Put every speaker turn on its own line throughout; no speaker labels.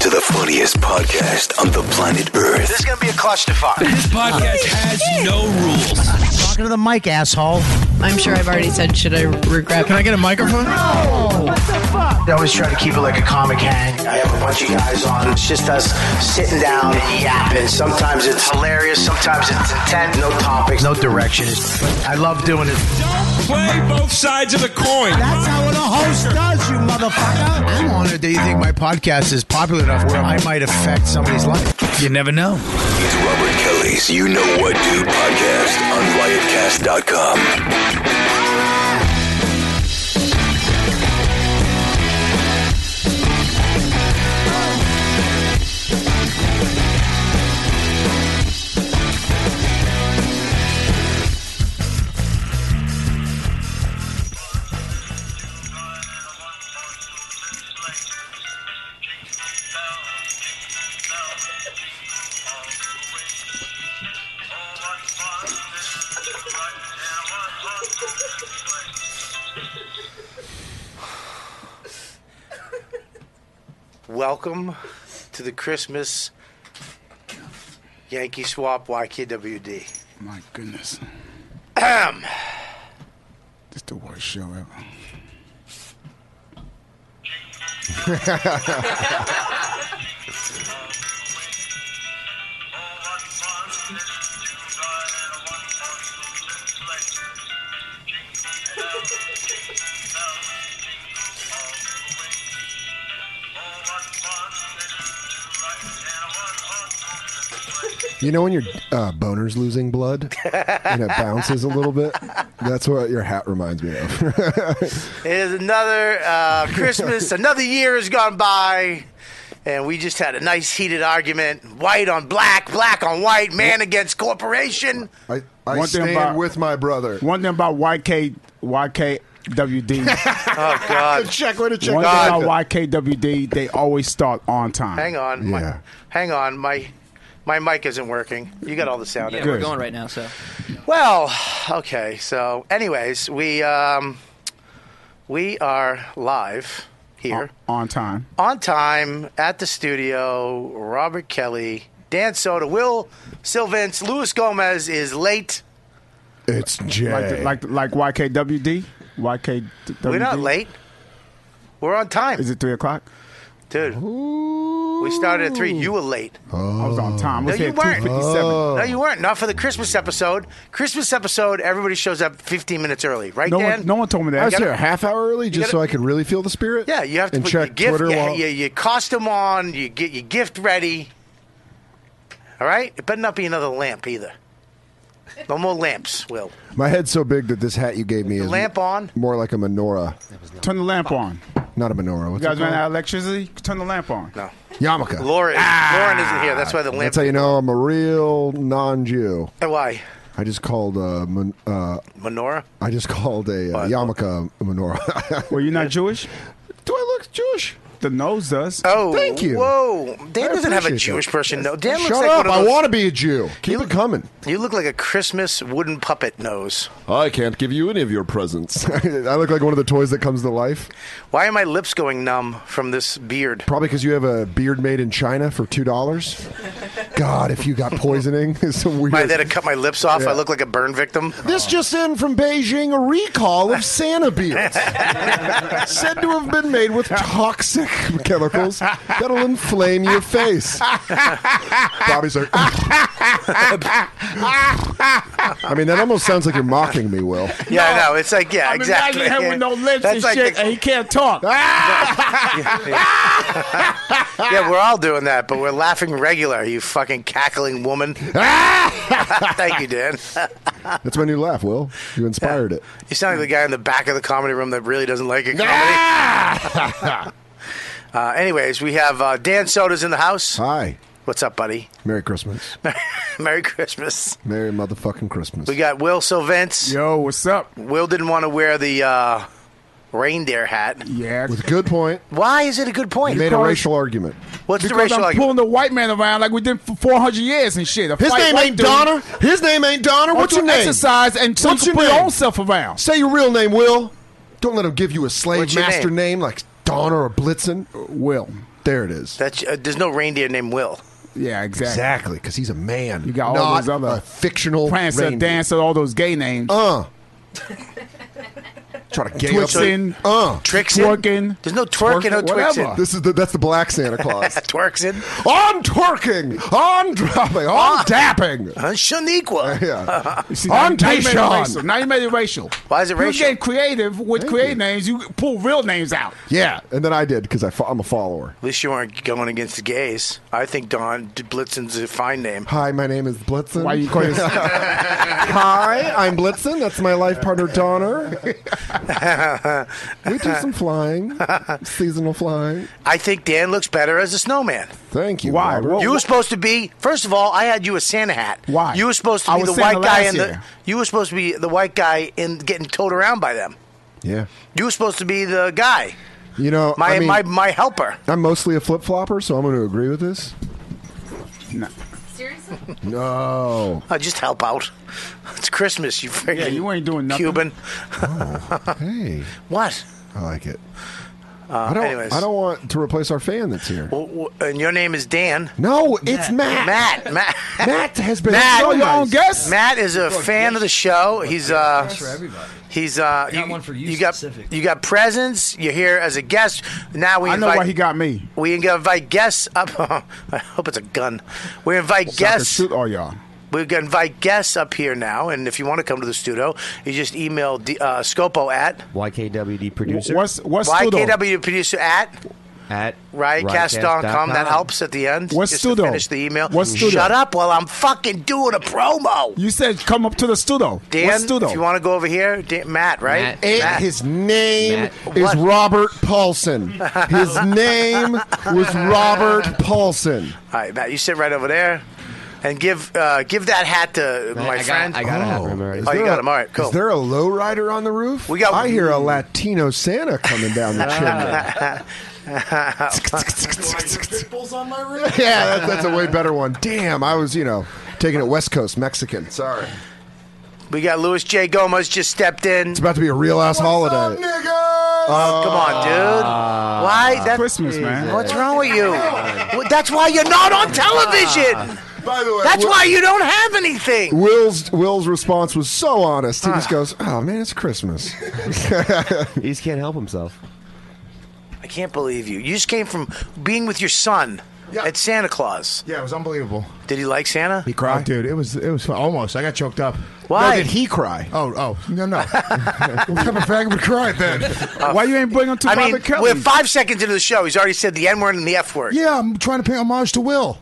to the funniest podcast on the planet Earth.
This is going to be a clusterfuck.
This podcast has no rules.
Talking to the mic, asshole.
I'm sure I've already said, should I regret?
Can I get a microphone?
I always try to keep it like a comic hang. I have a bunch of guys on. It's just us sitting down and yapping. Sometimes it's hilarious. Sometimes it's intent. No topics. No direction. I love doing it.
Play both sides of the coin.
That's how a host does, you motherfucker. I'm honored that you think my podcast is popular enough where I might affect somebody's life. You never know.
It's Robert Kelly's You Know What Do podcast on riotcast.com.
Welcome to the Christmas Yankee Swap YKWD.
My goodness. This the worst show ever.
You know when your uh, boner's losing blood and it bounces a little bit? That's what your hat reminds me of.
It is another uh, Christmas. another year has gone by. And we just had a nice heated argument. White on black, black on white, man against corporation.
I, I
One thing
stand
about-
with my brother.
One thing about YK YKWD.
Oh, God.
Uh, Check with a check.
One thing
God.
about YKWD, they always start on time.
Hang on,
Yeah.
my, hang on, my my mic isn't working. You got all the sound. in.
Good.
right now, so.
Well, okay. So, anyways, we um, we are live here
On time.
on time at the studio. Robert Kelly, Dan Soda, Will Sylvans, Luis Gomez is late.
It's Jay.
Like, the, like, the- like YKWD? YKWD?
We're not late. We're on time,
Is it 3 o'clock?
dude. We started at three. You were late.
I was on time. I was
No, you
here at
weren't. Oh.
257.
No, you weren't. Not for the Christmas episode. Christmas episode, everybody shows up 15 minutes early, right,
No,
Dan?
one, no one told me that.
I was
gotta-
here a half hour early just
gotta-
so I could really feel the spirit.
Yeah, you have to
and
put
check
your gift,
Twitter
yeah,
while-
yeah, your costume on. You get your gift ready. All right, it better not be another lamp either. No more lamps, Will.
My head's so big that this hat you gave me is
lamp on?
more like a menorah,
Turn the lamp on.
not a menorah. What's
You guys
it called?
ran out of electricity? Turn the lamp on.
No,
Yarmulke.
Lauren.
Ah.
Lauren isn't here. That's why the lamp.
That's how you know I'm a real non-Jew.
why
I just called a men- uh,
menorah?
I just called a uh,
What?
yarmulke menorah.
Well, you're not Jewish?
Do I look Jewish?
The nose does.
Oh,
Thank you.
Whoa, Dan
I
doesn't have a
appreciate
Jewish
that.
person. No, Dan looks
Shut
like
up!
one of
I
those-
want to be a Jew. Keep it coming.
You look like a Christmas wooden puppet nose.
I can't give you any of your presents.
I look like one of the toys that comes to life.
Why are my lips going numb from this beard?
Probably because you have a beard made in China for two dollars. God, if you got poisoning, it's so weird.
Might that have cut my lips off?
Yeah.
I look like a burn victim.
this just in from Beijing: a recall of Santa beards, said to have been made with toxic chemicals that'll inflame your face. Bobby's like, I mean, that almost sounds like you're mocking me, Will.
Yeah, I know. It's like, yeah,
I'm
exactly.
imagining him with no lips
That's
and
like
shit,
the-
and he can't talk.
Yeah, we're all doing that, but we're laughing regular, you fucking cackling woman. Thank you, Dan.
That's my new laugh, Will. You inspired it.
You sound like the guy in the back of the comedy room that really doesn't like your comedy. uh, anyways, we have uh, Dan Soda's in the house.
Hi.
What's up, buddy?
Merry Christmas.
Merry Christmas.
Merry motherfucking Christmas.
We got Will Silvents.
Yo, what's up?
Will didn't want to wear the uh, reindeer hat.
Yeah.
With a good point.
Why is it a good point?
You made a racial argument.
What's the
Because
racial
I'm
argument?
pulling the white man around like we did for 400 years and shit. A
His
white
name
white
ain't
dude
Donner. His name ain't Donner.
wants
What's your
to
name?
Exercise and so
What's your
you can put your
name?
own self around.
Say your real name, Will. Don't let him give you a slave
What's your
master
name?
name? like Donner or Blitzen.
Will.
There it is.
That's, uh, there's no reindeer named Will.
Yeah, exactly.
Exactly, because he's a man.
You got all
not
those other
a fictional
Prancer,
reindeer.
Dancer, all those gay names.
Uh. Try to gay up. the-
Twixen.
Uh.
Trixin?
Twerking.
There's no twerking or
Twerking, whatever.
twixin.
This is the that's the black Santa Claus.
Twerksin.
on twerking, on dropping,
Ah.
on dapping.
Huh? Shaniqua.
Yeah.
See, now-
On
now you made it
Tayshaun.
racial. Now you made it racial.
Why is it racial?
You get creative with
Thank
creative
you.
names. You pull real names out.
Yeah, and then I did because I'm a follower.
At least you weren't going against the gays. I think Don Blitzen's a fine name.
Hi, my name is Blitzen.
Why you call yourself-
Hi, I'm Blitzen. That's my life partner, Donner. we do some flying, seasonal flying.
I think Dan looks better as a snowman.
Thank you.
Why?
Robert.
What-
You were supposed to be. First of all, I had you a Santa hat.
Oh, Why?
You were supposed to
I
be the
was
white
Santa
guy
last
in the.
year.
You were supposed to be the white guy in getting towed around by them.
Yeah.
You were supposed to be the guy,
You know,
my
I mean,
my my helper.
I'm mostly a flip flopper, so I'm going to agree with this.
Seriously?
No.
I Uh, just help out. It's Christmas. You freaking
Yeah, you ain't doing nothing.
Cuban.
Hey,
What?
I like it. I don't.
Uh, anyways.
I don't want to replace our fan that's here.
W- w- And your name is Dan.
No, it's Matt.
Matt. Matt.
Matt has been
Matt.
so
Oh, your own
nice.
guess?
Matt is a fan of the show. He's uh,
for everybody.
he's uh,
got one for you
got
specific.
you got presents. You're here as a guest. Now we
I know
invite,
why he got me.
We invite guests up. I hope it's a gun. We invite
So I could
guests.
shoot all y'all.
We can invite guests up here now, and if you want to come to the studio, you just email D, uh, Scopo at
YKWD producer
What's what's studio?
YKW producer at
at
riotcast.com. That helps at the end.
What's
just to
studio?
finish the email.
What's studio?
Shut up while I'm fucking doing a promo.
You said come up to the studio.
Dan,
what's studio?
if you want to go over here, Dan, Matt, right?
Matt.
And
Matt.
his name
Matt.
is
What?
Robert Paulson. His name was Robert Paulson.
All right, Matt, you sit right over there, and give uh, give that hat to my
I got,
friend.
I got a hat for him already.
Is
Oh, you
there
got
a-
him. All right, cool.
Is there a lowrider on the roof?
We got- Mm.
I hear a Latino Santa coming down the chimney. yeah, that's, that's a way better one. Damn, I was, you know, taking it West Coast Mexican. Sorry.
we got Louis J. Gomez just stepped in.
It's about to be a real ass holiday.
Oh, come on, dude. Why? That,
Christmas, man.
What's wrong with you? Well, That's why you're not on television.
By the way,
That's
Will-
why you don't have anything.
Will's Will's response was so honest. He just goes, "Oh man, it's Christmas."
He just can't help himself.
I can't believe you. You just came from being with your son
Yeah.
at Santa Claus.
Yeah, it was unbelievable.
Did he like Santa?
Oh, dude, it was it was fun. almost. I got choked up.
Why?
No, did he cry?
Oh, oh, no, no. what type of faggot would cry then?
why you ain't bring him to
I
Robert
mean,
Kelly?
we're five seconds into the show. He's already said the N word and the F word.
Yeah, I'm trying to pay homage to Will.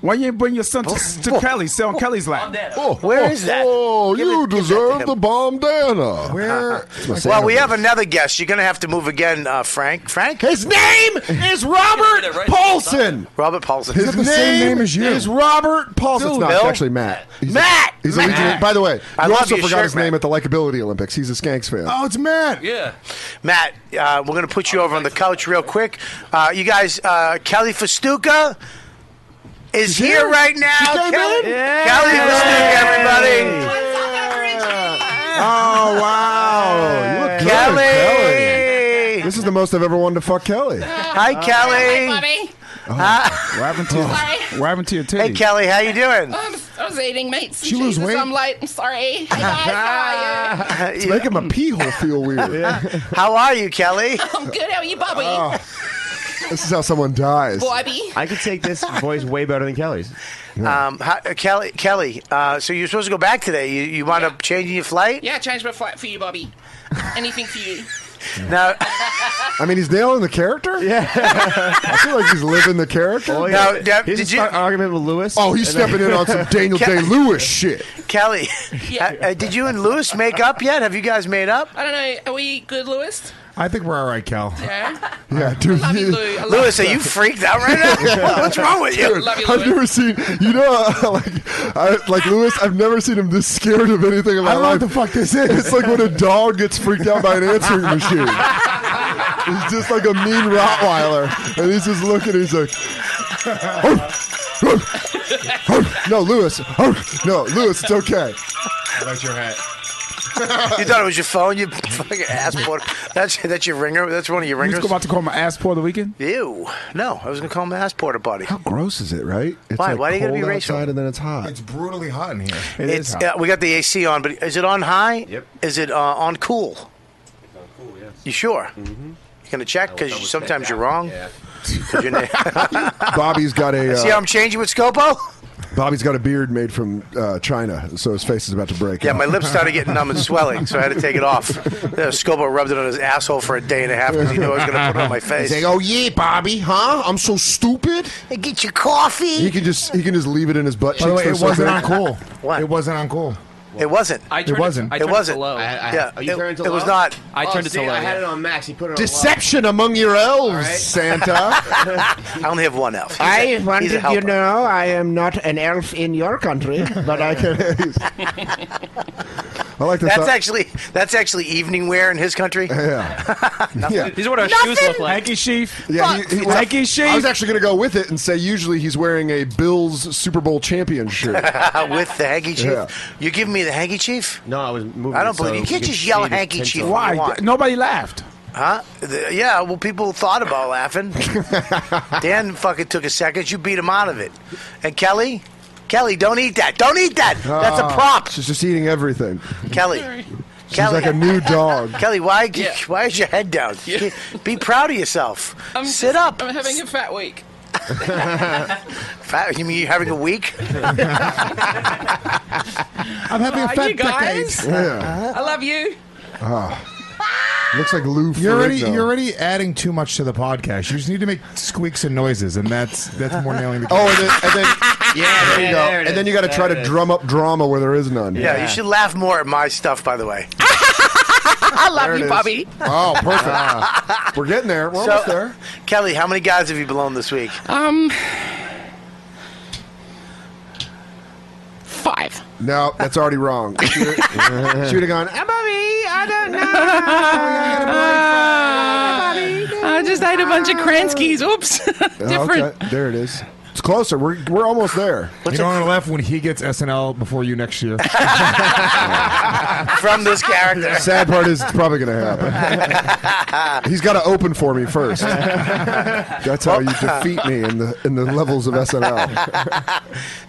why you ain't bring your son to,
Oh.
to Kelly? Sit on Kelly's lap.
Oh,
Where is that?
Oh,
Give
you
it- give that to
deserve
him.
the bomb, Dana.
Where?
Well, we have another guest. You're going to have to move again, uh, Frank. Frank?
His name is Robert Paulson.
Robert Paulson.
His
the same name as you.
is Robert Paulson. it's not it's
Bill.
actually Matt. He's a-
Matt!
he's a
Matt!
legit- by the way,
I
you
love
also
your
forgot
shirt,
his name
Matt.
at the likability Olympics. He's a Skanks fan.
Oh, it's Matt.
Yeah.
Matt, uh, we're going to put you over on the couch real quick. Uh, you guys, uh, Kelly Festuca is here, right now.
came
Kelly,
in?
Kelly Festuca, everybody.
Oh, wow. You look good, Kelly.
Kelly.
This is the most I've ever wanted to fuck Kelly.
Hi, Kelly.
Bobby.
What happened to
Hi.
what happened to your titties?
Hey, Kelly, how you doing?
I was, I was eating meat. She
lose
cheeses.
weight?
I'm late. I'm sorry. Hey guys, how are you?
It's making my pee hole feel weird.
How are you, Kelly?
I'm good. How are you, Bobby?
This is how someone dies.
Bobby.
I could take this voice way better than Kelly's.
Um, how, uh, Kelly, Kelly. Uh, so you're supposed to go back today. You, you wound up changing your flight.
Yeah, I changed my flight for you, Bobby. Anything for you.
Now,
I mean, he's nailing the character. Yeah, I feel like he's living the character.
Oh,
Now,
yeah.
Deb,
He
did
just
you-
start an argument with Lewis.
Oh, he's stepping in on some Daniel Day Lewis shit.
Kelly,
Yeah.
uh, uh, did you and Lewis make up yet? Have you guys made up?
I don't know. Are we good, Lewis?
I think we're all right, Cal.
Yeah.
Yeah, dude.
Love you, Lou. I love
Louis, are you freaked out right now? What's wrong with you?
Dude, I've never seen you know like I, like Lewis. I've never seen him this scared of anything in my life. the fuck this is. It's like when a dog gets freaked out by an answering machine. He's just like a mean Rottweiler, and he's just looking. He's like, "Arf, arf, arf." no, Lewis. arf. No, Lewis. It's okay.
How about your hat?
you thought it was your phone? You fucking ass porter. That's that's your ringer. That's one of your
You
ringers.
just about to call my ass poor the weekend?
Ew. No, I was gonna call him the ass porter buddy.
Gross is it, right? It's
Why?
Like
Why do you gotta be
cold
racial?
outside And then it's hot.
It's brutally hot in here.
It's uh, we got the AC on, but is it on high? Yep. Is it uh, on cool? It's on cool. Yes. You sure? Mm-hmm. You gonna check? Because sometimes you're wrong. Yeah.
Bobby's got a. Uh,
See how I'm changing with Scopo?
Bobby's got a beard made from uh, China, so his face is about to break.
Yeah, my lips started getting numb and swelling, so I had to take it off. Yeah, Scopo rubbed it on his asshole for a day and a half because he knew I was gonna put it on my face.
He's like, "Oh yeah, Bobby, huh? I'm so stupid."
Get your coffee.
He can just he can just leave it in his butt cheeks.
By the way,
for a
it wasn't on
second.
cool.
What?
It wasn't on cool.
It wasn't.
I turned
wasn't.
It, I
It
turned
wasn't.
It to low.
yeah,
Oh, you
it,
turned it to
it was
low?
not.
I turned it
Oh, see,
to low.
I had
yeah.
it on max. He put it on
Deception among your elves, Santa.
I only have one elf. He's a-
I
he's a
wanted you
helper.
to know I am not an elf in your country, but I can.
I like the
That's
thought-
actually that's actually evening wear in his country.
Yeah, yeah,
These are what our shoes look like.
Hanky Sheaf.
yeah. he- he-
Hanky
I was
Sheaf.
actually going to go with it and say usually he's wearing a Bills Super Bowl champion shirt.
With the hanky chief,
Yeah.
you giving me the hanky chief?
No, I was moving.
I don't
it so
believe you. You
we
can't
could
just yell
see the
hanky chief.
tinsel.
you
Why?
want.
Nobody laughed.
Huh? The- yeah, well, people thought about laughing. Dan fucking took a second. You beat him out of it. And Kelly, Kelly, don't eat that. Don't eat that. That's a
Ah,
prop,
She's just eating everything.
Kelly.
She's
Kelly,
like a new dog.
Kelly, why
Yeah.
why is your head down?
Yeah.
Be proud of yourself.
I'm
Sit
just-
up.
I'm having a fat week.
Fat- you mean you're having a week?
I'm having a
Are you
fat decade.
guys?
Yeah,
I love you.
looks like Lou.
You're already
Ferrigno.
you're already adding too much to the podcast. You just need to make squeaks and noises, and that's that's more nailing the.
Oh, and then, and then
Yeah,
there you go. And then you got to try to drum up drama where there is none.
Yeah, you should laugh more at my stuff, by the way.
I love
it
you,
is.
Bobby.
Oh, perfect. We're getting there. We're almost there.
Kelly, how many guys have you blown this week?
Um, five.
No, that's already wrong. Should have gone. "Ah,
I just ate a bunch of Kranskis. Oops. Different.
Okay, there it is. It's closer. We're we're almost there.
What's
you don't
it-
want to laugh when he gets SNL before you next year.
from this character.
Sad part is it's probably going to happen. He's got to open for me first. That's how you defeat me in the in the levels of SNL.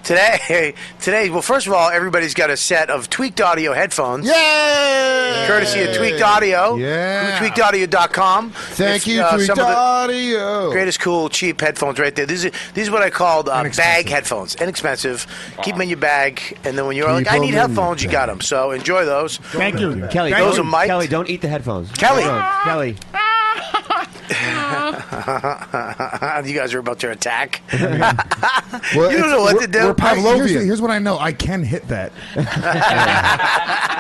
Today, today, well, first of all, everybody's got a set of Tweaked Audio headphones.
Yay!
Courtesy of Tweaked Audio.
Yeah.
TweakedAudio.com.
Thank
It's,
you,
uh,
Tweaked
some of the
Audio.
Greatest cool cheap headphones right there. These are these are what I called uh, bag headphones. Inexpensive. Keep them in your bag, and then when you're like,
Keep
I need
'em in
headphones, you
your
got them. So enjoy those.
Thank you.
Kelly,
Those
don't-
are mic'd.
Kelly, don't eat the headphones.
Kelly.
Hold on. Kelly.
you guys are about to attack.
Well,
you don't
it's-
know what
we're-
to do.
We're
I- here's,
Pavlovian.
here's what I know: I can hit that.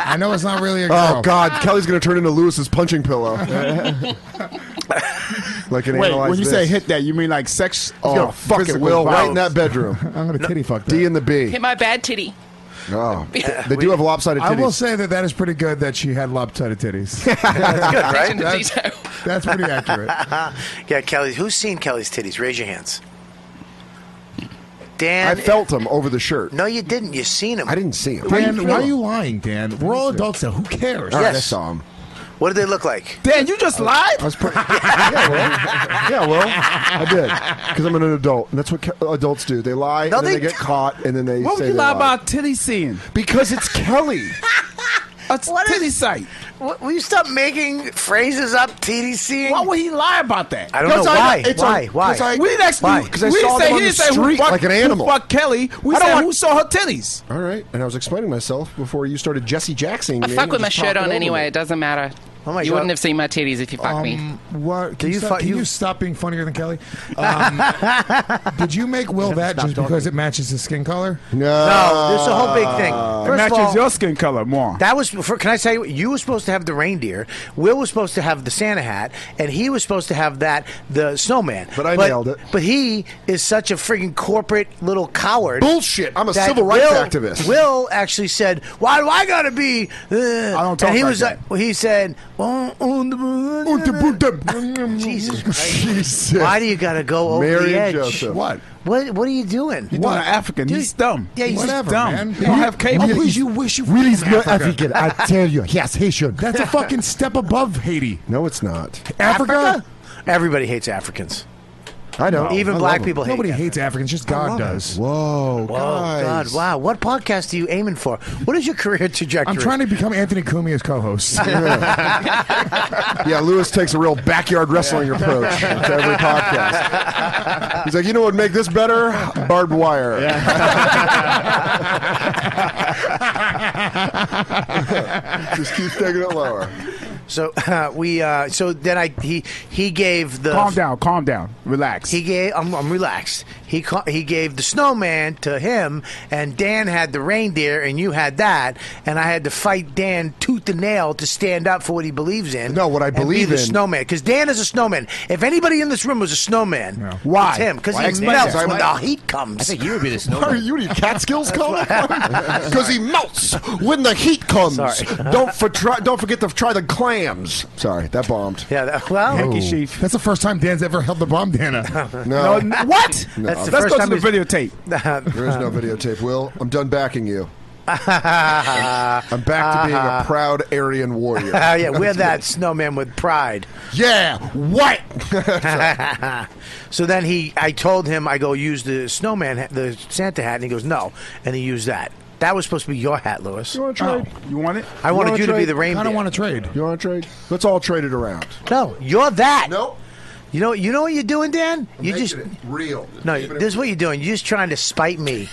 I know it's not really a girl.
Oh God, Kelly's gonna turn into Lewis's punching pillow. like an
Wait,
analyze
when you
this.
say hit that, you mean like sex?
He's
Oh,
gonna fuck it,
physical
Will, right in
violence.
that bedroom.
I'm gonna titty fuck that.
D and the B.
Hit my bad titty.
Oh, they do have lopsided
I
titties.
will say that that is pretty good that she had lopsided titties.
That's good, right?
Attention to detail.
That's pretty accurate.
Yeah, Kelly. Who's seen Kelly's titties? Raise your hands.
I
Dan.
felt them over the shirt.
no, you didn't. You seen them.
I didn't see them.
Dan, why are you lying, Dan? We're all adults now. Who cares? Uh,
All right, I
Yes.
saw them.
What did they look like?
Dan, you just lied.
I was pretty. yeah, well, yeah, well, I did because I'm an adult, and that's what ca- adults do. They lie,
No,
and then
they-
they get caught, and then they
What
say
would you
they
lie about titty seeing?
Because it's Kelly.
A titty sight.
What, will you stop making phrases up? TDC.
Why would he lie about that?
I don't know
Because I-
why.
it's
why?
on-
why?
because I-
we didn't ask
Why?
you.
Because I
we didn't
saw
say
them on
he
the
didn't say
street
who fucked,
like an
who
animal.
fucked Kelly. We
I don't
said
want-
who saw her titties.
All right, and I was explaining myself before you started Jesse Jackson.
I fuck with my shirt on anyway. It doesn't matter.
Oh my
you
God.
wouldn't have seen my titties if you fucked me.
Um, what?
Do
Can, you,
you
stop,
fu-
can you,
you-
stop being funnier than Kelly? Um, did you make Will that just because it matches his skin color?
No,
no, there's a whole big thing.
It
First of
matches
all-
your skin color more.
That was. For, can I say you were supposed to have the reindeer? Will was supposed to have the Santa hat, and he was supposed to have that the snowman. But I
nailed it.
But he is such a freaking corporate little coward.
Bullshit. I'm a
that
civil rights
Will-
activist.
Will actually said, "Why do I gotta be?" Uh, I don't
talk
And he
like
was
that.
like, well, he said, "Oh, oh, the- "Jesus Christ, why do you gotta go over
Mary
the edge?"
and Joseph. What?
What? What are you doing?
He's not African. He's dumb.
Yeah, he's just
Whatever,
dumb.
man.
He don't have cable.
Really,
Please,
you wish you really is not African. I tell you, yes, Haitian. That's a fucking step above Haiti.
No, it's not.
Africa? Everybody hates Africans.
I know.
Even
I love
black
them.
people hate
Nobody hates Africans. Just
I
God
love it.
does.
Whoa,
Whoa, Oh, God, wow. What podcast are you aiming for? What is your career trajectory?
I'm trying to become Anthony Cumia's co-host.
Yeah, Lewis takes a real backyard wrestling approach to every podcast. He's like, you know what would make this better? Barbed wire. Just keep taking it lower.
So uh, we, uh, so then I he he gave the
Calm down. Calm down. Relax.
He gave. I'm, I'm relaxed. He ca- he gave the snowman to him, and Dan had the reindeer, and you had that, and I had to fight Dan tooth and nail to stand up for what he believes in. No, what I
believe
be the
in-
snowman, because Dan is a snowman. If anybody in this room was a snowman,
Why?
It's him, because
Why
he
explain
melts
that?
when the heat comes.
I think
you would be the
Why are you need Catskills color? Because he melts when the heat comes.
Sorry.
Don't for try, don't forget to try the clams. Sorry, that bombed.
Yeah, that, well,
Oh, That's the first time Dan's ever held the bomb, Dana.
No. No, n-
what?
No.
That's the
Let's
first
go to
time
the
he's- Uh,
videotape.
There is no videotape. Will, I'm done backing you.
I'm
I'm back to being a proud Aryan warrior.
Uh-huh. yeah, we're that snowman with pride.
Yeah, what?
so then he, I told him, I go use the snowman, ha- the Santa hat, and he goes no, and he used that. That was supposed to be your hat, Lewis. You
want to trade? You want it?
I wanted you to be the reindeer.
to trade.
Oh. You want to trade? Let's all trade it around.
No, you're that.
No.
You know, you know what you're doing, Dan. You
Making
just
it real.
no.
Keeping it
This is what you're doing. You're just trying to spite me.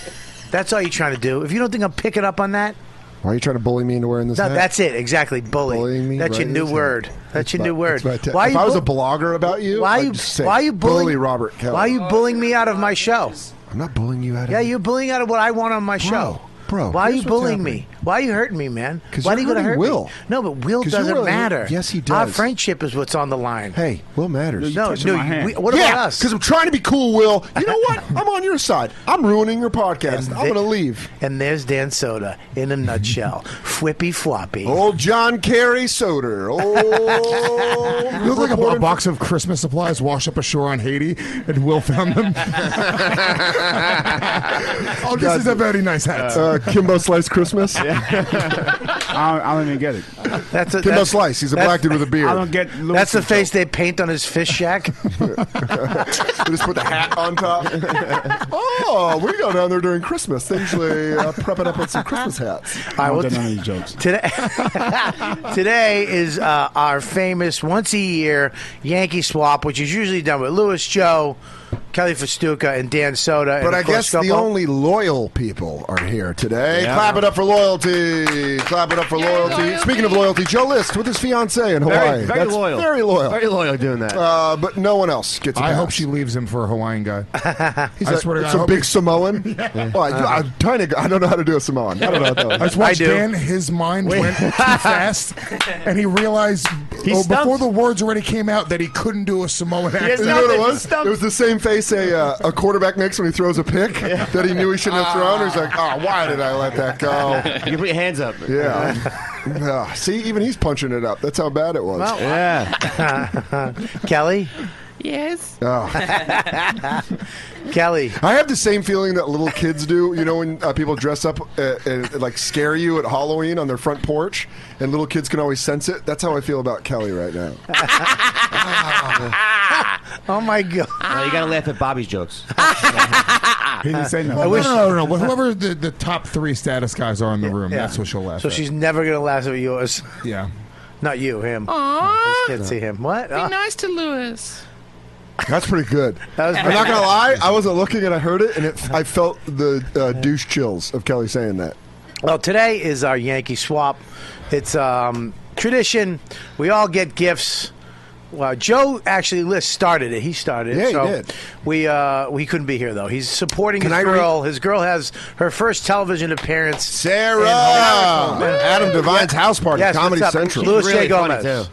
That's all you're trying to do. If you don't think I'm picking up on that,
Why are you trying to bully me into wearing this?
no,
hat?
that's it. Exactly, bully.
Bullying me
that's your
right
new
into-
word. That's your
my-
new word.
that's my te-
Why
if
you
I was a
bull-
blogger about you,
Why
I'd
you?
just say,
why you bullying
bully Robert Kelly.
Why are you bullying me out of my show?
I'm not bullying you out of
Yeah, you're bullying out of what I want on my show.
bro,
why are you
here's what's
bullying
happening.
me? Why are you hurting me, man?
'Cause
Why
you're
are you going to
hurting
hurt
Will.
me? No, but Will
'Cause you're
doesn't
really-
matter.
Yes, he
Our
does.
friendship is what's on the line.
Hey, Will matters.
No,
touching
no.
my hand.
we- what
yeah,
about us?
Because I'm trying to be cool, Will. You know what? I'm on your side. I'm ruining your podcast. I'm
thi-
going to leave.
And there's Dan Soda in a nutshell. Flippy floppy.
Old John Kerry Soder. Oh,
You look like a, a
reporting-
box of Christmas supplies washed up ashore on Haiti, and Will found them. oh, this is a very nice hat.
Uh, Kimbo Slice Christmas.
I, don't, I don't even get it.
That's a,
Kimbo
that's,
Slice. He's a black dude with a beard.
I don't get. Lewis
that's the
and Joe.
face they paint on his fish shack.
They just put the hat on top. oh, we go down there during Christmas. They usually uh, prep it up with some Christmas hats.
I
I will
don't get none of these jokes.
Today, today is uh, our famous once a year Yankee swap, which is usually done with Lewis, Joe, Kelly Festuca, and Dan Soda.
But I guess the only loyal people are here today. Clap it up for loyalty. Clap it up for loyalty. Speaking of loyalty, Joe List with his fiance in Hawaii.
Very, very
That's
loyal.
Very loyal.
Very loyal doing that.
Uh, but no one else gets. a
I
pass.
hope she leaves him for a Hawaiian guy.
He's
I
a,
swear to God,
it's
I
a
hope
big
he-
Samoan. Well, I, I'm trying to. I don't know how to do a Samoan. I don't know. How to
I just watched Dan. His mind went too fast, and he realized
He
oh, before
stumped.
the words already came out that he couldn't do a Samoan accent.
has
You know what it
Nothing,
was?
stumped.
It was the same face a uh, a quarterback makes when he throws a pick that he knew he shouldn't have thrown. He's like, oh, why did I let that go?
You can put your hands up.
Yeah. yeah. See, even he's punching it up. That's how bad it was.
Well,
Yeah.
Kelly,
Yes.
Oh.
Kelly.
I have the same feeling that little kids do. You know, when uh, people dress up uh, and like scare you at Halloween on their front porch, and little kids can always sense it. That's how I feel about Kelly right now.
Oh my God!
Uh, you gotta laugh at Bobby's jokes.
He didn't say no.
Oh, no, no, no, no, But whoever the, the top three status guys are in the room,
Yeah.
that's what she'll laugh
So
at.
she's never gonna laugh at yours.
yeah.
Not you, him.
Oh.
Aw.
Can't see him. What?
Be
Oh,
nice to Lewis.
That's pretty good.
that was
I'm not gonna lie. I wasn't looking, and I heard it, and it, I felt the uh, douche chills of Kelly saying that.
Well, today is our Yankee swap. It's um, tradition. We all get gifts. Well, Joe actually list started it. He started it.
Yeah, he
so
did.
We uh, we couldn't be here though. He's supporting
Can
his
I re-
girl. his girl has her first television appearance.
Sarah Adam Devine's house party,
Yes,
Comedy
what's up?
Central.
Louis J. Gomez.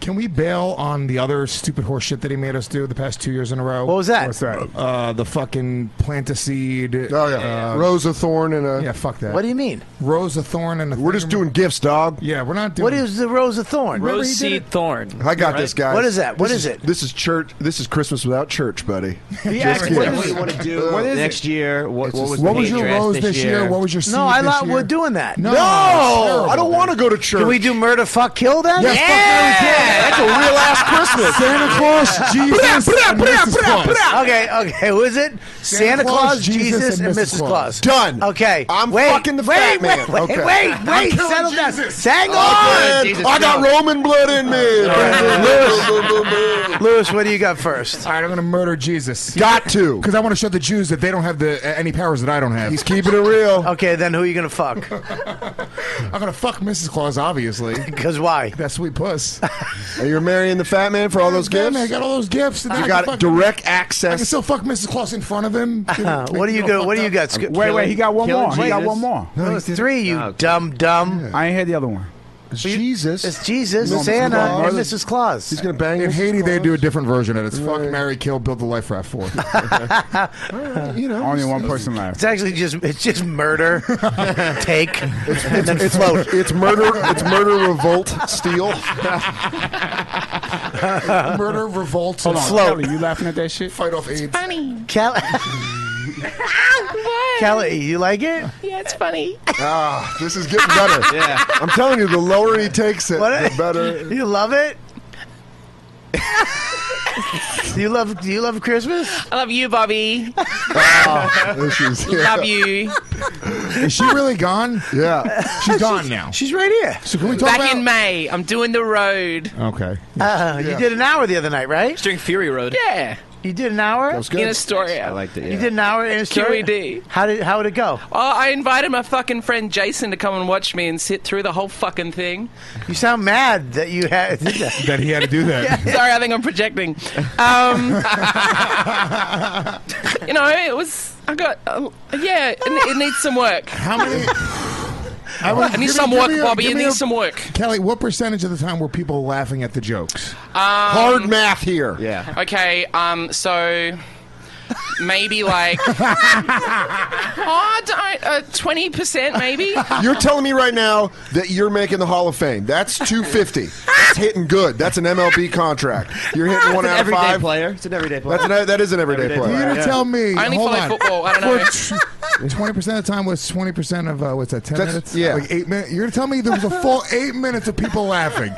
Can we bail on the other stupid horse shit that he made us do the past two years in a row? What was
that?
What's that? Uh, the fucking plant a seed.
Oh yeah, Rose of Thorn and a
Yeah, fuck that.
What do you mean?
Rose of Thorn and a
We're just doing gifts, dog.
Yeah, we're not doing.
What is the Rose of Thorn?
Remember he did Roseseed it?
Thorn. I got
Right.
this, guys.
What is that? What
This
is it?
This is church. This is Christmas without church, buddy. Uh,
Yeah,
Just
actually, what
kidding.
is it? What
want to do
What is it?
next year? What,
It's
what
just-
was,
What
the
was your
address
rose
this
this year? What was your
No, I thought we're doing that.
No, I don't want to go to church.
Can we do murder, fuck, kill then?
Yes,
yeah,
fuck, Mary, kill. That's a real ass Christmas. Santa Claus, Jesus, and Mrs. Claus.
Okay, okay. Who is it? Santa, Claus, Jesus, and Mrs. Claus.
Done.
Okay. I'm wait, fucking the
fat
wait,
man.
Wait, wait,
Okay.
wait,
I'm
wait.
killing
Settle down.
Jesus.
Hang
Oh,
on.
man, I got Roman blood in me.
Lewis, Lewis, what do you got first?
All right, I'm going to murder Jesus.
Got to.
Because I want to show the Jews that they don't have the uh, any powers that I don't have.
He's keeping it real.
Okay, then who are you gonna fuck?
I'm going to fuck Mrs. Claus, obviously.
Because why?
That sweet puss.
And you're marrying the fat man for all those
Yeah,
gifts?
man, I got all those gifts. and
You
then I
got
can fuck-
direct
I can
access.
still fuck Mrs. Claus in front of him.
what do you go? What do you got? Scoop?
Wait, wait, he got one
Killing
more. He got
Jesus?
one more.
No, it's three, you dumb dumb.
I ain't had the other one.
Jesus.
It's Jesus,
Mrs.
Santa,
Claus.
and Mrs. Claus.
He's going to bang
In
Mrs.
Haiti, they
Claus.
do a different version of it. It's fuck,
Right.
marry, kill, build the life raft for.
You know,
Only
it's-
one person left.
It's actually just it's just murder, take, and then
It's,
float.
it's murder. It's murder, revolt, steal.
Murder, revolt,
Hold on,
Float.
Kelly, you laughing at that shit?
fight off AIDS.
Funny.
Kelly,
What?
Kelly, you like it?
Yeah, it's funny.
Ah, this is getting better.
Yeah.
I'm telling you, the lower he takes it,
What?
the better.
You love it? do you love Do you love Christmas?
I love you, Bobby.
This is, yeah.
Love you.
Is she really gone?
yeah.
She's gone now.
She's right here.
So can we talk
Back
about?
in May, I'm doing the road.
okay.
Uh, You did an hour the other night, right?
During Fury Road.
Yeah,
You did an hour.
That was good.
in Astoria.
I liked it.
You
Yeah.
did an hour in a story.
QED.
How did How would it go?
Oh, I invited my fucking friend Jason to come and watch me and sit through the whole fucking thing.
You sound mad that you had. did that.
That he had to do that.
Sorry, I think I'm projecting. Um, you know, it was. I got. Uh, yeah, it, it needs some work.
How many? I
I
was-
need
give me-
some
give
work,
me a-
Bobby.
give
It
me
needs
a-
some work.
Kelly, what percentage of the time were people laughing at the jokes?
Hard math here.
Yeah.
Okay, um, so maybe like oh, don't twenty percent, maybe.
You're telling me right now that you're making the Hall of Fame. That's 250. That's hitting good. That's an MLB contract. You're hitting one
Ah, It's
out of
an everyday
five.
player. It's an everyday player.
That's an, that is an everyday,
Everyday
player.
You're gonna
yeah.
tell me?
I only
hold
follow
on.
football, I don't know.
Twenty percent of the time was twenty percent of uh, what's that? Ten
That's-
minutes?
yeah.
like eight minutes. You're gonna tell me there was a full eight minutes of people laughing?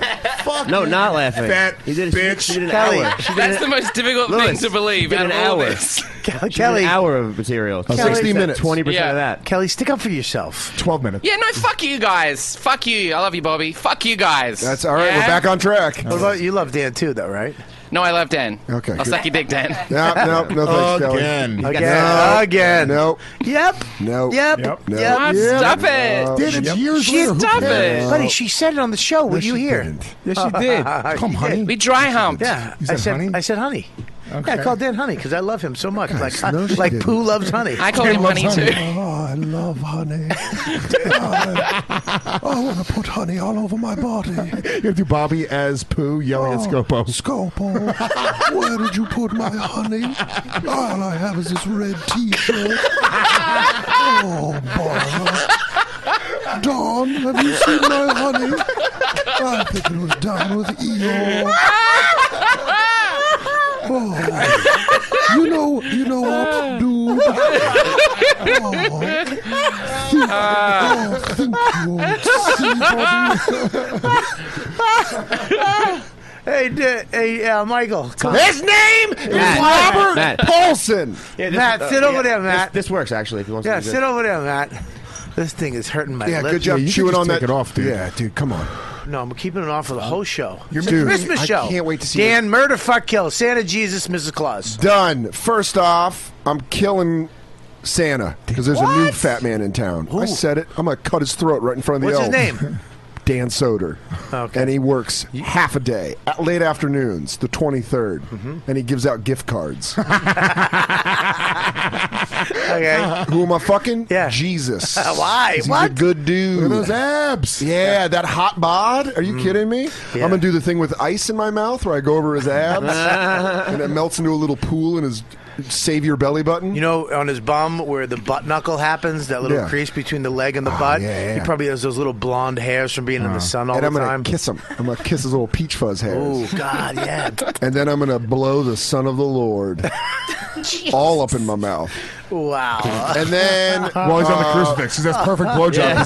Fuck.
no,
you,
not laughing.
Fat
he did a,
bitch.
She, did an
Kelly.
hour. She did
That's
an-
the most difficult
Lewis,
thing to believe
did
out
an
of all
hour.
this.
she did
Kelly,
an hour of material.
Kelly,
60
minutes.
20%
Yeah.
of that.
Kelly, stick up for yourself.
Twelve minutes.
Yeah, no, fuck you guys. Fuck you. I love you, Bobby. Fuck you guys.
That's all right. We're
Yeah?
back on track.
What about you? Love Dan too, though, right?
No, I love Dan.
Okay,
I'll
good.
suck your dick, Dan.
No, no, no thanks, Kelly.
Again.
Again, again.
Nope.
Yep.
Nope.
Yep.
Nope.
Ah,
Nope.
Stop it.
Did it years
She
later. Who
stop
cares?
it.
Buddy, she said it on the show. Were you
she
here?
didn't.
Yes, she did.
Come, honey.
We dry humped.
Yeah, I
You said
said
honey?
I said honey. Yeah, I
Okay.
called Dan honey because I love him so much. like
no, she
like
didn't.
Pooh loves honey.
I called him honey, too.
Oh, I love honey. I want to put honey all over my body.
You have to do Bobby as Pooh yelling at
Oh.
Scopo.
Scopo, where did you put my honey? All I have is this red T-shirt. Oh, bother. Don, have you seen my honey? I think it was down with Eeyore. Oh, you know, you know what, dude? Oh, think, oh, think you won't see, Bobby.
Hey, Dan, hey, uh, Michael, come
His name is
Matt.
Robert
Matt.
Paulson.
Yeah,
Matt,
uh,
sit over there,
this-
Matt.
This, works, actually, if you want
yeah,
to.
sit over there, Matt. This thing is hurting my
Yeah,
lip.
good job
you can
chewing
just
on
take
that.
it off, dude.
Yeah, dude, come on.
No, I'm keeping it on for the whole show.
You're
It's a
making-
Christmas
I
show.
can't wait to see
Dan murder, fuck, kill, Santa, Jesus, Mrs. Claus.
Done. First off, I'm killing Santa because there's a new fat man in town. I said it. I'm gonna cut his throat right in front of the
What's his
elf.
name?
Dan Soder. Okay. And he works half a day, at late afternoons, the 23rd,
Mm-hmm.
and he gives out gift cards. okay. Who am I fucking? Yeah. Jesus.
Why?
'Cause He's a
What?
good dude.
Look at those
abs. Yeah, that hot bod. Are you
Mm.
kidding me? I'm going to do the thing with ice in my mouth where I go over his abs and it melts into a little pool in his save your belly button.
You know, on his bum where the butt knuckle happens, that little
Yeah. Oh,
crease between the leg and the butt. He probably has those little blonde hairs from being in the sun all
Uh-huh. and
the
I'm gonna
time.
kiss him. I'm gonna kiss his little peach fuzz hairs.
Oh God, yeah.
And then I'm gonna blow the son of the Lord all up in my mouth.
Wow.
And then
While he's
Uh,
on the crucifix, 'cause that's perfect blowjob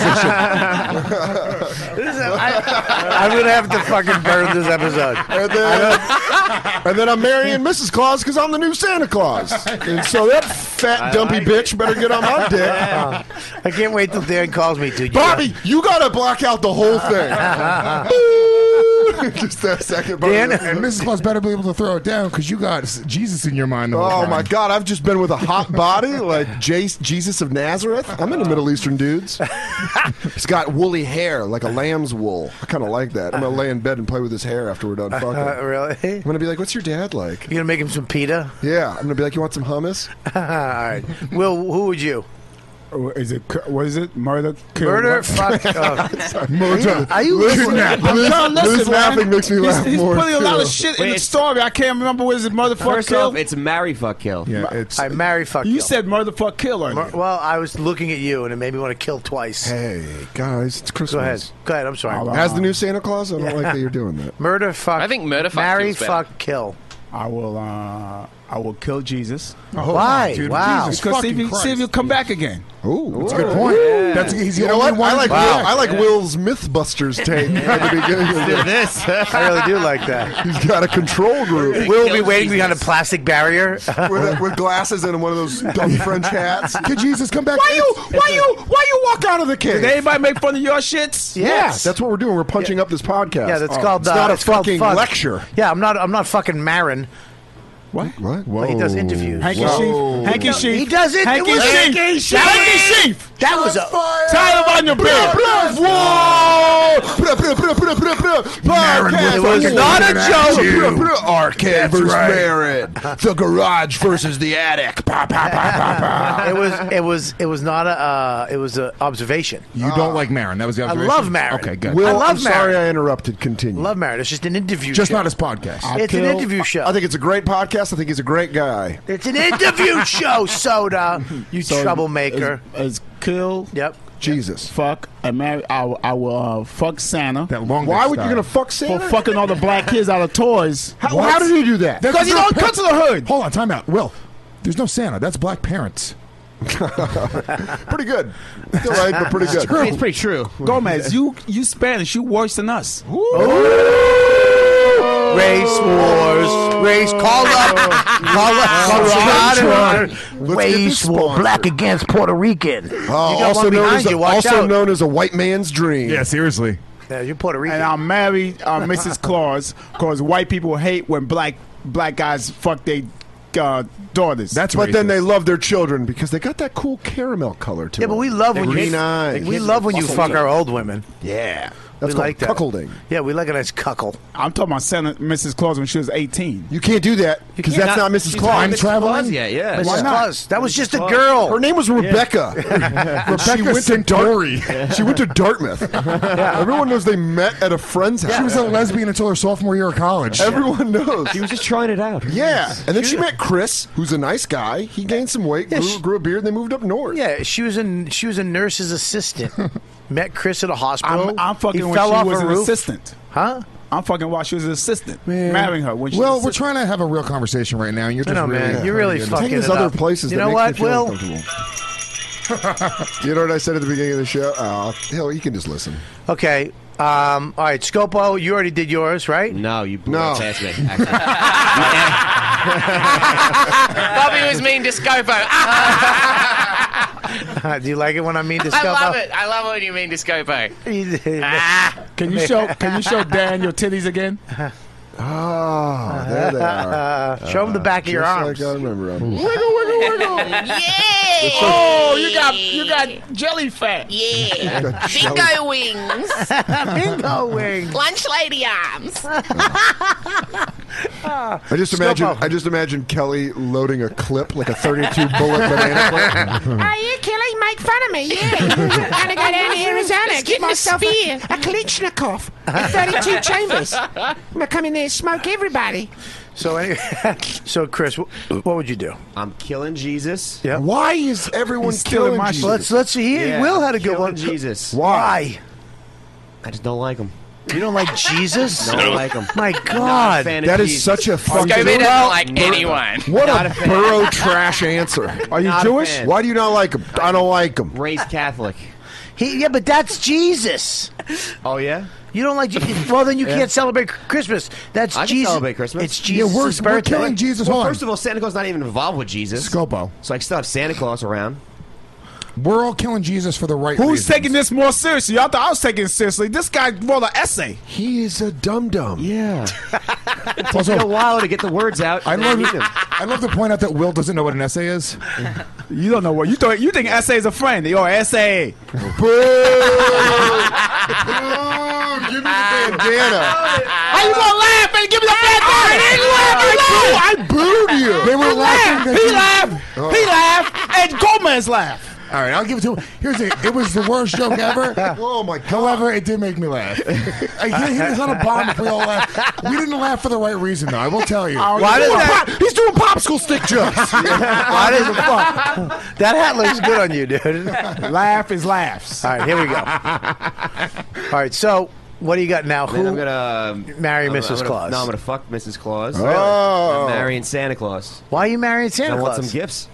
I'm gonna have to fucking burn this episode.
And then, and then I'm marrying Mrs. Claus because I'm the new Santa Claus. And so that fat dumpy bitch better get on my dick.
I can't wait till Dan calls me, dude.
Bobby, you gotta block out the whole thing. Just that second. part.
Dan and Mrs. Claus better be able to throw it down because you got s- Jesus in your mind. The whole
Oh
time.
my God! I've just been with a hot body like J- Jesus of Nazareth. I'm into Middle Eastern dudes. He's got woolly hair like a lamb's wool. I kind of like that. I'm gonna lay in bed and play with his hair after we're done fucking.
Uh, really? I'm
gonna be like, "What's your dad like?"
You gonna make him some pita?
Yeah, I'm gonna be like, "You want some hummus?"
All right. Will, who would you?
Oh,
Is it cur- what is it? Murder, kill,
Murder,
what?
fuck. Oh.
Murder.
Are you
Listen,
listening?
I'm
This-
telling
this
listen, man.
laughing makes me
He's-
laugh
He's
more,
putting a lot
too.
of shit in
Wait,
the story. I can't remember what is it. Motherfucker,
First
kill.
off, it's marry, fuck, kill.
Yeah,
it's-
I marry fuck.
you
kill.
said motherfucker killer.
Mur- well, I was looking at you, and it made me want to kill twice.
Hey guys, it's Christmas.
Go ahead. Go ahead. I'm sorry.
As the new Santa Claus, I don't
Yeah.
like that you're doing that.
murder, fuck.
I think murder, fuck,
marry,
kills better.
fuck, kill.
I will. Uh, I will kill Jesus.
Oh, Why?
Dude,
Wow.
Jesus, because see if,
fucking
you, see if you come back again.
Ooh,
that's
a good point. Yeah. That's- he's the
you know
only
what?
one-
I like
Wow.
Will, I like
Yeah.
Will's MythBusters tape at the beginning. Of
Do this. I really do like that.
He's got a control group.
Will be waiting behind a plastic barrier.
with, with glasses and one of those dumb French hats. Could Jesus come back? Why you? Why you? Why you walk out of the cave?
Did anybody make fun of your shits?
Yeah, that's what we're doing. We're punching up this podcast.
Yeah, that's
Oh.
called.
It's
uh,
not a
it's called
fucking
fuck.
lecture.
Yeah, I'm not. I'm not fucking Marin.
What?
What?
Well, he does interviews.
Handkerchief. Handkerchief.
No, he does it.
Hanky
it was
Chief.
That was-
Hanky Chief.
That was a.
Tie him on your bed.
Podcast.
It was not a joke.
Arcade
That's
versus
right.
Barrett. The garage versus the attic. Pa, pa, pa, pa, pa.
it was. It was. It was not a. Uh, it was an observation.
You don't like Marin. That was the
I
observation.
love Marin.
Okay, good.
Will,
I love
I'm sorry
Marin.
I interrupted. Continue.
Love Marin. It's just an interview.
Just
show.
not his podcast.
It's an interview show.
I think it's a great podcast. I think he's a great guy.
It's an interview show, Soda. You
So,
troublemaker.
Is, is kill.
Yep.
Jesus.
Fuck and marry. I, will- I will uh, fuck Santa. That long.
Why would you gonna fuck Santa?
For fucking all the black kids out of toys.
How, how did he do that?
Because he
They're
don't
par-
come to the hood.
Hold on, time out. Will, there's no Santa. That's black parents.
pretty good. Still right, but pretty good.
It's pretty true.
Gomez, you you Spanish, you worse than us.
Race wars. Race. Call up. Oh. Call up. Colorado.
get
Race
this
war.
sponsored.
Black against Puerto Rican. you
Uh,
got
also
one
known
behind
as a,
you. Watch
also
out.
known as a white man's dream.
Yeah, seriously.
yeah, you're Puerto Rican.
And I'll marry uh, Mrs. Claus because white people hate when black black guys fuck their uh, daughters.
That's
But then they love their children because they got that cool caramel color to
Yeah,
them.
but we love
The
when
green
you
eyes.
we love when you fuck our old women.
Yeah,
We
that's called
like that.
cuckolding.
Yeah, we like a nice cuckold.
I'm talking about Santa, Mrs. Claus when she was 18.
You can't do that because
can't.
that's not,
Not-
Mrs.
she's
Claus.
not Mrs. Claus yet, yeah.
Mrs.
Why not?
Claus. That was just a
Claus.
girl.
Her name was Rebecca. she
Rebecca
went to
Suntory.
Dart- She went to Dartmouth. Everyone knows they met at a friend's house.
She was a lesbian until her sophomore year of college.
Everyone knows.
He was just trying it out.
Yeah, and then she met Chris, who's a nice guy. He gained some weight,
Yeah,
grew,
she-
grew a beard, and they moved up north.
Yeah, she was in. She was a nurse's assistant. Met Chris at a hospital.
I'm, I'm fucking
He
when
fell
she
off
was
a
an
roof.
assistant.
Huh?
I'm fucking while she was an assistant. Marrying her when she
Well,
was
we're trying to have a real conversation right now, and you're
I
just
know,
really,
man. You're really fucking
Taking us
it
other
up.
places.
You
that
know
makes
what,
me feel
Will?
uncomfortable. you know what I said at the beginning of the show? Oh, hell, you can just listen.
Okay. Um, all right, Scopo, you already did yours, right?
No, you blew
No.
it past me. actually.
Bobby was mean to Scopo. Ah,
Do you like it when I mean to
I love
Scopo?
it. I love it when you mean to Scopo.
Ah.
Can you show Can you show Dan your titties again?
Ah, there they are.
Show him the back of your
Just
arms.
Like I remember 'em.
wiggle, wiggle,
Yeah.
Oh, you got you got jelly fat.
Yeah.
Jelly-
Bingo wings.
Bingo
wings. Lunch lady arms.
I just imagine. I just imagine Kelly loading a clip like a 32 bullet banana clip.
Are you killing? Make fun of me. Yeah. Gotta go down to Arizona.
Let's
get
get
myself a,
spear.
a Kalichnikov in 32 chambers. I'm gonna come in there and smoke everybody.
So anyway, so Chris, wh- what would you do? I'm killing Jesus. Yeah.
Why is everyone
He's killing killing my Jesus? shit. Let's- let's see. He- Will had a good
Killing
one.
Jesus.
Why?
I just don't like him.
You don't like Jesus?
No, I don't like him.
My
Not a
God,
fan of That is Jesus. such a fucking-
Scooby doesn't
Well,
like
bur-
anyone.
What
Not
a,
a fan.
burrow trash answer. Are
you Not a Jewish? fan.
Why do you not like him? I don't like him.
Raised Catholic. He, yeah, but that's Jesus. Oh yeah. You don't like Jesus? Well, then you
Yeah.
can't celebrate Christmas. That's
I can
Jesus.
celebrate Christmas.
It's Jesus' birthday.
Well, first of all, Santa Claus not even involved with Jesus. Scopo. So I can still have Santa Claus around.
We're all killing Jesus for the right
Who's
reason.
taking this more seriously? Y'all thought I was taking it seriously. This guy wrote an essay.
He is a dum dum.
Yeah.
It takes me a while to get the words out.
I
and then
love,
I need 'em.
I love to point out that Will doesn't know what an essay is.
You don't know what you thought. You think essay is a friend? Yo, essay.
give me the bandana.
How you gonna laugh and give me the fat I didn't laugh. I
booed you.
They were laughing. Oh.
He laughed. He laughed. And Gomez laughed.
All right, I'll give it to him. Here's it. It was the worst joke ever.
Oh my!
However, it did make me laugh. I, he, he was on a bomb. if We all laughed. We didn't laugh for the right reason, though. I will tell you.
Why does that-
Oh, He's doing popsicle stick jokes.
Why does fuck? That hat looks good on you, dude.
laugh is laughs.
All right, here we go. All right, so what do you got now?
Then
Who
I'm gonna um,
marry
I'm- I'm
missus
gonna-
Claus?
No, I'm gonna fuck Mrs. Claus.
Really? Oh.
I'm marrying Santa Claus.
Why are you marrying Santa
I want
Claus?
some gifts.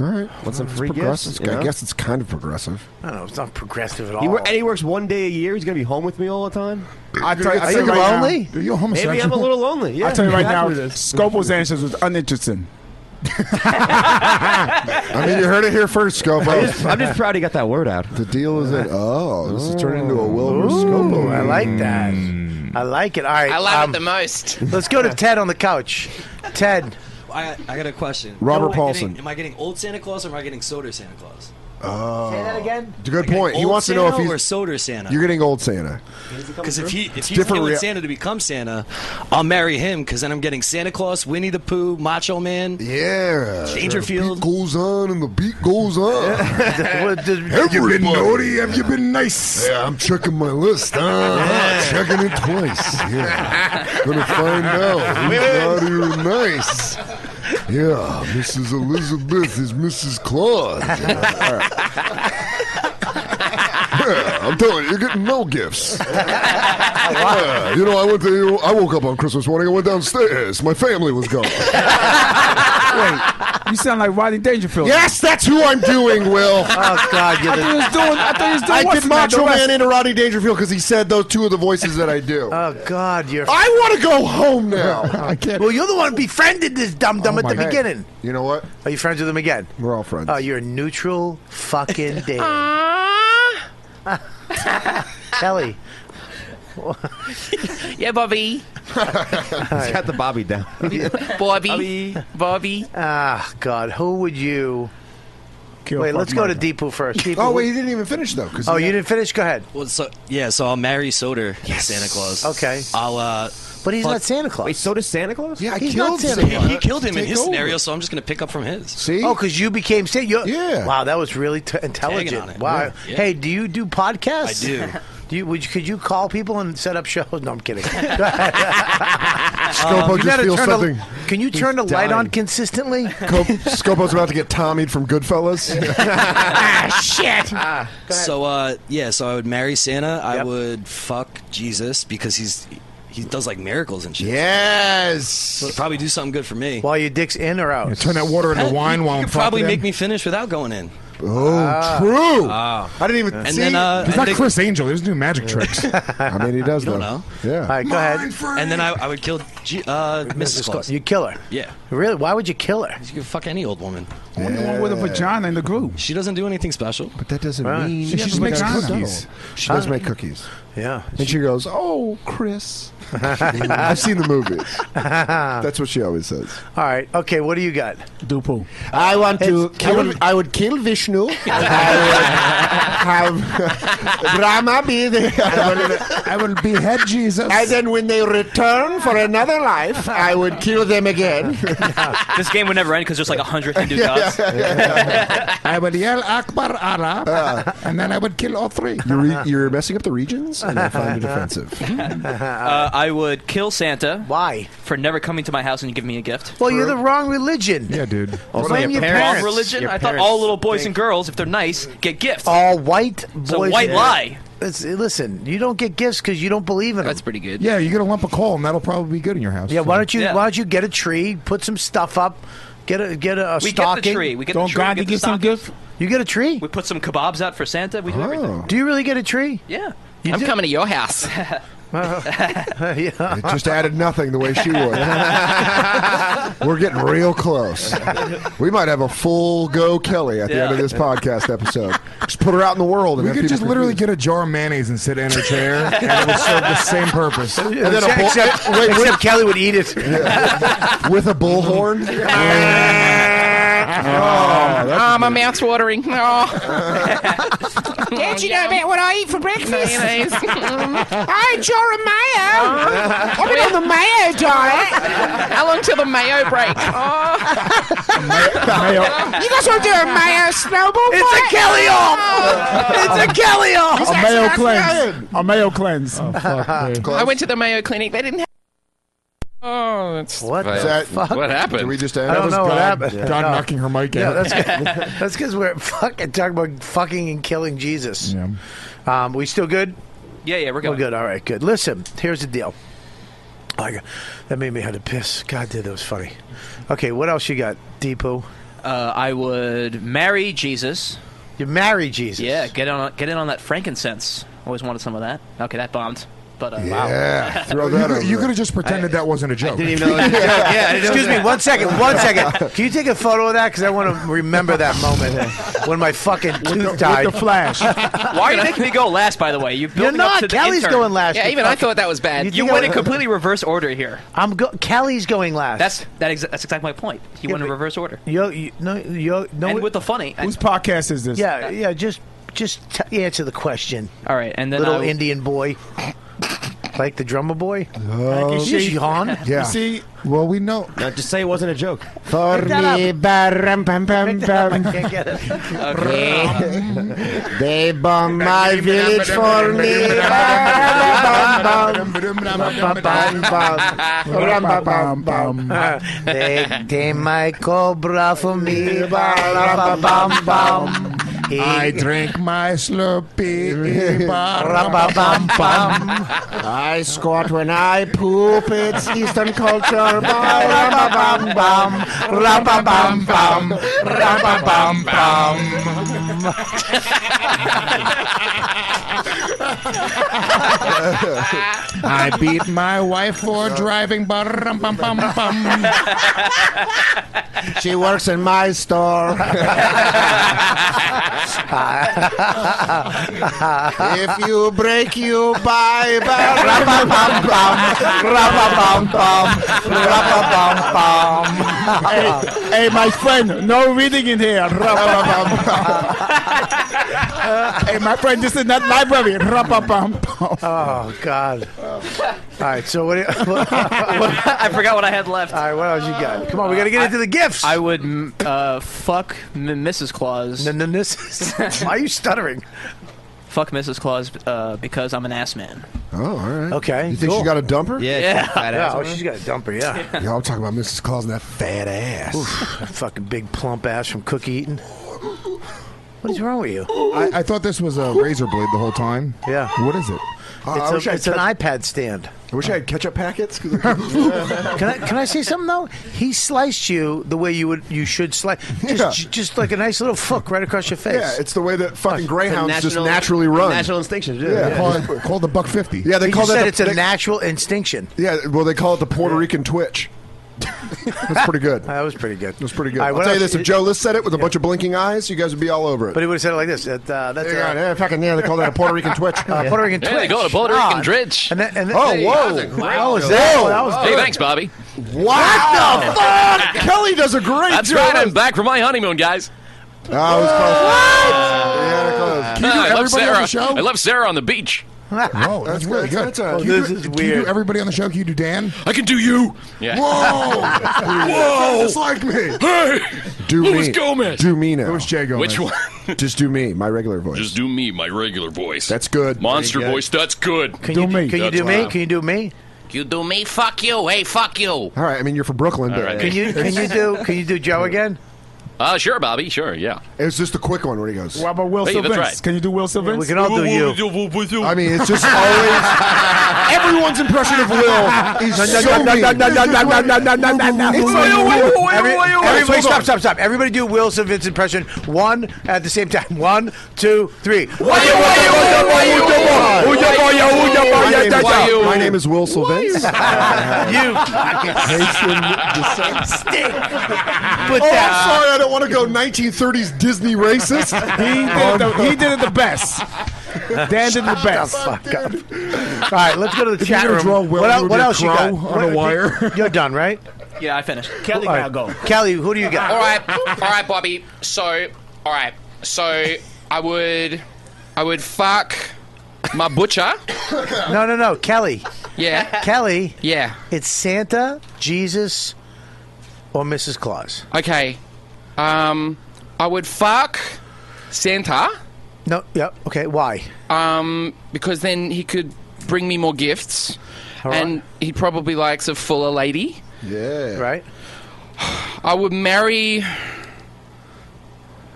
All right.
Want some
It's
free
progressive.
gifts? you
I
know?
guess it's kind of progressive.
I don't know. It's not progressive at all.
He wor- and he works one day a year. He's gonna be home with me all the time.
I tell you, I tell
Are you
right now-
lonely? Are you a homosexual? Maybe I'm a little lonely, yeah.
I tell you right now,
Exactly this.
Scopo's answers was uninteresting.
I mean, you heard it here first, Scopo.
I'm just, I'm just proud he got that word out.
The deal is that oh, this is turning into a Wilbur Scopo.
I like that. I like it. All right.
I love
um,
it the most.
Let's go to Ted on the couch. Ted.
I, I got a question.
Robert
Am I
Paulson.
getting- am I getting old Santa Claus or am I getting soda Santa Claus?
Oh.
Say that again?
Good
Like an
point. He
old
wants to
Santa
know if he's
or soda Santa?
You're getting old Santa.
Because if he if he's
different
different
rea-
Santa to become Santa, I'll marry him. Because then I'm getting Santa Claus, Winnie the Pooh, Macho Man.
Yeah,
Dangerfield.
The beat goes on and the beat goes on.
Oh,
Have you been naughty?
Have you been nice? Yeah, I'm checking my list. Uh, checking it twice. Yeah, gonna find out who's naughty or nice. Yeah, Mrs. Elizabeth is Mrs. Claus. Yeah, all right. Yeah, I'm telling you, you're getting no gifts. Yeah, you know, I went to, you know, I woke up on Christmas morning. I went downstairs. My family was gone.
You sound like Rodney Dangerfield.
Yes, that's who I'm doing, Will.
Oh God,
I thought he was doing. I thought he was doing.
I
what's
did
his name,
Macho
the
Man
rest-
into Roddy Dangerfield because he said those two of the voices that I do.
Oh God, you're.
I want to go home now. Uh, I can't. Oh
Well, you're the one who befriended this dum
Oh,
dum at the
my-
beginning.
You know what?
Are you friends with him again?
We're all friends.
Oh, you're a neutral fucking dick. Kelly.
Yeah, Bobby.
He's got the Bobby down.
Bobby. Bobby.
Uh,
Ah, God. Who would you. wait,
Fuck
let's go to
Martha.
Deepu first. Deepu,
Oh
who-
wait, he didn't even finish though. 'cause
Oh,
he
you didn't finish? Go ahead.
Well, so yeah, so I'll marry soda Santa Claus.
Okay.
I'll. uh
But he's
fuck-
not Santa Claus.
Wait, so does Santa Claus?
Yeah, I
He's
killed
not Santa
Santa.
Claus.
He killed him in
Take
his
over.
scenario, so I'm just gonna pick up from his.
See?
Oh, because you became Santa. you
yeah.
Wow, that was really t-
Tagging on
intelligent.
it.
Wow.
Yeah. Yeah.
Hey, do you do podcasts?
I do.
Do you, would you, could you call people and set up shows? No, I'm kidding.
Scopo
You
just
gotta
feels
turn the-
something.
can you
He's
turn the light
dying.
on consistently?
Co- Scopo's about to get Tommied from Goodfellas.
ah, shit.
So uh yeah, so I would marry Santa. I would fuck Jesus because he's he does like miracles and shit.
Yes.
probably do something good for me.
While your dick's in or out?
turn that water into
Hell,
wine
you,
while
you
I'm
could probably
fucking
make
him.
me finish without going in.
Oh,
Ah.
true.
Ah.
I didn't even
And
see.
then, uh,
He's
and
not
they-
Chris Angel. He doesn't do magic tricks.
I mean, he does
You don't
though.
know.
Yeah.
All right, go ahead.
And then I, I would kill G, uh, Mrs. Claus.
You kill her.
Yeah.
Really? Why would you kill her?
You could fuck any old woman.
Only one with a vagina in the group.
She doesn't do anything special.
But that doesn't
Right.
mean
She just makes cookies.
She does
Huh?
make cookies.
Yeah.
And she goes, "Oh, Chris." I've seen the movies. That's what she always says.
All right. Okay. What do you got?
Dupu.
I want to
It's-
kill. I would, kill Vishnu. I would have Brahma be there. I will,
behead Jesus.
And then when they return for another life, I would kill them again.
this game would never end because there's like a hundred Hindu gods.
I would yell Akbar Allah,
Ah.
and then I would kill all three. You're, you're messing up the regions, and I find it offensive.
Uh, I would kill Santa.
Why?
For never coming to my house and giving me a gift.
Well, you're the wrong religion.
Yeah, dude.
Also,
Blame
your
your
parents.
Wrong religion.
Your
I thought
parents
all little boys
think-
and girls, if they're nice, get
Oh,
gifts.
All white boys.
It's a white lie.
It's- listen, you don't get gifts because you don't believe in them. That's
pretty good.
Yeah, you get a lump of coal, and that'll probably be good in your house.
Yeah. Why don't you?
Yeah.
Why don't you get a tree? Put some stuff up. Get a get a, a
We get the
stocking.
tree, we get the Don't tree, we Gandhi get the get some
gift? You get a tree?
We put some kebabs out for Santa. We do everything.
Do you really get a tree?
Yeah.
You do-
to your house.
yeah.
It just added nothing the way she would. We're getting real close. We might have a full go Kelly at the end of this podcast episode. Just put her out in the world. And
We
have
could
people
just literally
confused.
get a jar of mayonnaise and sit in her chair, and it would serve the same purpose.
And then a bull-
except,
wait,
except
with-
Kelly would eat it.
with a bullhorn.
Oh, my mouth's watering. Oh.
Don't you know about what I eat for breakfast? I enjoy a mayo. I've been on the mayo diet.
How long till the mayo break? Oh.
You guys want to do a mayo snowball?
It's a Kelly off. It's a Kelly off.
A mayo cleanse. A mayo cleanse.
Oh,
I went to the Mayo Clinic. They didn't have. Oh, that's
What
Right.
the
Is that-
fuck?
what happened?
Did
Did
we
we
just
I
end?
don't
That was
know what
God-
happened.
God
No.
knocking her mic
yeah,
out.
That's that's because we're fucking talking about fucking and killing Jesus. Um, we still good?
Yeah, yeah, we're good.
We're good. All right, good. Listen, here's the deal. I got, that made me have to piss. God, dude, that was funny. Okay, what else you got, Deepu?
Uh, I would marry Jesus.
You marry Jesus?
Yeah, get on, get in on that frankincense. Always wanted some of that. Okay, that bombed. But uh,
Yeah,
wow.
throw that. You, could have just pretended that wasn't a joke.
didn't even know it was a joke. Yeah, I didn't know
Excuse
that.
me, one second, one second. Can you take a photo of that? Because I want to remember that moment when my fucking tooth died.
with the
flash.
Why are you making me go last? By the way, you're building
not.
up to the
Kelly's
intern.
going last. Yeah, even I thought
that was
bad. You
You,
think
went
I-
in completely reverse order here.
I'm go- Kelly's going last.
That's that exa- that's exactly my point. He went in reverse order.
Yo, you, no, yo, no.
And with the funny, I-
Whose podcast is this?
Uh,
yeah, yeah. Just, just t- answer the question.
All right, and then
little
I will-
Indian boy, like the drummer boy.
Oh,
Is he on?
Yeah. well, we know.
just say it wasn't a joke.
For
me, barum, pam, pam, pam. They- They bomb my village for me. Ba-da-bum-bum. Ba-bum-bum. Rum-ba-bum-bum.
they, they my cobra oh, for me. Ba-ra-ba-bum-bum. He-
I drink my Slurpee.
Ra-ba-bum-bum.
I squat when I poop. It's Eastern culture. Ba-ra-ba-bum-bum. Ra-ba-bum-bum. Ra-ba-bum-bum.
I beat my wife for driving. Ba-rum-bum-bum-bum.
She works in my store. if you break, you buy. Ba-ra-ba-bum-bum. Ra-ba-bum-bum. Ra-ba-bum-bum.
hey, hey, my friend, no reading in here. hey, my friend, this is not library.
Oh God! All right, so what? do you- I
forgot what I had left. All
right, what else you got? Come on, we got to get into the gifts.
I would m- uh, fuck m- Mrs. Claus.
No, no, Mrs. Why are you stuttering?
Fuck Mrs. Claus uh, because I'm an ass man.
Oh, all right.
Okay.
You think she got a dumper?
Yeah.
Yeah, oh, she's got a dumper. Yeah.
Y'all talking about Mrs. Claus and that fat ass.
Oof, that fucking big plump ass from cookie eating. What is wrong with you?
I, I thought this was a razor blade the whole time.
Yeah.
What is it?
It's, a- it's an iPad stand.
I wish I had ketchup packets. 'cause-
Can I can I say something though? He sliced you the way you would you should slice, just j- just like a nice little hook right across your face.
yeah, it's the way that fucking greyhounds
national-
just naturally run.
national
instinction,
dude.
Yeah,
Yeah.
Call it, called the buck fifty.
Yeah, they
He
call
just
that
said
the-
it's a
they-
natural instinction.
Yeah, well, they call it the Puerto Rican twitch. That's pretty good.
That was pretty good. That
was pretty good.
All right,
I'll
what
tell you
else-
this: if Joe List said it with a bunch of blinking eyes, you guys would be all over it.
But he would have said it like this. That, uh, that's
Yeah, yeah, fucking, yeah, they call that a Puerto Rican twitch.
Uh, Puerto Rican
There you
twitch.
go, the Puerto
Ah,
Rican dredge.
And then, and then,
Oh,
hey,
whoa.
that was a great
Wow.
joke. That was- that was
Hey,
good.
thanks, Bobby.
What
the
fuck? Kelly does a great
That's
job.
right. I'm back from my honeymoon, guys.
Oh, I was
Uh,
close. What? Yeah, close. Can you
I
do
left
everybody
Sarah.
on the show?
I left Sarah on the beach.
Whoa, that's, really good.
that's- that's a-
can you
this
do,
is
Can you do
weird.
everybody on the show? Can you do Dan?
I can do you. Yeah.
Whoa!
Whoa.
It's like me.
Hey,
Do
Luis
me.
Gomez.
Do me now.
Luis J. Gomez. Which one?
Just do me, my regular voice.
Just do me, my regular voice.
That's good.
Monster
Very good.
voice. That's good.
Can you, Can you
That's
do me?
loud.
Can you do me?
You do me, fuck you. Hey, fuck you.
All right. I mean, you're from Brooklyn, but
All right.
Can you can you do can you do Joe again?
Uh, sure, Bobby. Sure, yeah.
it's just a quick one where he goes.
What about Will
Hey, that's
Sylvester?
right.
Can you do Will Sylvester?
we can all do you.
I mean, it's just always everyone's impression of Will is
No, no,
so
no, no,
mean.
no, no, no, no, no, no, no, no, no.
It's like-
Every- Everybody,
Hold
stop,
on.
stop, stop. Everybody do Will Smith's impression one at the same time. One, two, three.
My name- My name is Will Sylvester.
You
But oh, I'm sorry, I don't want to go 1930s Disney racist.
He did, the, he did it the best. Dan did the best.
All right, let's go to the
If you're
chat
gonna
room.
draw Will,
what
it
el-
would
what
be a
else you got?
crow on
What-
a wire.
You're done, right?
Yeah, I finished.
Kelly, now go. Kelly, who do you got?
All right, all right, Bobby. So, all right, so I would, I would fuck my butcher.
No, no, no, Kelly.
Yeah.
Kelly.
Yeah.
It's Santa, Jesus, or Mrs. Claus.
Okay. Um, I would fuck Santa.
No. Yep. Okay. Why?
Um, because then he could bring me more gifts, and he probably likes a fuller lady.
Yeah.
Right.
I would marry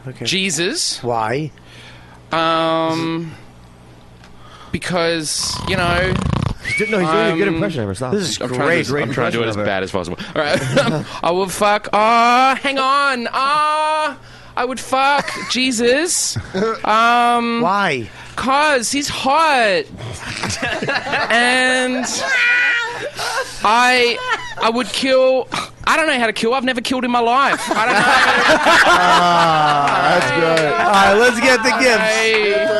Okay.
Jesus.
Why?
Um, because you know.
No, he's doing a good impression of her. Stop.
I'm trying to do- I'm trying to do it as bad as possible. All right. I would fuck. Ah, hang on. Ah, I would fuck Jesus. Um,
why?
Cause he's hot, and I I would kill. I don't know how to kill. I've never killed in my life. I don't know.
that's good.
All right, let's get the gifts.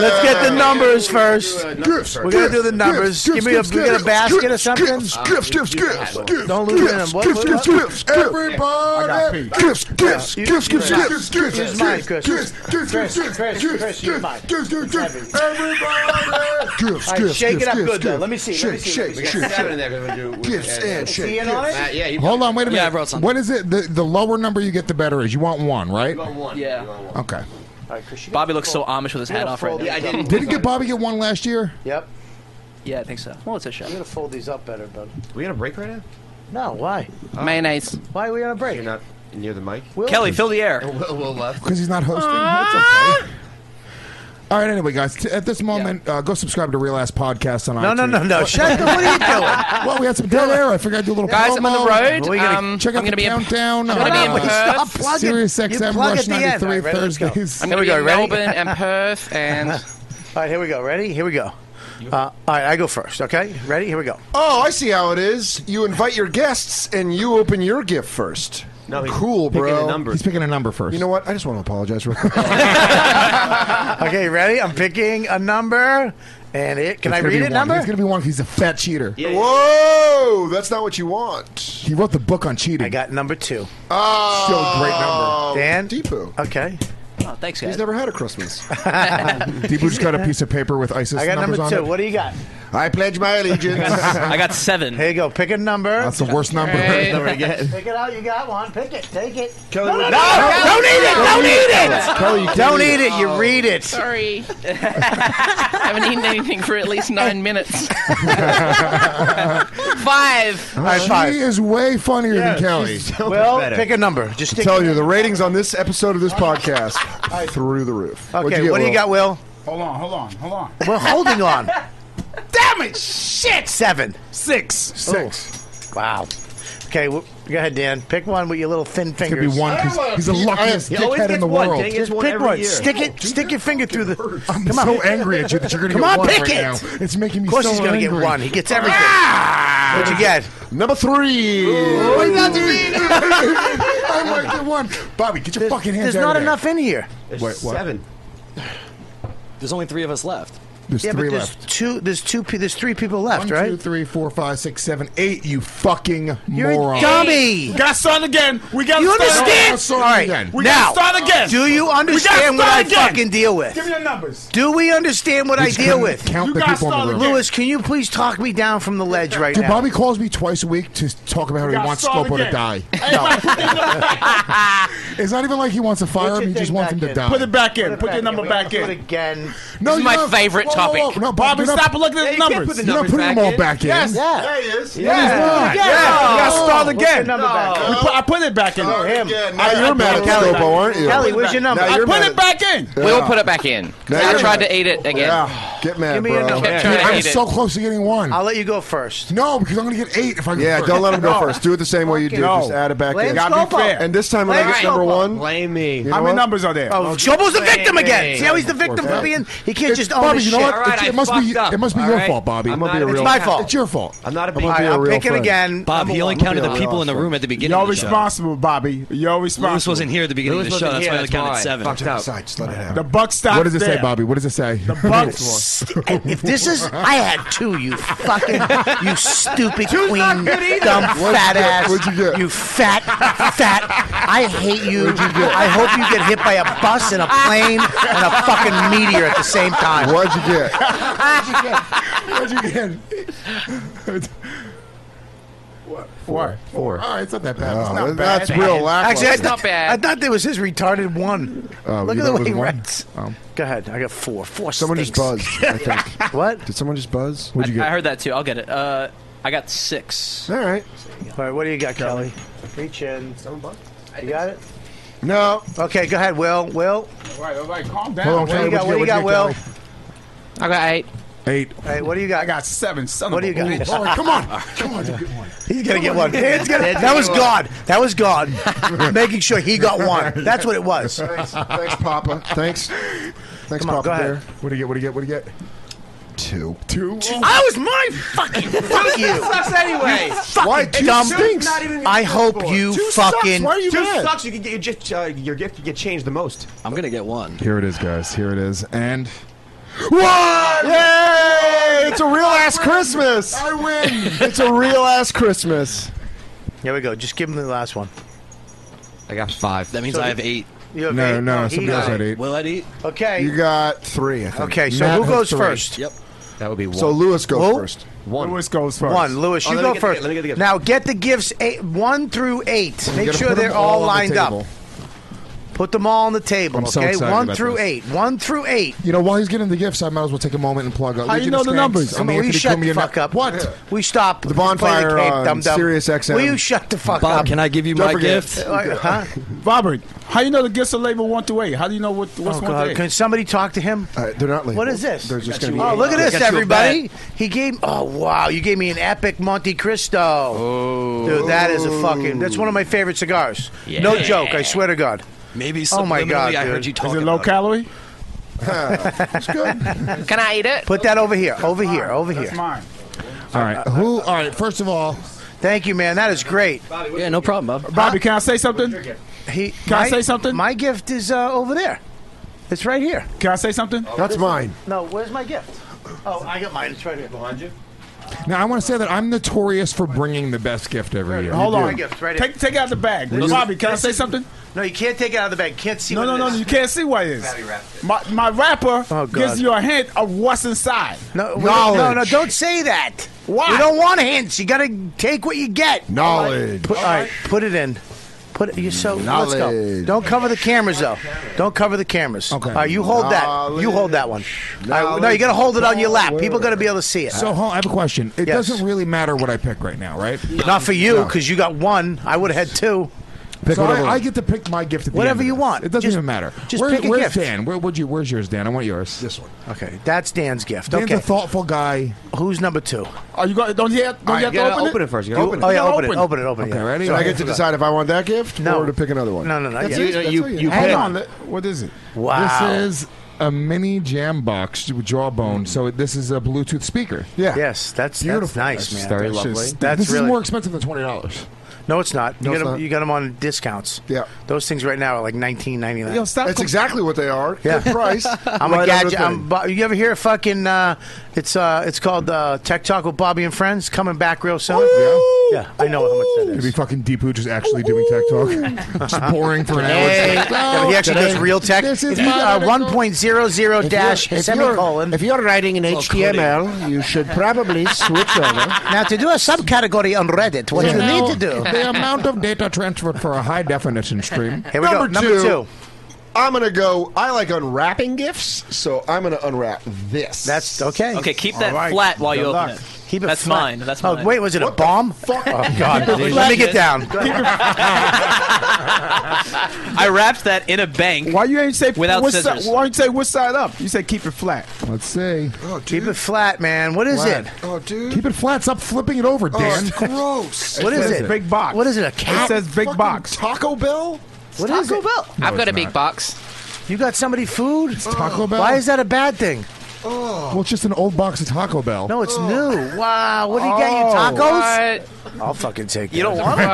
Let's get the numbers first.
Gifts,
We're gonna do the numbers. Give me a, we got a basket or something.
Gifts, gifts, gifts, gifts.
Don't lose them. What-
Gifts,
what-
gifts,
what-
gifts. Everybody. Gifts, gifts,
You-
gifts, gifts,
you're right.
gifts, gifts,
Here's mine,
gifts,
Chris.
gifts, gifts,
Chris,
gifts,
Chris,
gifts,
Chris, you're mine.
gifts, gifts, gifts,
Heavy.
gifts. Everybody. Gifts,
All right,
gifts,
shake it
gifts,
up
gifts,
good, though.
gifts.
Let me see, let me
Shake,
see.
shake,
We got
shake,
seven in
shake.
there. We're gonna do-
Gifts and shake.
See it on
gifts.
it?
yeah, you-
Hold on, wait a minute.
Yeah, I brought some.
What is it? The, the lower number you get, the better it is. You want one, right?
Yeah.
Okay.
Bobby looks so Amish with his hat off right now.
Didn't get Bobby get one last year?
Yep.
Yeah, I think so. Well, it's a show.
I'm gonna fold these up better, bud.
we on a break right now?
No, why?
Uh, Mayonnaise.
Why are we on a break?
You're not near the mic.
Kelly, fill the air.
Will, Will left.
Because he's not hosting. That's okay. All right, anyway, guys, t- at this moment, uh, go subscribe to Real Ass Podcast on
No,
iTunes.
no, no, no. Shut up. What are you doing?
Well, we had some dead air. I figured I'd do a little
Guys, I'm on the
promo.
road. We gotta- Um,
Check out
I'm gonna
the
be in-
countdown.
I'm gonna be in
on, uh,
Perth. Stop plugging.
Sirius
You
XM
plug
Rush
at the end.
93
All right, ready, let's go.
Thursdays.
I'm
Here
going to
we go,
be in
ready?
Melbourne and Perth and
All right, here we go. Ready? Here we go. Uh, all right, I go first. Okay, ready? Here we go.
Oh, I see how it is. You invite your guests and you open your gift first. No, cool,
picking
bro.
a number. He's picking a number first.
You know what? I just want to apologize real quick.
Okay, ready? I'm picking a number, and it. Can
It's
I
gonna
read
be
it?
one.
Number?
It's going to be one. He's a fat cheater.
Whoa, that's not what you want.
He wrote the book on cheating. I
got number two.
Oh,
Still a great number.
Dan.
Deepu.
Okay.
Oh, thanks, guys.
He's never had a Christmas.
Deepu just got a piece of paper with ISIS
I got
numbers
number two.
on it.
What do you got?
I pledge my allegiance.
I got seven.
Here you go. Pick a number.
That's the worst number.
Hey.
Never again.
Pick it out. You got one. Pick it. Take it.
Kelly,
no,
what-
no, no,
Kelly,
don't eat it. Don't
Kelly,
eat it.
Kelly, you can't
don't
eat
eat
it.
it. You read it.
sorry. haven't eaten anything for at least nine minutes. Five.
right, five.
She is way funnier than Kelly.
Well,
better.
pick a number. Just
I'm
stick.
telling you, the ratings on this episode of this podcast through the roof. What'd
Okay.
get,
what do you
Will?
got, Will?
Hold on, hold on, hold on.
We're holding on.
Damn it! Shit!
Seven.
Six.
Six. Wow. Okay. w go ahead, Dan. Pick one with your little thin
It's
fingers.
gonna be one. 'cause he's the luckiest
he always
dickhead in
gets
the
one.
world.
Dang it.
Just
It's one
pick
every
one.
year.
Stick it. stick your finger through the.
I'm
Come on.
so angry at you that you're gonna
Come
get
on,
one
pick
right
it.
now. It's making me
Of course,
so
he's gonna
angry.
get one. He gets everything. What'd you get?
Number three.
Ooh.
I might get one. Bobby, get your fucking hands
There's
out
not
of there.
enough in here.
There's Wait, what? seven.
There's only three of us left.
There's
yeah,
three
but there's
left.
two. There's two. pe- There's three people left,
One,
right?
two, three, four, five, six, seven, eight. You fucking
You're
moron.
a dummy.
Got son again. We got
You understand?
Son
All right.
again.
We
now,
gotta start again.
Do you
We gotta
understand what
start
I
again.
fucking deal with?
Give me the numbers.
Do we understand what
We
I
just
deal
couldn't
with?
count You the guys people in the saw the room. game.
Lewis, can you please talk me down from the ledge right
Dude,
now?
Bobby calls me twice a week to talk about how
You
he
got
wants
Saul
Scopo to
again.
die. No. it's not even like he wants to fire him. He just wants him to die.
Put it back in. Put, your number
We
back
gotta
in.
put it again.
No, you don't- whoa, whoa, whoa, No,
Bobby,
you're not-
stop looking at the numbers.
You're not putting them all back in.
Yes.
Yeah.
There he is.
Yeah.
Yeah.
Yeah.
Yeah.
Yeah.
You got
No.
stalled
What's your
again.
number
We put- I put it back in.
Oh, him.
Ah,
I, you're mad at
Kelly.
Scopo,
aren't you?
Kelly, where's your number?
I put it back in.
We will put it back in. 'Cause
Now
I
you're
tried
mad.
to eat it again.
Ah,
Yeah. Get mad,
Give me a
bro.
number.
Dude,
Kept trying to
I'm
eat it.
so close to getting one.
I'll let you go first.
no, because I'm going to get eight if I go
Yeah,
first.
don't let him go first. Do it the same way you did.
No.
Just add it back
Blame
in.
Scopo.
And this time when I
Blame
get number
Scopo.
one,
blame me.
You know what?
Oh, Jobo's the victim again. See how he's the victim for
Well,
being. He can't
it's-
just own
Bobby,
his
you know
shit.
what? It's- it must be. It must be your fault, Bobby.
I'm not a big fan.
It's your fault.
I'm not a big
gonna
fan.
be a
I'm
real
picking
friend.
again.
Bob, he only
I'm gonna
counted
be
the
a
people
real
in the room at the beginning
You're
of the show.
responsible, Bobby. You're responsible.
Lewis wasn't here at the beginning
Lewis
of the show.
wasn't
That's
here,
why they
that's
counted
why.
seven.
Fucked
Check this out. Just let it happen.
The buck stops
What does it say,
there.
Bobby? What does it say? The
bucks.
If this is, I had two. You fucking, you stupid
Two's
queen,
not
dumb
good either.
What'd you
fat
get?
ass.
What'd you get?
fat, fat. I hate you.
What'd you get?
I hope you get hit by a bus and a plane and a fucking meteor at the same time.
What'd you get?
What'd you get? What? Four. Four. All right, it's not that bad. It's
Oh,
not
well,
bad.
that's real lackluster.
Actually, I
It's not
thought, I thought there was his retarded one.
Oh,
Look
you
at the
thought it
way
was
he
one?
writes.
Oh.
Go ahead. I got four. Four.
Someone just
stinks.
buzzed. I think.
what?
Did someone just buzz?
I, I heard that too. I'll get it. Uh, I got six.
All right.
All right. What do you got, Kelly? Reach in. Someone buzzed. You got it.
No.
Okay. Go ahead, Will. Will.
All right, all right, calm down.
What do you got? What do you got, Will?
I got eight.
Eight.
Hey, what do you got? I
got seven. Son
What do
of
you
a
got?
bitch.
All right, come on. Come on. you get one.
He's gonna get one.
Come on.
He's gonna-
That's
that was
what it
God. That was God making sure he got one. That's what it was.
Thanks, thanks, Papa. Thanks. Thanks,
Come on,
Papa
go
Bear.
ahead.
What do you get? What do you get? What do you get? Two. Two.
Oh.
That was my fucking fuck you.
sucks anyway.
You fucking
Why? Two
dumb.
stinks.
Not even
I
good
hope
for.
you
Two
fucking.
Sucks. Why are you Two
mad?
sucks. You can get, you just, uh, your gift can get changed the most.
I'm gonna get one.
Here it is, guys. Here it is. And
One! Yay! It's a real ass Christmas.
I win.
It's a real ass Christmas.
Here we go. Just give him the last one.
I got five.
That means
So
I
you-
have eight.
You have
No,
eight?
no,
he
somebody else
got
had eight.
Will I eat?
Okay.
You got three. I think.
Okay, so
Matt
who
had
goes
three.
first?
Yep.
That would be one.
So Lewis goes
Who?
first.
one.
Lewis goes first.
One, Lewis,
Oh,
you
let me
go
get the-
first.
let me get the gifts.
now get the gifts eight, one through eight.
You
Make
gotta
sure
put
they're
them
all
on the
lined
table.
up. Put them all on the table.
I'm so
okay,
excited
one
about
through
this.
eight. One through eight.
You know, while he's getting the gifts, I might as well take a moment and plug up.
How you know the numbers?
I'm
Will you
Anthony
shut the
Cumia.
fuck up?
What?
We stop the
bonfire on Sirius XM.
Will you shut the fuck
Bob,
up?
can I give you
Don't
my
forget.
gift?
Uh, huh?
Robert, how you know the gifts are labeled one to eight? How do you know what, what's
Oh,
one
God.
to eight?
Can somebody talk to him?
Uh, they're not labeled.
What is this?
They're just
Got
going to
you.
be.
Oh, look at
I
this,
got you a
everybody! He gave. Oh, wow! You gave me an epic Monte Cristo. Oh, dude, that is a fucking. That's one of my favorite cigars. No
Yeah.
joke. I swear to God.
Maybe
Oh, my God,
subliminally I heard
dude.
you
Is
talk
it low
about
calorie?
Can I eat it?
Put that over here. Over here. Over
That's
here.
mine.
All right. Who? All right. First of all,
Thank you, man. That is great.
it. Yeah, no problem, Bob.
Bobby, can I say something?
He,
Can I
my-
say something?
My gift is uh, over there. It's right here.
Can I say something?
that's mine.
No, where's my gift? Oh, I got mine. It's right here. Behind you.
Now I want to say that I'm notorious for bringing the best gift every year.
Hold
My
on.
gift, right here.
Take take out the bag.
This is-
Bobby, can I say something?
No, you can't take it out of the bag. Can't see.
No,
what
no,
it
no.
is.
You can't see what it is.
Fatty wrapped it.
My, my rapper
Oh, God.
gives you a hint of what's inside.
No, we don't-
Knowledge.
no, no, don't say that.
Why?
We don't want hints. You gotta take what you get.
Knowledge.
Put, all right, put it in. Put it. You so let's go.
Knowledge.
Don't cover the cameras though. Don't cover the cameras.
Okay.
All right, you hold that. You hold that one. All right, no, you gotta hold it on your lap. People gotta be able to see it.
So, hold on, I have a question. It
Yes.
doesn't really matter what I pick right now, right?
not for you because you got one. I would have had two.
Pick so
whatever.
I, I get to pick my gift. At the
Whatever
end of
you
it.
want.
It doesn't
Just-
even matter.
just
Where-
pick a
where's
gift.
Dan? Where would you? Where's yours, Dan? I want yours. This one.
Okay, that's Dan's gift.
Dan's a
Okay,
thoughtful guy.
who's number two?
Are oh, you going? Don't you have, don't
All right,
you have
you
to
gotta
open,
open
it?
it first. You
You
gotta
Oh
open
yeah,
You
open it,
gotta
open it, open it.
Okay,
yeah.
ready?
So I get to
forgot.
decide if I want that gift
No.
or to pick another one.
No, no, no.
That's
yeah.
it, that's
you-
all
you
Hold
pick.
on.
What is it?
Wow.
This is a mini jam box jawbone. So this is a Bluetooth speaker.
Yeah. Yes, that's That's nice, man.
Very
That's
lovely.
just- That's
this
really
is more expensive than twenty dollars.
No, it's not. You,
No,
got
it's
'em
not.
you got them on discounts.
Yeah,
those things right now are like nineteen ninety nine.
Yo, stop That's com- exactly what they are.
Yeah,
Good price.
I'm
Right on
a
the
gadget.
thing.
I'm, Bo- you ever hear of fucking? Uh, it's uh, it's called uh, Tech Talk with Bobby and Friends. Coming back real soon. Yeah, yeah. I know how much that is.
It'd be fucking Deepu just actually doing tech talk. Just boring for an hour.
Hey,
It's like,
he actually
today-
does real tech.
This
If
is
you-
my
uh,
medical-
1.00 dash
If you're- if you're-
semicolon.
If you're writing in HTML, you should probably switch over.
Now, to do a subcategory on Reddit, what you
Now,
need to do.
the amount of data transferred for a high definition stream.
I'm gonna go. I like unwrapping gifts, so I'm gonna unwrap this. That's
okay.
Okay, keep that flat while you
Good
open
luck.
it. Keep it That's mine. That's mine.
What the fuck?
Oh, God.
Keep it
Let me
flat.
get down.
I wrapped that in a bank.
Why you ain't say
without
what's
scissors?
si- why you say what side up? You say keep it flat.
Let's see.
Keep it flat, man. What is
Flat.
it?
Oh, dude.
Keep it flat. Stop flipping it over,
Oh,
Dan.
gross.
What is
Expensive.
it?
Big box.
What is it? A cat?
It says big Fucking box.
Taco Bell?
What is it? Taco Bell.
I've got a big box.
You got somebody food?
Taco Bell.
Why is that a bad thing?
Well, it's just an old box of Taco Bell.
No, it's new. Wow. What do you get? You tacos? I'll fucking take. You
don't want it? no,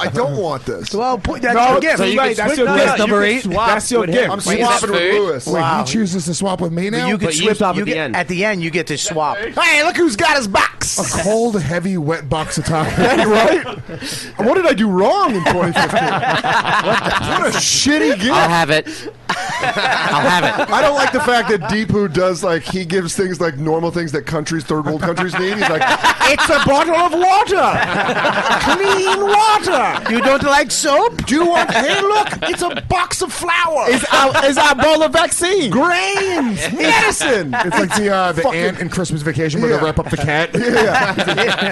I don't want this.
Well, put, that's
No,
your gift.
so you can switch- no, no, you can swap with him.
I'm
Wait, is that
swapping with
food?
Lewis. Wait,
Wow.
he chooses to swap with me now.
You can switch up at the end. At the end, you get to swap. Hey, look who's got his box.
A cold, heavy, wet box of tacos.
right? What did I do wrong in 2015? what a shitty gift.
I'll have it. I'll have it.
I don't like the fact that Deepu does like he gives things like normal things that countries, third world countries need. He's like,
It's a bottle of water. Clean water.
You don't like soap?
Do you want? Hey, look, it's a box of flour.
Is our is our Ebola vaccine?
Grains, medicine.
It's like the uh, the ant in Christmas Vacation where they wrap up the cat.
yeah.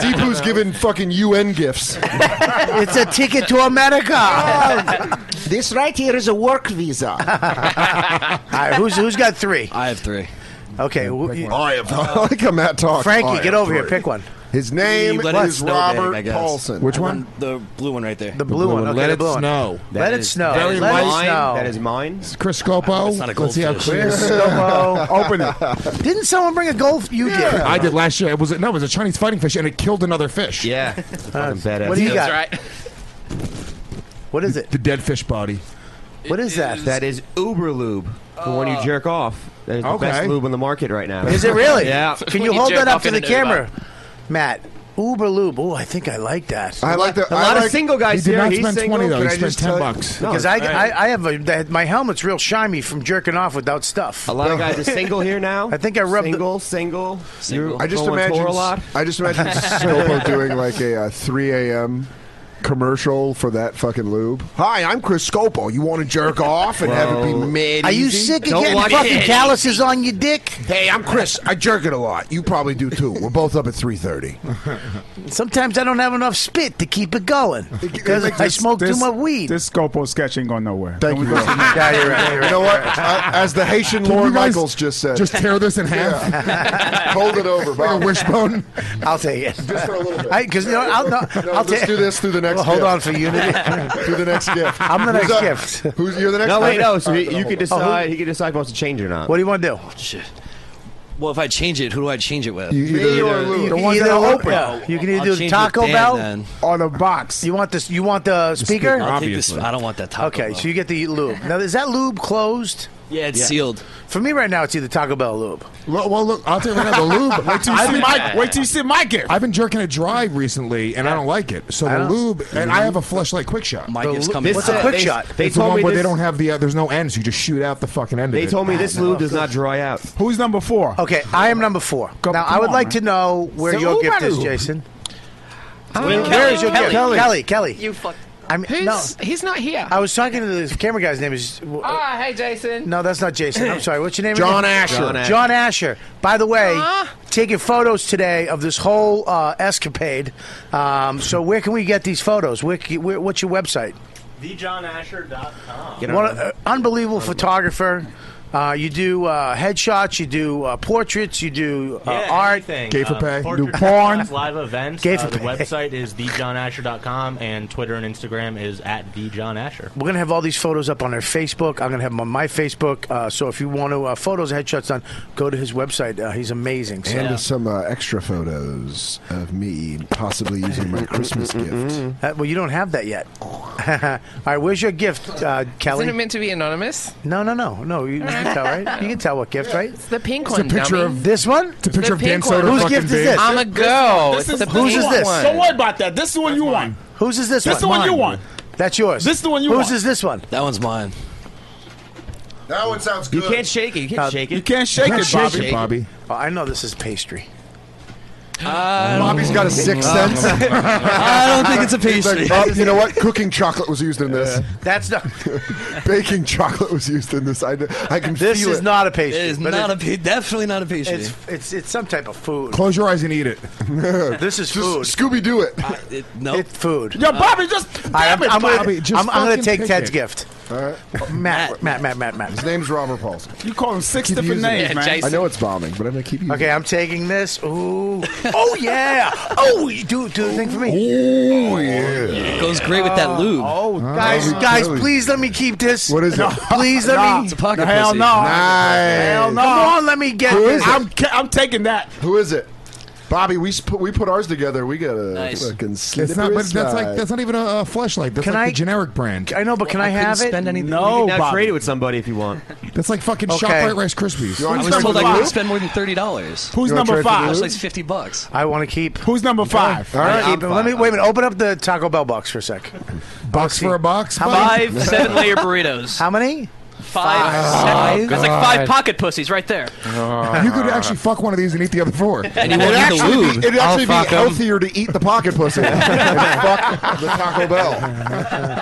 Deepu's giving fucking UN gifts.
it's a ticket to America.
this right here is a work visa.
All right, who's who's got three?
I have three.
Okay, wh- you-
I have. I like how Matt talks. Oh,
Frankie,
I have
get over here.
three.
Pick one.
His name
Let It
is
Snow
Robert
Bag, I guess.
Paulson.
The The blue one right there.
The blue, one. Okay,
Let
the
it
blue one.
snow.
Let
That
it
is
snow.
very
Let
mine.
it snow.
That
is mine.
Chris Scopo.
That's not a
Let's see how clear.
Chris Scopo. Open it. Didn't someone bring a golf? You did.
I did last year. It was no, it was a Chinese fighting fish, and it killed another fish.
Yeah,
What do you got? What is it?
The dead fish body.
What is that?
That is Uber Lube, the one you jerk off. That is the best
Uh, Okay.
lube on the market right now.
Is it really?
yeah.
Can you hold that up to the camera, Matt? Uber Lube. Oh, I think I like that.
I like the.
A
I
lot
like-
of single guys
He did
here.
not
He's
spend
single.
20 though.
Can
He
I
spent
just
10
tell-
bucks.
No,
Because I, I, I have a that, my helmet's real shiny from jerking off without stuff.
A lot of guys are single here now.
I think I rubbed.
Single, single. You're
I just
going
imagine.
tour a lot.
I just imagine Scopo doing like a uh, 3 a.m. commercial for that fucking lube. Hi, I'm Chris Scopo. You want to jerk off and have it be
Well,
made?
Are you
easy?
sick of
Don't
getting
watch
fucking
it.
calluses on your dick?
Hey, I'm Chris. I jerk it a lot. You probably do too. We're both up at 3:30.
Sometimes I don't have enough spit to keep it going because I smoke too much weed.
This Scopo sketch ain't going nowhere.
Thank you. Will.
Yeah, you're right, you're
You
right.
know what? I, as the Haitian
Can
Lauren
you guys
Michaels just said,
Just tear this in half.
hold it over,
Like
Bob.
a wishbone.
I'll take it.
Just for a little bit.
Because you know, I'll, no,
No,
I'll
let's
take.
do this through the next.
Well, hold
gift.
on for unity.
through the next gift.
I'm the
Who's
next
up?
gift.
Who's you're the next?
No, wait,
person?
no.
All
So
right,
he,
hold
Oh,
you
on.
could decide. he could decide if he wants to change or not.
What do you want to do?
Shit. Well, if I change it, who do I change it with?
You either- Me or Lou.
You can
ones
either
that are
open.
open.
You can either
I'll
do the
change the
Taco
band
Bell
then.
On a box.
You want this? You want the speaker?
speaker,
I'll take this- I don't want that Taco
Okay,
Bell.
so you get the lube. Now, is that lube closed?
yeah, it's sealed.
For me right now, it's either Taco Bell lube.
Well, well, look, I'll tell you right now, the lube.
Wait till you
I've
see
been-
my wait till you see my gift.
I've been jerking it dry recently, and I don't like it. So the
don't-
lube, and I have a fleshlight quick shot.
My
The
gift's
lu-
coming.
what's a
out.
quick shot?
They
it's the
told
one
me
where
this.
they don't have the. Uh, there's no ends. You just shoot out the fucking end
They
of it.
told me this lube does not dry out.
Who's number four?
Okay, I am number four. now, I would
on,
like to know where
So
your gift is,
Umaru.
Jason.
mean,
where
Kelly,
is your gift?
Kelly.
Kelly, Kelly.
You fuck.
I mean,
Who's?
no,
He's not here.
I was talking to the camera guy's name is.
Ah, hey, Jason.
No, that's not Jason. I'm sorry. What's your name?
John
again?
Asher.
John
John
Asher.
Asher.
By the way,
Huh?
taking photos today of this whole uh, escapade. Um, so where can we get these photos? Where, c- where, what's your website?
TheJohnAsher.com.
Get
One,
on.
uh, unbelievable photographer. Uh, you do uh, headshots, you do uh, portraits, you do uh, art,
Gay for pay.
do porn,
Live events.
Gay
uh,
for
the
pay.
website is thejohnasher.com and Twitter and Instagram is at thejohnasher.
We're gonna have all these photos up on our Facebook. I'm gonna have them on my Facebook. Uh, so if you want to uh, photos, headshots done, go to his website. Uh, he's amazing. So.
And some uh, extra photos of me possibly using my Christmas gift.
Uh, well, you don't have that yet. all right, where's your gift, uh, Kelly?
Isn't it meant to be anonymous?
no, no, no, no. You, you can tell, right? You can tell what gift, right?
It's the pink one. dummy.
this one. It's
a picture The of Dan pink one. Soder
Whose
fucking
gift is
big.
this?
I'm a
oh,
go. This It's is- the
whose
pink
is this?
one. Don't worry
about that. This is the one you want. Whose is this?
This
one?
is the one you want.
That's yours.
This is the one you
Whose
want.
is this one?
That one's mine.
That one sounds
You good. can't shake it. You can't shake it.
You can't
shake it, Bobby.
Oh, I know this is pastry.
Bobby's got
Mm-hmm.
a sixth sense. He's like, "Oh, you know what? Cooking chocolate was used in this.
That's not.
Baking chocolate was used in this. I, I can
This
feel
is
it.
not a pastry.
It is
but
not
it-
a pa- definitely not a pastry.
It's, it's it's some type of food.
Close your eyes and eat it.
This is
Just
food.
Scooby Doo it.
no,
it's food.
Yo, Bobby,
just. I'm,
it,
I'm gonna,
Bobby, just
I'm, I'm gonna
fucking
take
pick
Ted's
it.
gift.
All right.
Matt, Matt, Matt, Matt, Matt.
His name's Robert Paulson.
You call him six
Keep using it. I know it's bombing, but I'm gonna keep using
Okay, I'm taking this. Ooh. Oh yeah. Oh, you do do the thing for me. Oh yeah.
It goes great with that lube.
Oh, guys,
Oh,
guys,
really?
please let me keep this.
What is it?
No, please let
Nah.
me.
It's a pocket
Hell
pussy.
no.
Nice.
Hell no. Come on, let me get
Who
this.
is it?
I'm
I'm taking that. Who is it? Bobby, we s- put we put ours together. We got a
Nice.
fucking slippery
It's not, but that's
slide.
like that's not even a, a flashlight. That's
Can
like
I-
the generic brand.
I know, but can I,
couldn't
have it?
spend anything.
you
No,
can now
Bobby.
trade it with somebody if you want.
That's like fucking
Okay.
Shoprite Rice Krispies.
You want
I was
Number
told I
five?
could spend more than thirty dollars.
Who's You wanna number trade for five? the
It's
loot?
like fifty bucks.
I want to keep. Who's
number
five?
All right,
I'm
keep it. let me
five.
wait a minute. Open up the Taco Bell box for a sec. Box
for a box?
many?
Five seven layer burritos.
How many?
Five.
Five.
seven-
Oh,
That's like
God.
five pocket pussies right there.
You could actually fuck one of these and eat the other four.
And you won't It'd need the actually be- lube.
It'd
I'll
actually
fuck
be
'em.
healthier to eat the pocket pussy and fuck the Taco Bell.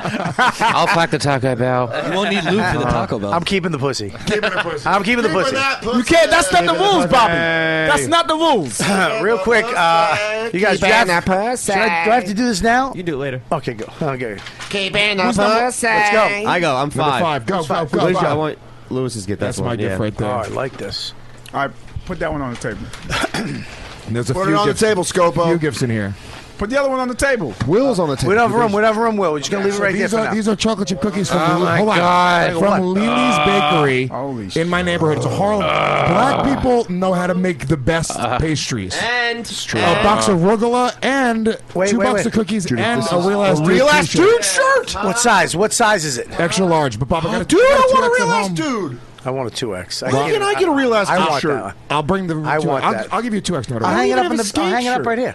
I'll fuck the Taco Bell.
You won't need lube for the Taco Bell.
I'm keeping the pussy.
Keeping the pussy.
I'm keeping the pussy.
You can't. That's not the rules, Bobby.
Hey.
That's not the rules.
Real quick, uh, you guys. Do I,
Keeping
have,
the pussy.
should I- do I have to do this now? You
do it later.
Okay, go. Okay.
Keeping
Who's number- let's go.
I go. I'm
Number
five.
five. Go,
Who's
go,
five?
go,
Who's-
Bob.
I want Lewis's get that
That's
one.
my
yeah.
gift right there.
Oh, I like this.
All right, put that one on the table.
And there's a
Put it
few
on the
gifts,
table, Scopo.
Few gifts in here.
Put the other one on the table.
Will's on the table.
We don't have room. We don't have room. Will, we're just gonna leave it
So
right
these
there
are
for now.
these are chocolate chip cookies from
Oh
Lulu-
my
hold on.
God.
from
What?
Lily's
Ah,
Bakery in my neighborhood. It's a Harlem. Black people know how to make the best
Uh,
pastries.
And
a box of rugula and
Wait,
two
wait,
boxes
wait.
of cookies
Dude,
and
this
a
is-
real ass
a
dude
Real Ass
t-shirt.
Dude shirt? What size? What size is it?
Extra large. But Bob, I got a
Dude, I want a
a
Real Ass
dude.
I want a two X.
Why can't I get a Real Ass
I
Dude
want
shirt?
that one.
I'll bring the.
I
two-
want
I'll,
that.
I'll give you two extra. no matter
I'll
what.
hang it up in the. I'll hang it up
shirt.
right here.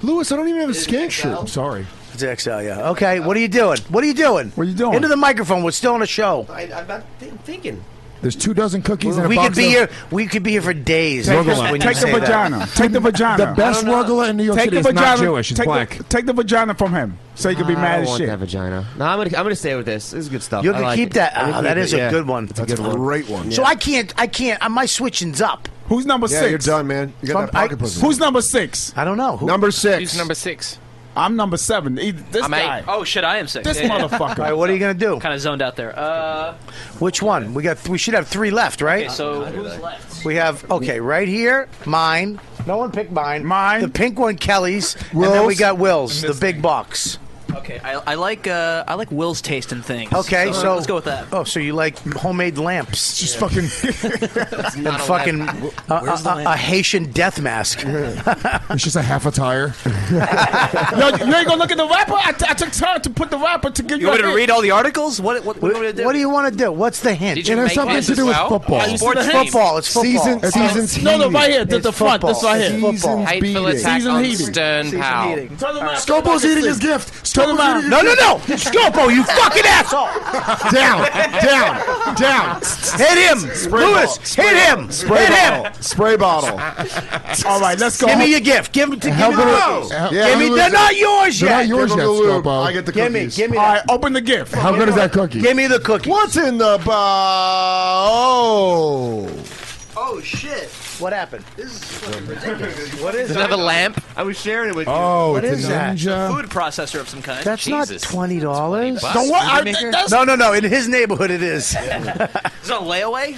Lewis, I don't even have a skate shirt. I'm
sorry.
It's XL, yeah. Okay, what are you doing? What are you doing? What are you doing? Into the microphone. We're still on a show.
I, I'm not th- thinking.
There's two dozen cookies and a
we
box
could be
of-
here. We could be here for days.
Take
when
the-
you
take the
say that.
vagina.
Take the vagina.
The best rugula in New York
Take
City
the
is
vagina.
not Jewish. It's
take
black.
The, take the vagina from him so he can be
I
mad
don't
as
want
shit.
that vagina. No, I'm gonna I'm gonna stay with this. This is good stuff.
You
I
can
like
keep
it. I'm
that. Ah,
gonna
that
keep
is
it,
a
yeah.
good one.
That's a good one.
Great one.
So I can't. I can't. uh, My switching's up.
Who's number
Yeah,
six?
you're done, man. You got that pocket pussy.
Who's number six?
I don't know.
Number six.
He's number six.
I'm number seven. E- This
I'm
guy.
eight. Oh shit, I am six.
This motherfucker.
All right, what are you gonna do?
Kind of zoned out there. Uh,
Which one? We got. We should have three left, right?
okay, so who's left?
we have. Okay, right here. Mine. No one picked mine. Mine. The pink one, Kelly's. And then we
Will's.
got Will's, the big box.
Okay, I, I like uh, I like Will's taste in things.
Okay, so
let's go with that.
Oh, so you like homemade lamps? Just fucking and
a
fucking
lamp.
a,
Where's the
a-
lamp?
a Haitian death mask.
It's just a half a tire.
Yo, you ain't gonna look at the rapper? I, t- I took time to put the rapper to give you. a hint.
articles? What what,
what, do you want to do? What's the hint?
Did you It has make something one to as do with well? football.
It's
Sports team.
football. It's football.
Season-
It's
seasons
football.
No, no, right here, the- the
It's
front, this
football.
right here.
It's football.
Hateful attack
Season
on
heating.
Stern
Season
Powell.
heating. Tell them out.
Scopo's eating his gift.
Tell them
Scopo's
out.
eating his
No, no,
gift.
no! Scopo, you fucking asshole!
Down, down, down.
Hit him, Lewis. hit him.
Spray
hit
bottle.
him.
Spray bottle.
All right, let's go.
Give me your gift. Give it to give
Help
me
him.
the
Help-
yeah,
Yeah,
Give me.
who
They're
is
not
it?
yours
They're
yet.
not
Give
yours yet,
him the lube.
Scopo. I get the
Give me.
cookies.
Give me.
All right,
that.
open the gift.
How good is that cookie?
Give me the cookie.
What's in the bowl?
Oh shit! What happened? This is fucking ridiculous. What is
Does it have a lamp?
I was sharing it with
Oh,
What
it's
is
a
that?
ninja.
Food processor of some kind.
That's
Jesus.
not twenty dollars.
bucks. Don't worry, I- Movie maker? that's-
No, no, no. In his neighborhood, it is.
Is it a layaway?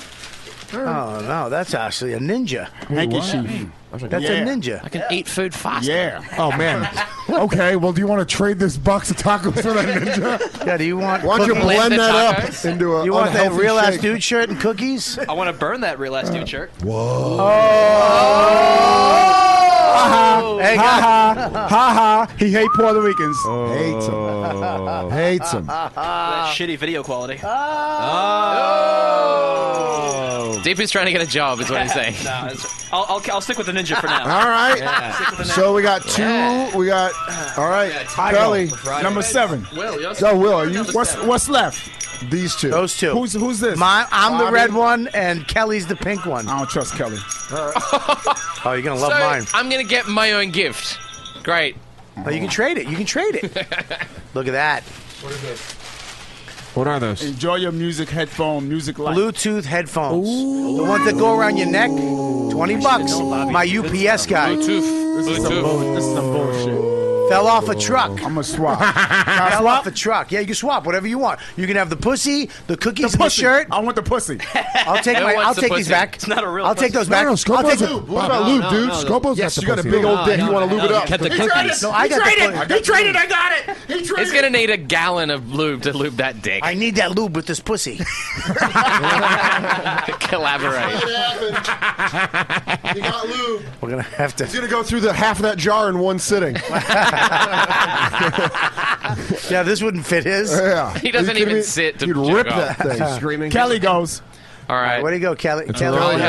Oh no, that's actually a ninja.
Thank you, What? Chief.
That's
Yeah.
a ninja.
I
can eat food faster.
Yeah.
Oh man. Okay. Well, do you want to trade this box of tacos for that ninja?
Yeah. Do you want?
Why don't you
cookies?
blend that up into a
You want that
unhealthy
real ass
shake?
dude shirt and cookies?
I want to burn that real ass dude shirt.
Whoa.
Ha
Hey,
Oh! ha.
guys.
ha ha ha! He hate Puerto Ricans.
Oh.
Hates them. Hates them.
That shitty video quality.
DP's trying to get a job, is what he's saying.
No, it's- Uh, I'll, I'll, I'll stick with the ninja for now.
All right.
Yeah. Stick with the
So
ninja.
we got two. We got. All right.
I
Kelly.
go. Friday. Number seven. Will, yes.
So Will, are you?
What's what's left?
These two.
Those two.
Who's who's this?
My, I'm the
Bobby?
red one, and Kelly's the pink one. I
don't trust Kelly.
oh, you're gonna love
so,
mine.
I'm going to get my own gift. Great.
Oh, you can trade it. You can trade it. Look at that. What is this?
What are those?
Enjoy your music headphone, music life.
Bluetooth headphones. The ones that go around your neck. Twenty bucks. My UPS guy.
Bluetooth. This is some, bull- this is some bullshit.
Fell off a truck.
I'm a swap.
Fell off a truck. Yeah, you can swap whatever you want. You can have the pussy, the cookies, and the
pussy.
shirt.
I want the pussy.
I'll take
Who
my.
wants
I'll
the
take these
pussy?
back.
It's not a real
I'll take
pussy.
those
No,
back.
no, Scopo's
I'll take
a-
the-
What about No, Lube, no, dude? no, Scopo's
got
Yes, you got a big old dick. You want to lube it up.
Kept the cookies.
No, I got the pussy.
He traded,
I got it.
He's going to need a gallon of lube to lube that dick.
I need that lube with this pussy.
Collaborate.
you got lube.
We're gonna have to.
He's gonna go through the half of that jar in one sitting.
Yeah, this wouldn't fit his.
Yeah.
He doesn't even sit to
You'd
jerk
rip
off.
that thing. Screaming.
Kelly goes.
All right.
Where'd he go, Kelly?
It's
Kelly,
a roll.
your
I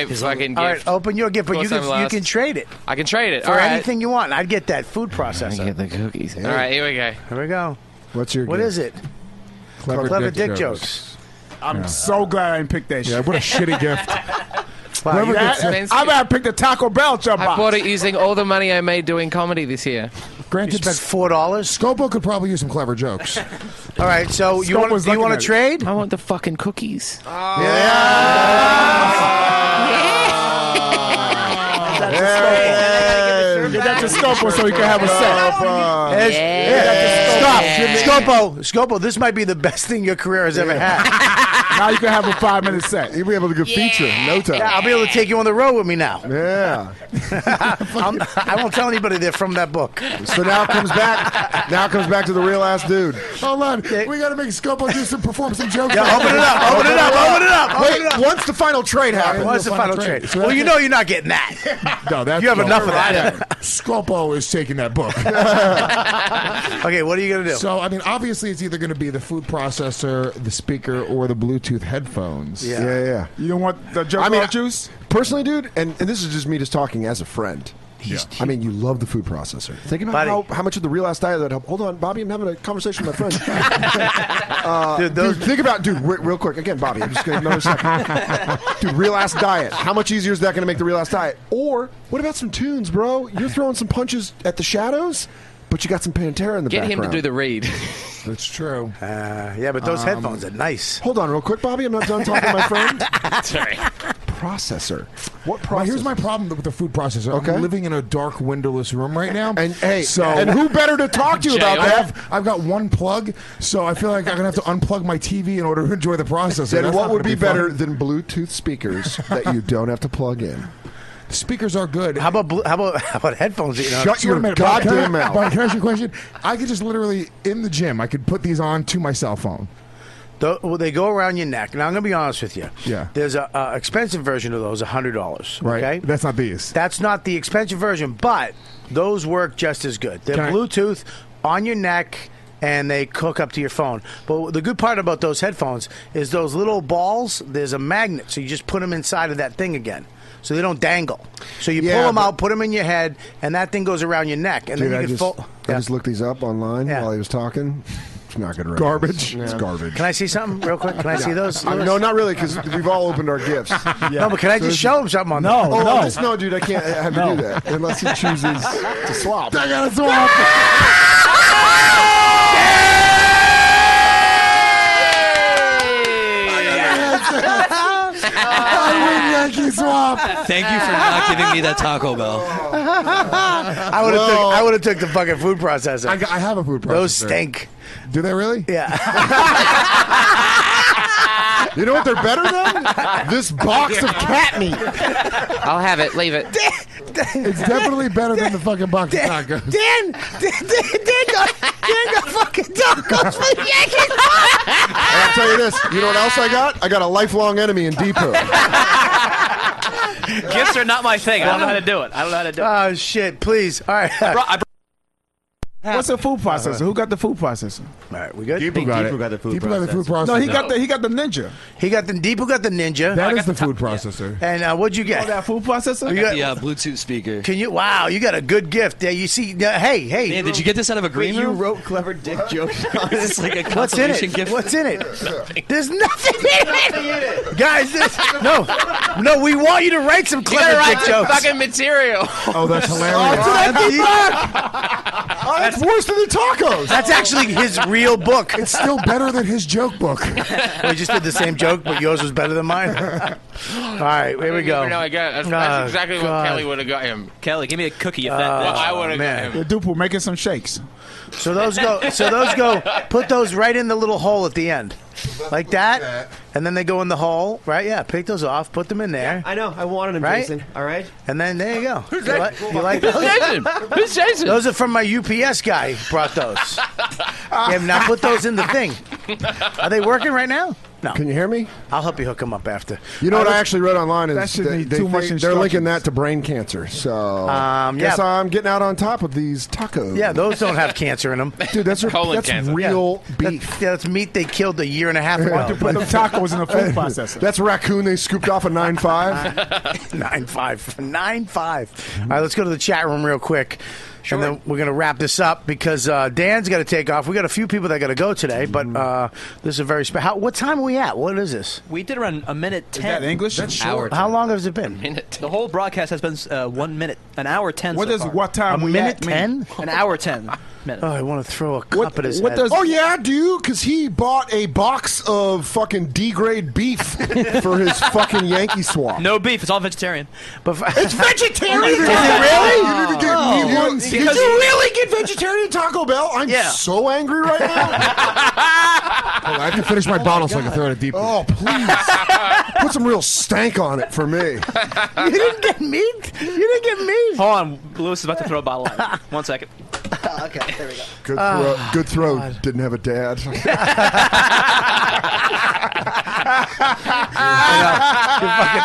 have
gift.
my fucking
All right,
gift.
open your gift, but
Of
you
course I'm
can you
last.
can trade it
I can trade it.
for
All right.
anything you want. I'd get that food processor. I get eh?
the cookies.
All right, here we go.
Here we go.
What's your?
What
gift?
is it?
Clever
Clever
dick
dick,
jokes.
jokes.
I'm so glad I didn't pick that shit.
what a shitty gift.
Wow,
Whoever
you-
gets that- I'd rather pick the Taco Bell jump
I
box.
bought it using all the money I made doing comedy this year.
Granted,
spent four dollars.
Scopo could probably use some clever jokes.
All right, so you
Scope
want
was
do you
looking
want
at
to
it.
trade?
I want the fucking cookies.
Get that to Scopo so he can have a set.
Oh,
Yes, yes. Stop, Scopo. Scopo, this might be the best thing your career has ever had.
Now you can have a five minute set.
You'll be able to get feature in no time.
Yeah, I'll be able to take you on the road with me now.
Yeah.
I'm, I won't tell anybody they're from that book.
So now it comes back. Now it comes back to the real ass dude.
Hold on. Oh, We got to make Scopo do some perform some jokes.
Yeah, open it up. Open it up. Open it
Oh,
up.
Wait,
Open it up.
once the final trade happens.
What's the final trade? Well, you know you're not getting that.
No, that's
You have enough of that.
Scopo is taking that book.
Okay, what are you gonna do?
So, I mean, obviously, it's either going to be the food processor, the speaker, or the Bluetooth headphones.
Yeah, yeah. yeah.
You don't want the jump
I mean,
off juice?
personally, dude, and, and this is just me just talking as a friend.
Yeah.
I mean, you love the food processor. Think about
Buddy.
how, how much of the real ass diet that helped. Hold on, Bobby. I'm having a conversation with my friend. Uh,
dude, those-
dude, think about, dude, re- real quick. Again, Bobby, I'm just going to another second. dude, real ass diet. How much easier is that going to make the real ass diet? Or what about some tunes, bro? You're throwing some punches at the shadows, but you got some Pantera in the
Get him to
background.
do the read.
That's true.
Uh, yeah, but those
Um,
headphones are nice.
Hold on, real quick, Bobby. I'm not done talking to my friend.
Sorry.
Processor. What processor?
Well, here's my problem with the food processor.
Okay.
I'm living in a dark, windowless room right now.
And hey,
so
and who better to talk to about
I
that?
have, I've got one plug, so I feel like I'm gonna have to unplug my TV in order to enjoy the processor.
Then
That's
what
not
would
gonna
be better
fun.
than Bluetooth speakers that you don't have to plug in?
Speakers are good.
How about blu- how about how about headphones? that you don't-
Shut your
Wait a minute, Bob,
goddamn
can I-
mouth.
Bob, can I ask you a question? I could just literally in the gym. I could put these on to my cell phone.
Tho- well, they go around your neck. Now I'm gonna be honest with you.
Yeah.
There's a, a expensive version of those, hundred dollars.
Right.
Okay.
That's not these.
That's not the expensive version, but those work just as good. They're
Can I-
Bluetooth on your neck. And they cook up to your phone. But the good part about those headphones is those little balls, there's a magnet. So you just put them inside of that thing again. So they don't dangle. So you
Yeah,
pull them
but-
out, put them in your head, and that thing goes around your neck. And then
Dude,
you
I
can
just,
fold.
I just looked these up online while he was talking. It's not good. reference.
Garbage.
It's garbage.
Can I see something real quick? Can I see those?
I mean, no, not really, because we've all opened our gifts.
No, but can I just show him something on
No,
that?
Oh,
no.
just- no, dude, I can't have you do that unless he chooses to swap.
I got a swap. I win Yankee swap.
Thank you for not giving me that Taco Bell.
I would have.
Well-
took I would have took the fucking food processor.
I, got, I have a food processor.
Those stink.
Do they really?
Yeah.
You know what they're better than? This box of cat meat.
I'll have it. Leave it.
It's definitely better than the fucking box of tacos.
Dan, Dan, Dan got, Dan got fucking tacos for the Yankees.
And I'll tell you this. You know what else I got? I got a lifelong enemy in Depot.
Gifts are not my thing. I don't know how to do it. I don't know how to do it.
Oh shit! Please. All right. I
brought, I
What's the food processor? Who got the food processor?
All right, we good.
Deepu got Deepu it. got the food Deepu got the food processor. No, he got the- he got the ninja.
He got the Deepu got the ninja.
That is the food processor.
And uh, what'd you get?
Oh, that food processor.
I got the uh, Bluetooth speaker.
Can you? Wow, you got a good gift. Yeah, you see. now, hey, hey.
Man, did you get this out of a green room?
wrote
clever dick jokes.
it's like a
What's in
consolation
it?
gift.
What's in it? There's nothing in it, guys. This, no, no. We want you to write some
You gotta
clever
write
dick
some
jokes.
fucking material.
Oh, that's
Oh,
hilarious.
it's an empty book.
Oh, that's worse than the tacos.
That's actually his real book.
It's still better than his joke book.
We just did the same joke, but yours was better than mine. All right, here we
You
go.
never know, I got- that's,
Oh,
that's exactly
God.
what Kelly would have got him.
Kelly, give me a cookie if that.
Oh,
Uh,
that's-
I would've got
man.
him.
The Dupu making some shakes.
So those go. So those go. Put those right in the little hole at the end, like that, and then they go in the hole. Right? Yeah. Pick those off. Put them in there.
I know. I wanted him,
Right?
Jason. All right.
And then there you go. Who's
that?
You, li- you like those?
Who's Jason?
Those are from my UPS guy. Brought those. They have not put those in the thing. Are they working right now? No.
Can you hear me?
I'll help you hook them up after.
You know what
was-
I actually read online is
That should
they,
need
they
too much
think they're linking
instructions.
that to brain cancer. So
Um,
guess
yeah.
I'm getting out on top of these tacos.
Yeah, those don't have cancer in them.
dude, that's
Colon
that's
cancer.
real beef.
That's, yeah, that's meat they killed a year and a half
Oh,
ago.
Put them tacos in the food processor.
That's raccoon they scooped off a nine five.
Nine five. Nine five. All right, let's go to the chat room real quick. And then we're going to wrap this up because uh, Dan's got to take off. We got a few people that got to go today, but
Mm.
uh, this is a very special. What time are we at? What is this?
We did around a minute ten.
English?
That's short.
How long has it been?
The whole broadcast has been uh, one minute, an hour ten.
What
so
does-
far.
what time
A
we
minute
at, man?
ten?
An hour ten
Oh,
minutes.
I want to throw a cup
What-
at his
what
head.
does-
oh yeah, dude, because he bought a box of fucking D grade beef for his fucking Yankee swap.
No beef. It's all vegetarian.
But
It's vegetarian.
Is it really?
You need to get
No.
me one. Did you
Because-
really get vegetarian Taco Bell? I'm
Yeah.
so angry right now.
Hold on, I have to finish my bottle so I can throw it at Deepu.
oh please, put some real stank on it for me.
you didn't get meat. You didn't get meat.
Hold on, Lewis is about to throw a bottle. at me. One second.
okay, there we go.
Good throw. good throw. Didn't have a dad.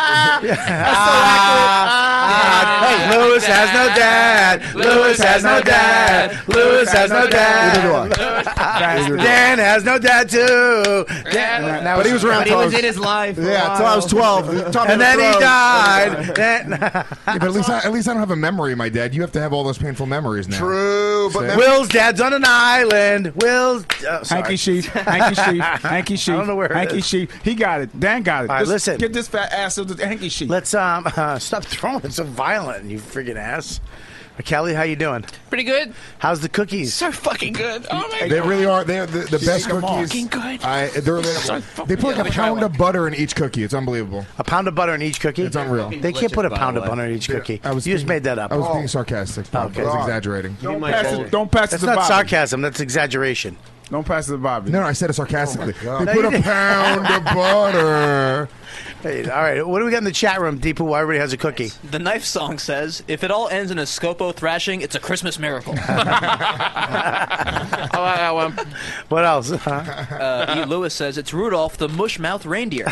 hey, Lewis has no dad. Lewis has no dad. Lewis has no
Neither do
dad.
I. Neither do I.
Dan has no dad too. Dan,
But he was around.
He
till I
was in his life. for a
Yeah, until I was twelve. Taught me
and
how
then
to
he
throw.
died. Dan-
Yeah, but at least, I, at least I don't have a memory, my dad. You have to have all those painful memories now.
True, but then
Will's dad's on an island. Will's. Oh, sorry.
Hanky sheep, hanky sheep, hanky sheep.
don't know where it
hanky
is.
sheep. He got it. Dan got it.
All right,
Just
listen.
Get this fat ass of the hanky sheep.
Let's um stop throwing it so violent, you freaking ass. Uh, Kelly, how you doing?
Pretty good.
How's the cookies?
So fucking good. Oh my
They
god.
really are. They're the, the best cookies.
Fucking good.
I, they're,
So
they
fucking
they
good.
put like a
Let me try
pound
one.
of butter in each cookie. It's unbelievable.
A pound of butter in each cookie.
It's unreal.
They can't put a pound of butter in each cookie.
I was
you just
thinking-
made that up. Oh.
I was being sarcastic. Bob.
Okay.
I was exaggerating. No,
don't, pass it, don't pass it
That's
to
not
Bobby.
sarcasm. That's exaggeration.
Don't pass it to Bobby.
no, I said it sarcastically.
Oh, No,
they
you
put a
didn't.
pound of butter.
Hey, all right, what do we got in the chat room, Deepu? Why everybody has a cookie?
The knife song says, "If it all ends in a scopo thrashing, it's a Christmas miracle."
Oh, I, I, um,
What else? Huh?
uh, e. Lewis says, "It's Rudolph the mush mouth reindeer."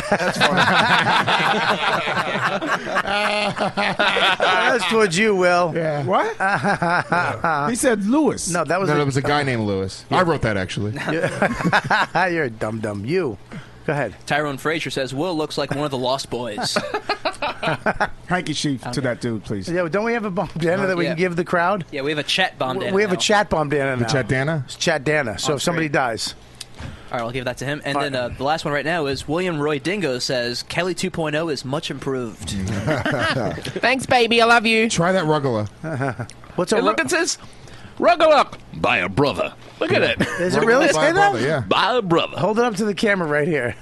That's towards you, Will.
Yeah.
What? he said Lewis.
No, that was.
No,
a-
it was a guy named Lewis. I wrote that actually.
You're a dum dum. You. Go ahead.
Tyrone Frazier says, "Will looks like one of the Lost Boys."
Hanky sheep to that dude, please.
Yeah, but don't we have a bomb Dana that we
yeah.
can give the crowd?
yeah, we have a chat bomb.
We-
Dan
we have
now.
a chat bomb Dana now. Oh,
The Chat Dana.
It's chat Dana. So if somebody dies,
All right, I'll give that to him. And then uh, the last one right now is William Roy Dingo says Kelly 2.0 is much improved.
thanks, baby. I love you.
Try that rugula.
what's a
And
ru-
look, it says, "Ruggle up."
By a brother. Look at it.
Is it really
By
say
a
that?
brother, Yeah.
By a brother.
Hold it up to the camera right here.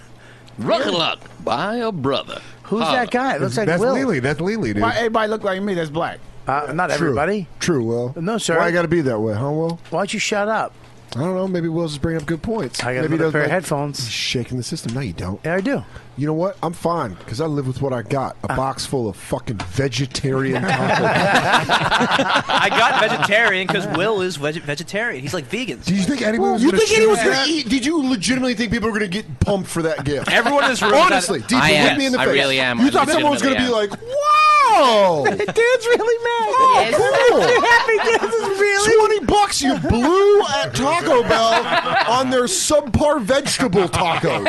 Rugaluk. By a brother.
Who's that guy? It looks like
That's
Will.
Lily. That's Lily, dude.
Why everybody look like me? That's black.
Uh, not everybody.
True, Will.
No, sir.
Why I got to be that way, huh, Will?
Why don't you shut up?
I don't know. Maybe Will's just bringing up good points.
I got
Maybe he
another
does,
pair of
like,
headphones.
Shaking the system. No, you don't.
Yeah, I do.
You know what? I'm fine because I live with what I got. A box full of fucking vegetarian tacos.
I got vegetarian because Will is veg- vegetarian. He's like vegans.
Do you think anyone was
You
gonna
think anyone's
shoot
gonna
that?
eat-
Did you legitimately think people were going to get pumped for that gift?
Everyone in this room-
Honestly,
that-
did you
I
look
am.
me in the
I
face?
really am.
You
I
thought someone was going to be
legitimately
like, "Wow,
dude's really mad."
Oh, cool.
happy. Dude's really
twenty bucks you blew at Taco Bell on their subpar vegetable tacos."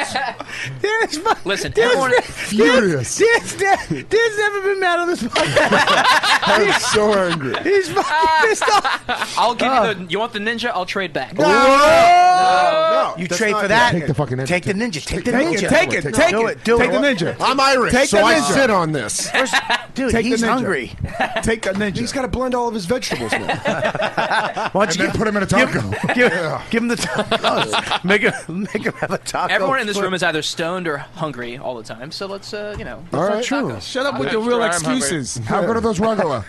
There's my,
Listen,
there's,
everyone-
Furious.
There's, there's, there's never been mad on this podcast.
I'm so angry.
He's fucking pissed off.
I'll give you
Uh.
the. You want the ninja? I'll trade back.
No, no, you
that's
trade
not-
for that.
Take the fucking ninja.
Take the ninja. Take the
Take
ninja.
it, take it, take
Do
it.
it. Do
Take
it.
the ninja. I'm Irish,
Take
so
the
I
ninja.
sit on this.
Where's- Dude,
Take the
he's
ninja.
hungry.
Take a ninja.
He's got to blend all of his vegetables now.
Why don't you
then
give,
put him in a
give-
taco.
Give, give him the tacos. make him make him have a taco.
Everyone in this room is either stoned or hungry all the time. So let's, uh, you know.
All right,
Tacos.
Shut
up with the real excuses.
How good are those rugula?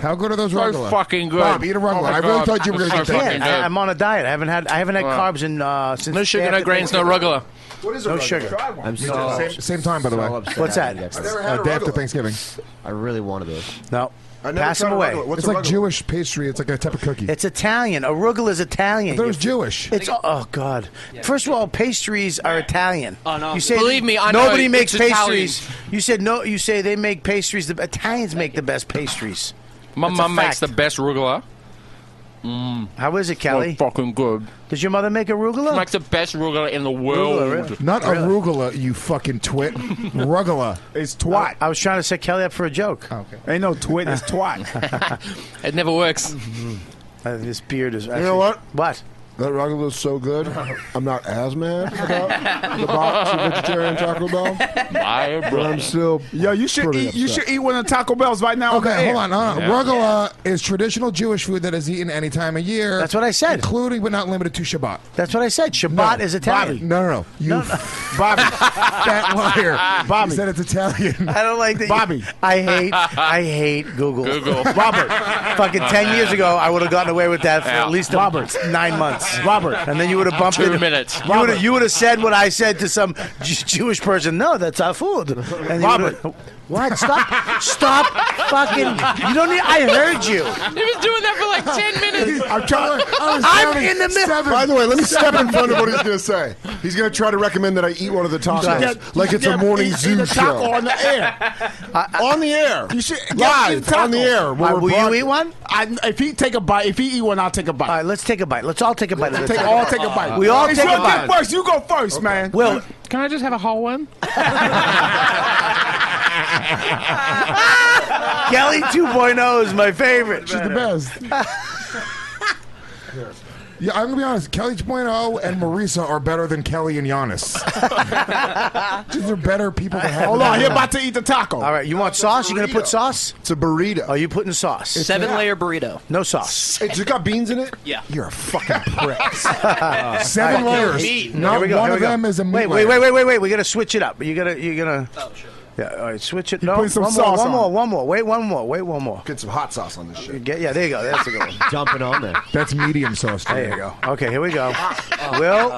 How good are those rugula? Bob, eat a rugula. I really thought you were going to get
I
that.
can't. I, am on a diet. I haven't had I haven't had
Wow.
carbs in uh, since.
No sugar,
after
no grains, no
Thanksgiving.
rugula. What is a
no
rugula?
sugar?
Try one. I'm We so-
Oh,
did the same- same time, by the so way. upset
What's
I
that?
didn't get I've never had Uh, a day after rugula. Thanksgiving.
I really wanted those. No, pass them
tried
away.
arugula. it's like Jewish pastry. It's like a type of cookie.
It's Italian. Arugula is Italian.
There's Jewish.
It's oh god. First of all, pastries are Italian.
Oh, no.
You say
Believe me, I know
nobody
it-
makes
it's
pastries. You said no. You say they make pastries. The Italians make the best pastries.
My
That's a
mum makes
fact.
the best rugula. Mm.
How is it, Kelly?
fucking good.
Does your mother make arugula?
She makes the best rugula in the world.
Not arugula, you fucking twit. rugula.
It's twat.
I, was trying to set Kelly up for a joke.
okay.
Ain't no twit. It's twat.
it never works.
Uh, this beard is.
you know what?
What?
That rugula is so good. I'm not as mad about the box of vegetarian Taco Bell.
My
But I'm still.
Yo, you should
pretty
eat, you
upset.
should eat one of the Taco Bells right now. on the
Okay,
air.
hold on. Hold on. Rugula is traditional Jewish food that is eaten any time of year.
That's what I said.
Including but not limited to Shabbat.
That's what I said. Shabbat is Italian.
Bobby, no, no, no. You
Bobby,
fat liar.
Bobby.
You said it's Italian.
I don't like that.
Bobby.
I hate. I hate Google.
Google.
Robert. Fucking ten years ago, I would have gotten away with that for
Yeah.
at least a- nine months. Robert. And then you would have bumped
Two
it.
minutes.
You would have, you would have said what I said to some J- Jewish person. No, that's our food. And you
Robert.
would've- What? Stop. Stop. Fucking. You don't need. I heard you.
He was doing that for like 10 minutes.
I'm trying. I was
I'm
counting
in the middle.
seven.
By the way, let me step in front of what
he's
he's going to say. He's going to try to recommend that I eat one of the tacos
Get-
like it's a
get-
morning
eat- eat
zoo
a
show.
taco
on the air.
on the air.
You should get me
live
the
on the
taco.
air.
Why, will you eat one?
I, if he take a bite, if he eat one, I'll take a bite.
All right, let's take a bite. Let's all take a bite. of this.
Take, all take a bite.
We all
It's
take
your
a bite.
thing first. You go first, man.
Will,
Can I just have a whole one?
Kelly 2.0 is my favorite.
She's the best. Yeah, I'm gonna be honest. Kelly 2.0 and Marisa are better than Kelly and Giannis. These are better people to have.
Hold on,
here
you're about to eat the taco.
All right, you want sauce? You gonna put
burrito.
sauce?
It's a burrito.
Are you putting sauce?
Seven layer burrito.
No sauce.
It's just got beans in it.
Yeah.
You're a fucking prick.
Seven
All right,
layers.
meat.
Not
Here we go,
one
here we
of
go.
them is a meat
Wait, wait, wait,
layer.
wait, wait, wait. We gotta switch it up. You gotta, you gotta. Oh sure. Yeah, all right. Switch it. No,
putting some
one
sauce
more, one
on
more, one more. Wait, one more. Wait, one more.
Get some hot sauce on this shit.
Get, yeah, there you go. That's a good one.
Dump it on there.
That's medium sauce.
There you go. Okay, here we go. Will.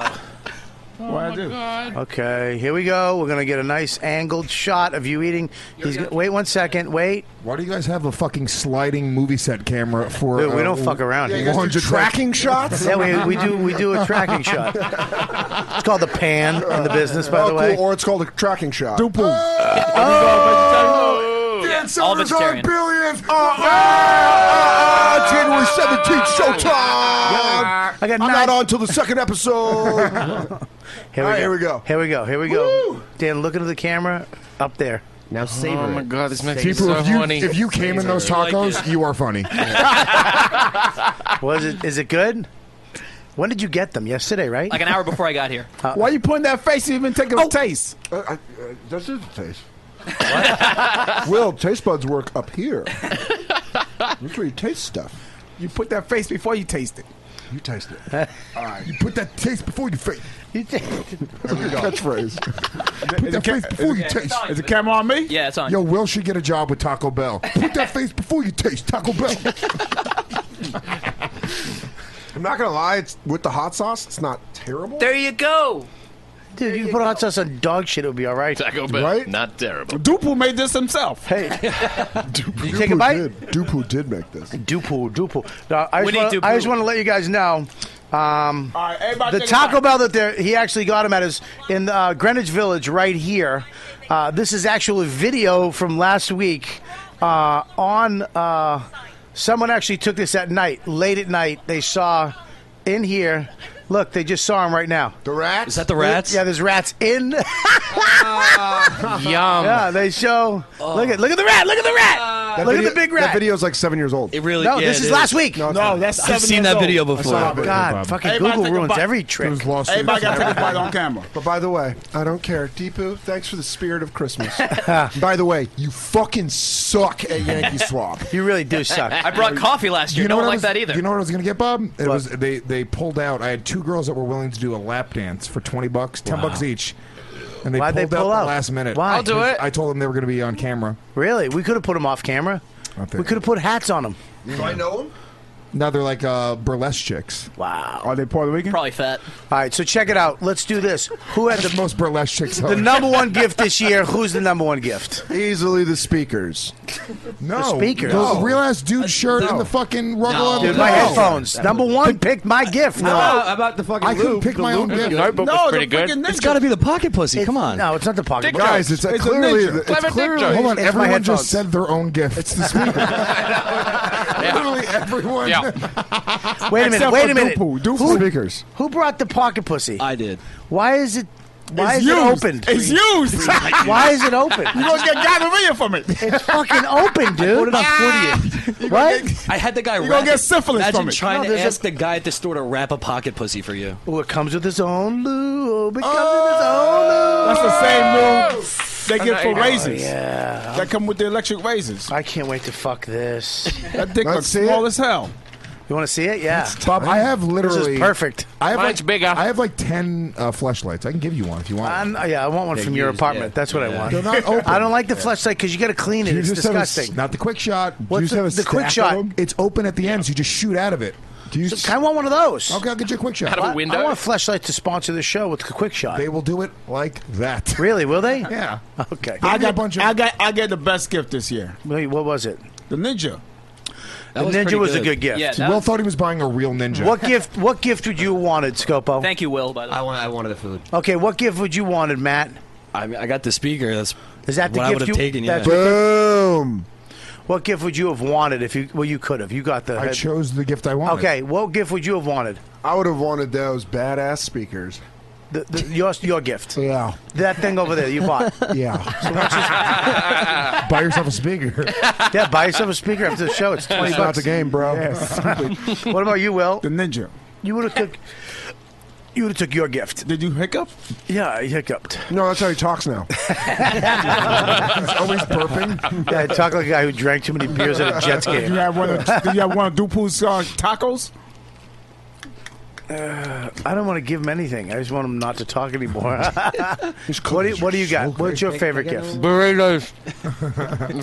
What I do?
Okay, here we go. We're gonna get a nice angled shot of you eating. He's gonna, wait one second. Wait.
Why do you guys have a fucking sliding movie set camera for?
Dude, we
uh,
don't fuck around.
Yeah,
here.
you guys do tracking shots.
Yeah, we, we do we do a tracking shot. It's called the pan in the business, by
oh,
the way.
cool. Or it's called a tracking shot.
Dupe.
Dan
All
Soder's on
vegetarian.
Billions. Uh, uh,
Ah!
uh,
Oh.
January 17th, showtime.
I got
I'm
nine-
not on till the second episode.
Here we,
All
go.
right, here we go.
Here we go. Here we go. Dan, look into the camera up there.
Now savor
Oh my
it.
god, this makes me
People,
so
if you,
horny.
if you came in those
Like
tacos,
it.
you are funny.
Was it? Is it good? When did you get them? Yesterday, right?
Like an hour before I got here.
Uh,
Why you putting that face? You even taking
Oh.
a taste.
Uh, I, uh, this is the taste. Will, taste buds work up here. That's where you taste stuff.
You put that face before you taste it.
You taste it. All right.
you put that taste before you face.
That's your catchphrase.
Put that face before you taste.
Is the camera on me?
Yeah, it's on.
Yo, Will should get a job with Taco Bell. Put that face before you taste Taco Bell.
I'm not gonna lie. It's with the hot sauce. It's not terrible.
There you go.
Dude, you, can put hot sauce on dog shit, it'll be all right.
Taco Bell,
Right?
not terrible.
Dupu made this himself.
Hey,
Dupu,
you take a bite?
Did. Dupu did make this.
Dupu, Dupu. No, I
We
just
need
wanna- I
Dupu.
just want to let you guys know. Um,
everybody
the
take a
Taco Bell that they're- he actually got him at is in uh, Greenwich Village, right here. Uh, this is actually video from last week uh, on. Uh, someone actually took this at night, late at night. They saw in here. Look, they just saw him right now.
The rats?
Is that the rats? Yeah, there's rats in.
Yum.
Yeah, they show. Look at look at the rat. Look at the rat.
That
look
video-
at the big rat.
That video's like seven years old.
It really- No, yeah, this it is is. last week.
it's
No,
not.
that's I've seven seen years that old. video before.
I saw that video.
God, fucking Everybody Google take a ruins bite. every trick.
There's lawsuits.
Everybody gotta take a
bite on camera.
But by the way, I don't care. Deepu, thanks for the spirit of Christmas. by the way, you fucking suck at Yankee Swap.
You really do suck.
I brought coffee last year.
You know
no
what
one
I
liked
was-
that either.
You know what I was gonna get, Bob? It was they they pulled out. I had two girls that were willing to do a lap dance for twenty bucks, ten
Wow.
bucks each, and they
Why'd they
pulled out
pull
the
out?
last minute.
Why? I'll do it.
I told them they were gonna be on camera.
Really? We could have put them off camera. We could have put hats on them.
Do I know him?
Now they're like uh, burlesque chicks.
Wow.
Are they Puerto Rican?
Probably fat.
All right, so check it out. Let's do this. Who had the
most burlesque chicks?
The number one gift this year. Who's the number one gift?
Easily the speakers.
No,
the speakers.
The real ass
Uh,
dude shirt and the fucking rubber.
No.
on
Dude,
the
my
no.
headphones. Number one picked my gift.
No.
No.
How about the fucking I couldn't loop? pick The my loop own is gift. good. Notebook was pretty good.
It's got to be the pocket pussy. Come on.
No, it's not the pocket
Dick
Guys, it's,
It's a
clearly,
ninja.
it's
Clever
clearly.
ninja.
Hold on,
It's my
everyone
headphones.
just said their own gift. It's the speaker.
Literally
everyone.
Yeah.
Wait a minute.
Except
Wait
for
a minute.
Dupu. Dupu speakers.
Who brought the pocket pussy? I
did.
Why is it? Why
It's
is it
used.
opened?
It's used.
Why is it open?
You gonna get gonorrhea from it?
It's fucking open, dude. Ah.
Ordered on 40th.
What?
I had the guy.
You
wrap
gonna get
it.
syphilis
Imagine
from it.
trying
No,
to
there's a-
ask the guy at the store to wrap a pocket pussy for you.
Oh, it comes with its own lube. It comes with its
Oh.
own lube.
That's the same move they
I'm
get
not
for
eating-
razors.
Oh, yeah.
That come with the electric razors.
I can't wait to fuck this.
That dick looks small as hell.
You want to see it? Yeah.
Bob, I have literally
This is perfect.
I have
Mine's
like, bigger. I have like ten uh, flashlights. I can give you one if you want.
I'm, uh, yeah, I want one
They
from your
used
apartment.
it.
That's what I
Yeah.
want.
They're not open.
I don't like the flashlight because you got to clean it.
You
it's
just have a s-
disgusting.
not the quick shot. Do
What's
you just have a
the- the quick
stack of
shot?
them? It's open at the end, so you just shoot out of it. Do you?
I want one of those.
Okay, I'll get you a quick shot.
I- I want Fleshlight to sponsor the show with a quick shot.
They will do it like that.
Really? Will they?
Yeah.
Okay.
I got, I got I got the best gift this year.
Wait, what was it?
The ninja.
That The was Ninja pretty was a good. good gift. Yeah, that
Will
was-
thought he was buying a real ninja.
What gift? What gift would you have wanted, Scopo?
Thank you, Will. By the way, I want. I wanted the food.
Okay, what gift would you wanted, Matt?
I mean, I got the speaker. That's
is that the
what I
gift
would
you-
have taken. Yeah.
that's your gift?
Boom.
What gift would you have wanted if you? Well, you could have. You got the.
I chose the gift I wanted.
Okay, what gift would you have wanted?
I would have wanted those badass speakers.
The, the, your your gift.
Yeah.
That thing over there you bought.
Yeah.
buy
yourself a speaker.
yeah, buy yourself a speaker after the show. It's twenty
It's not
bucks
the game, bro.
what about you, Will?
The ninja.
You would have took. You would have took your gift.
Did you hiccup?
Yeah, I hiccuped.
No, that's how he talks now.
He's always burping. Yeah, talk like a guy who drank too many beers at a Jets
Did
game.
you have one of, did you have one of Dupu's uh, tacos?
Uh, I don't want to give him anything. I just want him not to talk anymore. what, do you, what do you got? What's your favorite gift?
Burritos.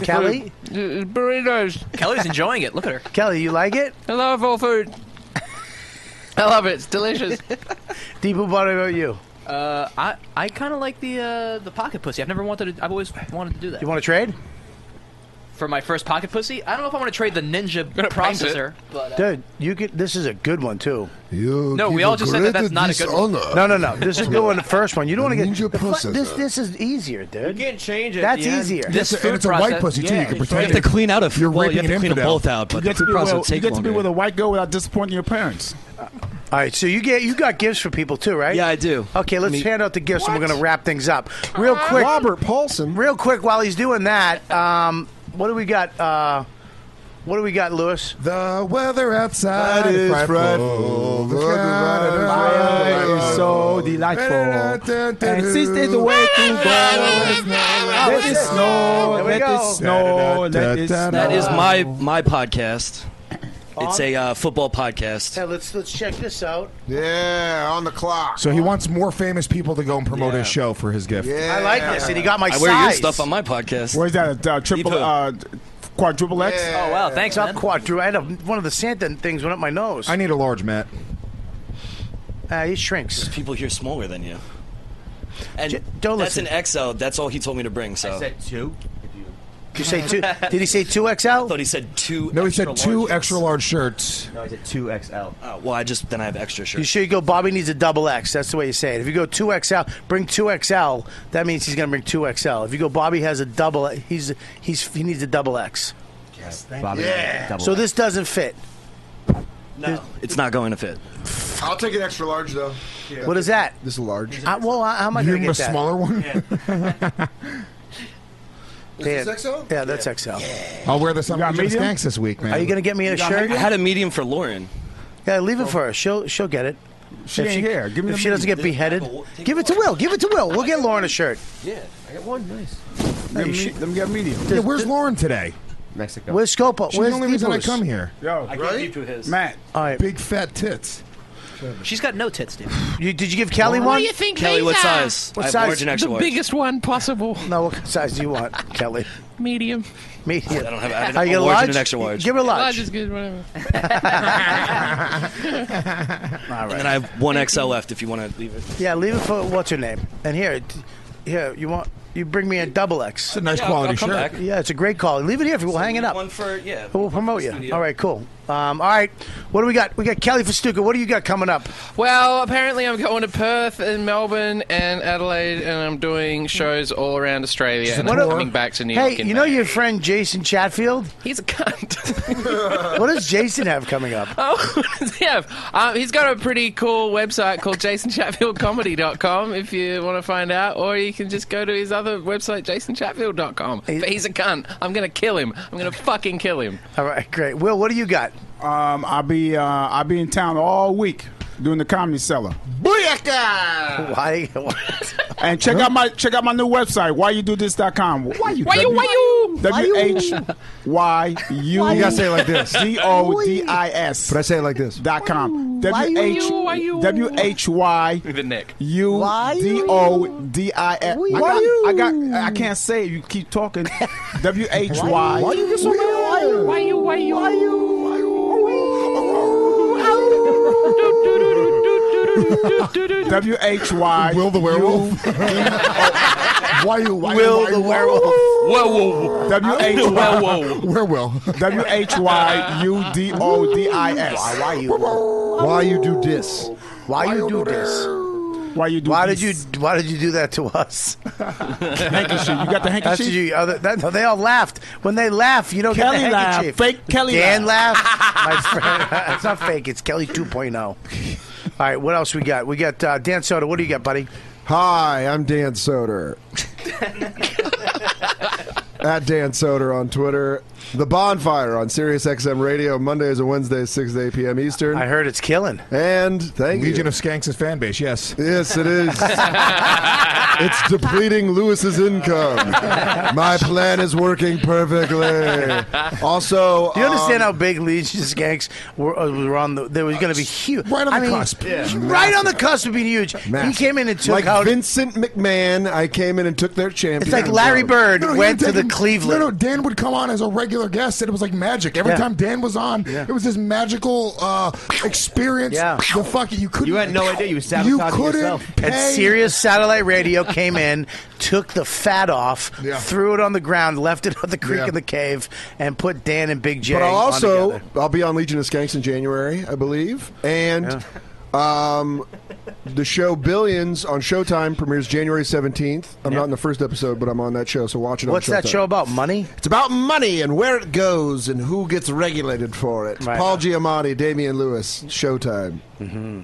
Kelly?
Burritos.
Kelly's enjoying it. Look at her.
Kelly, you like it?
I love all food.
I love it. It's delicious.
Deepu, what about you?
Uh, I I kind of like the uh, the pocket pussy. I've never wanted. To, I've always wanted to do that.
You want to trade?
for my first pocket pussy? I don't know if I want to trade the ninja
price it.
processor. But, uh,
Dude, you could. This is a good one too.
No, we give all just said that that's great not a good one. dishonor.
No, no, no. This is good one. The first one. You don't want to get
Ninja
the fu-
processor.
This, this is easier, dude. You
can't change
it, That's yeah. easier.
This
This
it's, a, and
food
it's a white
process-
pussy too.
yeah,
you can
it's
pretend
You have to clean out a
You're
well, you have
raping
to clean them
infidel.
both out,
You
but
get,
the
to be,
process
with, you
takes
get to be
longer.
with a white girl without disappointing your parents.
All right, so you get you got gifts for people too, right? Yeah, I do. Okay, let's hand out the gifts and we're going to wrap things up real
Uh-huh.
quick.
Robert Paulson.
Real quick, while he's doing that, um, what do we got? Uh, what do we got, Lewis?
The weather outside
is
is
frightful.
frightful. The sky
Fire is so delightful. And since there's a way to go, let it snow, let it snow, let it snow.
That is my my podcast. It's
On-
a uh, football podcast.
Hey, let's let's check this out.
Yeah, on the clock.
So he wants more famous people to go and promote his show for his gift.
I like this, and he got my
I wear your
size.
stuff on my podcast.
Where's that? Uh, triple
Deepu.
uh, Quadruple X.
Oh wow! Thanks, up quadru. I had a, one of the Santa things went up my nose.
I need a large, Matt.
Uh, he shrinks.
People here smaller than you. And
don't
that's
listen.
an XL. That's all he told me to bring. So
I said
two.
Did you say two? Did he say two XL? I
thought he said two.
No, he
extra
said
large.
two extra large shirts.
No, I said two XL. Oh, well, I just then I have extra shirts.
You should go. Bobby needs a double X. That's the way you say it. If you go two XL, bring two XL. That means he's going to bring two XL. If you go, Bobby has a double. He's he's he needs a double X.
Yes,
thank you. So this doesn't fit.
no, it's not going to fit.
I'll take an extra large though.
What is that?
This is large.
I, well, I, how am I
You
going to
need
get
a
that?
smaller one?
Yeah,
Is this XL?
yeah that's XL.
I'll wear this on
You got
Legion of
medium?
Skanks this week, man.
Are you going to get me a shirt?
I had a medium for Lauren.
Yeah, leave it for her. She'll she'll get it.
She
If
ain't here. Give me
if
the
she doesn't
medium.
get beheaded, give it to Will. Give it to Will. We'll get Lauren a shirt.
Yeah, I got one. Nice.
Let me-
let me get medium.
Yeah, where's Lauren today?
Mexico.
Where's Scopo?
She's
Where's
the only reason I
Ebers?
come here.
Yo,
I
Right?
keep to his.
Matt, all right.
Big fat tits.
She's got no tits, dude.
You, did you give Kelly
What
one?
do you think Kelly, these what are? size?
What
I have
size?
large and extra The large. biggest
one possible. No, what size do you want, Kelly?
Medium.
Medium.
I don't have- I don't
Are you
have
a Uh,
a large
large?
and an extra large.
Give her a large.
is good, whatever.
And then I have one XL left if you want to leave it.
Yeah, leave it for what's her name. And here, t- here you want you bring me a double X. It's a
nice Yeah, I'll- quality I'll come shirt. back.
Yeah, it's a great quality. Leave it here if you will
So
hang it
leave
up.
one for- yeah,
We'll promote you.
studio.
All right, cool. Um, all right, what do we got? We got Kelly Festuca. What do you got coming up?
Well, apparently I'm going to Perth and Melbourne and Adelaide, and I'm doing shows all around Australia, and
What
I'm
a-
coming back to New York.
Hey,
in
you know your friend Jason Chatfield?
He's a cunt.
what does Jason have coming up?
Oh, yeah. Um, he's got a pretty cool website called jasonchatfieldcomedy.com if you want to find out, or you can just go to his other website, jasonchatfield.com. But he's a cunt. I'm going to kill him. I'm going to fucking kill him.
All right, great. Will, what do you got?
Um, I'll be uh, I'll be in town all week doing the comedy cellar.
Booyaka! Why?
And check out my check out my new website, whyyoudodis.com. Why you?
Why you- why you?
W H Y U.
You gotta say it like this.
D O D I S. But
I say it like this.
Dot com.
Why
W
you-
H
why you-
W H Y
The Nick.
U D O D I S. I
Why
got-
you-
I got. I can't say. it. You keep talking. W H Y.
Why you get so mad? Why you? Why
you? Why you?
W H Y.
Will the werewolf? why you? Why
Will
the werewolf?
Whoa, W H Y.
Whoa, where will?
W H Y U D O D I S.
Why- why you?
Why you do this?
Why you do this?
Why you do?
Why did you? Why did you do that to us?
handkerchief. You got the
That's what
handkerchief.
you, other, that, no, they all laughed. When they laugh, you don't
Kelly
get the
laughed.
handkerchief.
Fake Kelly
Dan
laughed.
laughed. My friend, it's not fake. It's Kelly 2.0. All right, what else we got? We got uh, Dan Soda. What do you got, buddy?
Hi, I'm Dan Soder. At Dan Soder on Twitter. The Bonfire on Sirius XM Radio, Mondays and Wednesdays, 6 to 8 p.m. Eastern. I
heard it's killing.
And thank
Legion
you.
of Skanks' fan base, yes.
Yes, it is. it's depleting Lewis's income. My plan is working perfectly. Also,
Do you understand how
um,
big Legion Skanks were, uh, were on the? There was going to be huge. Right
on
I
the
mean,
cusp.
Yeah. Right on the cusp of being huge.
Massive.
He came in and took
like
out.
Vincent McMahon. I came in and took their champion.
like Larry Bird
No, no, he
went to the
didn't.
Cleveland.
No, no, Dan would come on as a regular guest, and it was like magic. Every
Yeah.
time Dan was on,
Yeah.
it was this magical uh, experience.
Yeah.
The fuck you couldn't.
You had no idea. You sabotaging
couldn't
yourself.
Pay.
And Sirius Satellite Radio came in, took the fat off,
Yeah.
threw it on the ground, left it on the creek
Yeah.
in the cave, and put Dan and Big J.
But I'll
on
also
together.
I'll be on Legion of Skanks in January, I believe, and um, the show Billions on Showtime premieres January seventeenth. I'm not in the first episode, but I'm on that show, so watch it.
What's
on
that
Showtime.
show about? Money?
It's about money and where it goes and who gets regulated for it.
Right.
Paul Giamatti, Damian Lewis, Showtime, mm-hmm.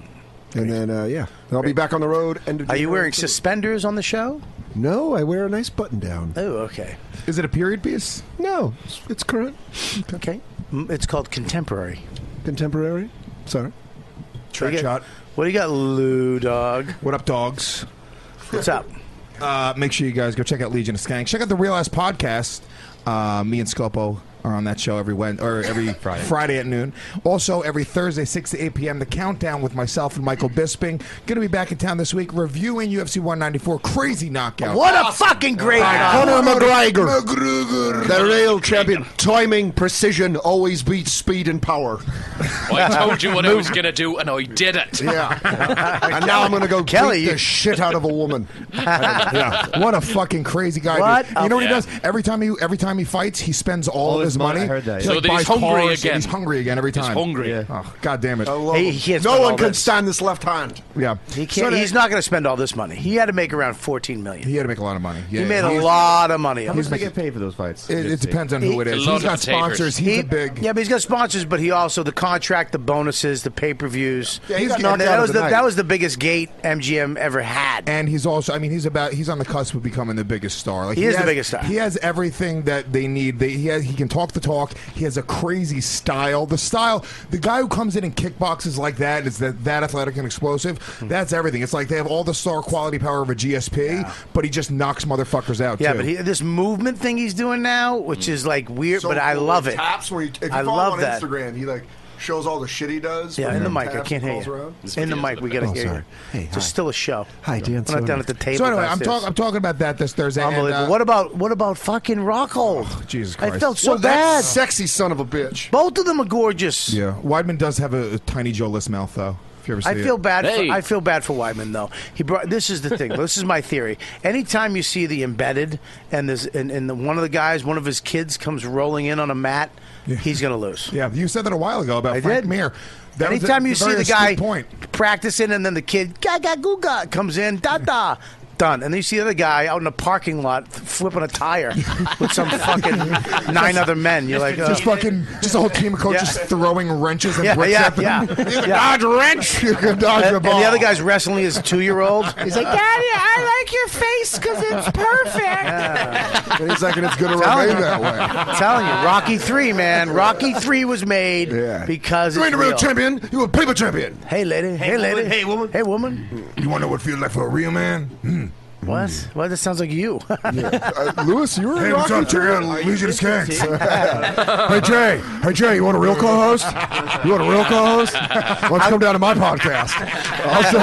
and then uh, yeah, And I'll be back on the road. End of
Are you
January
wearing
too.
suspenders on the show?
No, I wear a nice button down.
Oh, okay.
Is it a period piece?
No, it's, it's current.
Okay. Mm, It's called contemporary.
Contemporary. Sorry.
Track shot. What do you got, Lou Dog?
What up, dogs?
What's up?
Uh, make sure you guys go check out Legion of Skanks. Check out the Real Ass Podcast. Uh, me and Scopo are on that show every Wednesday or every Friday. at noon. Also every Thursday, six to eight p.m. The Countdown with myself and Michael Bisping. Going to be back in town this week reviewing UFC 194. Crazy knockout!
What a fucking great
By
knockout.
Conor
Conor
McGregor.
The real champion. Timing, precision always beats speed and power.
I told you what I was going to do, and I did it.
Yeah. and now I'm going to go
Kelly,
Kelly,
you-
the shit out of a woman.
Yeah. What a fucking crazy guy! dude.
What a-
You know what
Yeah.
he does? Every time he every time he fights, he spends all, of
his
his
money.
money.
I heard that,
He,
yeah.
like,
So that he's
buys
hungry
cars,
again.
and He's hungry again every
He's
time.
hungry. Yeah.
Oh god damn it!
He- he has
no
done
one
all
can
this.
stand this left hand.
Yeah,
He can't,
So
he's not going to spend all this money. He had to make around fourteen million.
He had to make a lot of money. Yeah,
he made
he's-
a lot of money.
How much do they get
paid for those fights?
It- it depends on who it is. He's got sponsors. He's a big.
Yeah, but he's got sponsors, but he also the contract, the bonuses, the pay per views.
Yeah, he got knocked out
that
of
was
the
the,
night.
that was the biggest gate MGM ever had.
And he's also, I mean, he's about, he's on the cusp of becoming the biggest star. Like
He is the
has-
biggest star.
He has everything that they need. They, he has, he can talk the talk. He has a crazy style. The style, the guy who comes in and kickboxes like that is that that athletic and explosive.
Hmm.
That's everything. It's like they have all the star quality power of a GSP, but he just knocks motherfuckers out.
Yeah,
too.
but he, this movement thing he's doing now, which is like weird, but I
cool.
love
He
it.
Taps where he, if you
I
follow
love
him on
that.
Instagram, he like shows all the shit he does.
Yeah,
when
in the
he
mic, I
taps
can't
and
hear
rolls
you.
around.
In the mic, we gotta
Oh,
hear
sorry.
you.
Hey,
It's
hi.
still a show.
Hi, Dan
We're not down
Soder.
at the table.
so anyway, I'm,
downstairs.
talk, I'm talking about that this Thursday. and,
Unbelievable.
uh, Oh,
what about what about fucking Rockhold?
Jesus
I
Christ.
felt so
What-
bad.
that
Sexy son of a bitch. Both of them are gorgeous.
yeah, Weidman does have a, a tiny Joe List mouth though. If you ever see
I feel
it.
bad. For, I feel bad for Wyman though. He brought. This is the thing. this is my theory. Anytime you see the embedded and this and, and the, one of the guys, one of his kids comes rolling in on a mat, he's gonna lose.
Yeah, you said that a while ago about
I
Frank
did.
Mir. That was a
Anytime you see
very
the
astute
guy
point.
practicing and then the kid gaga googa comes in, da da. Done. And then you see the other guy out in a parking lot flipping a tire with some fucking nine other men. You're like,
just
uh,
fucking, just a whole team of coaches throwing wrenches and
Yeah,
bricks
yeah,
at them.
yeah.
you can
Yeah.
dodge a wrench. You can dodge
and,
the
and
ball.
the other guy's wrestling his two year old.
He's like, Daddy, I like your face because it's perfect.
And he's like, and it's good to
Telling
remain
you,
that way.
Oh, telling you, Rocky Three, man, Rocky Three was made because
You
it's
ain't a real
real.
champion. You a paper champion.
Hey, lady. Hey, lady. Hey, woman. Hey, woman.
You want to know what it feels like for a real man?
What?
Mm.
Why that sounds like you?
Uh, Lewis, you were
Hey,
in
what's
Rocky
up, Jerry?
too?
I-
Legion of Skanks.
hey Jay, hey Jay, you want a real co-host? You want a real co-host? Why don't you come down to my podcast? I'll say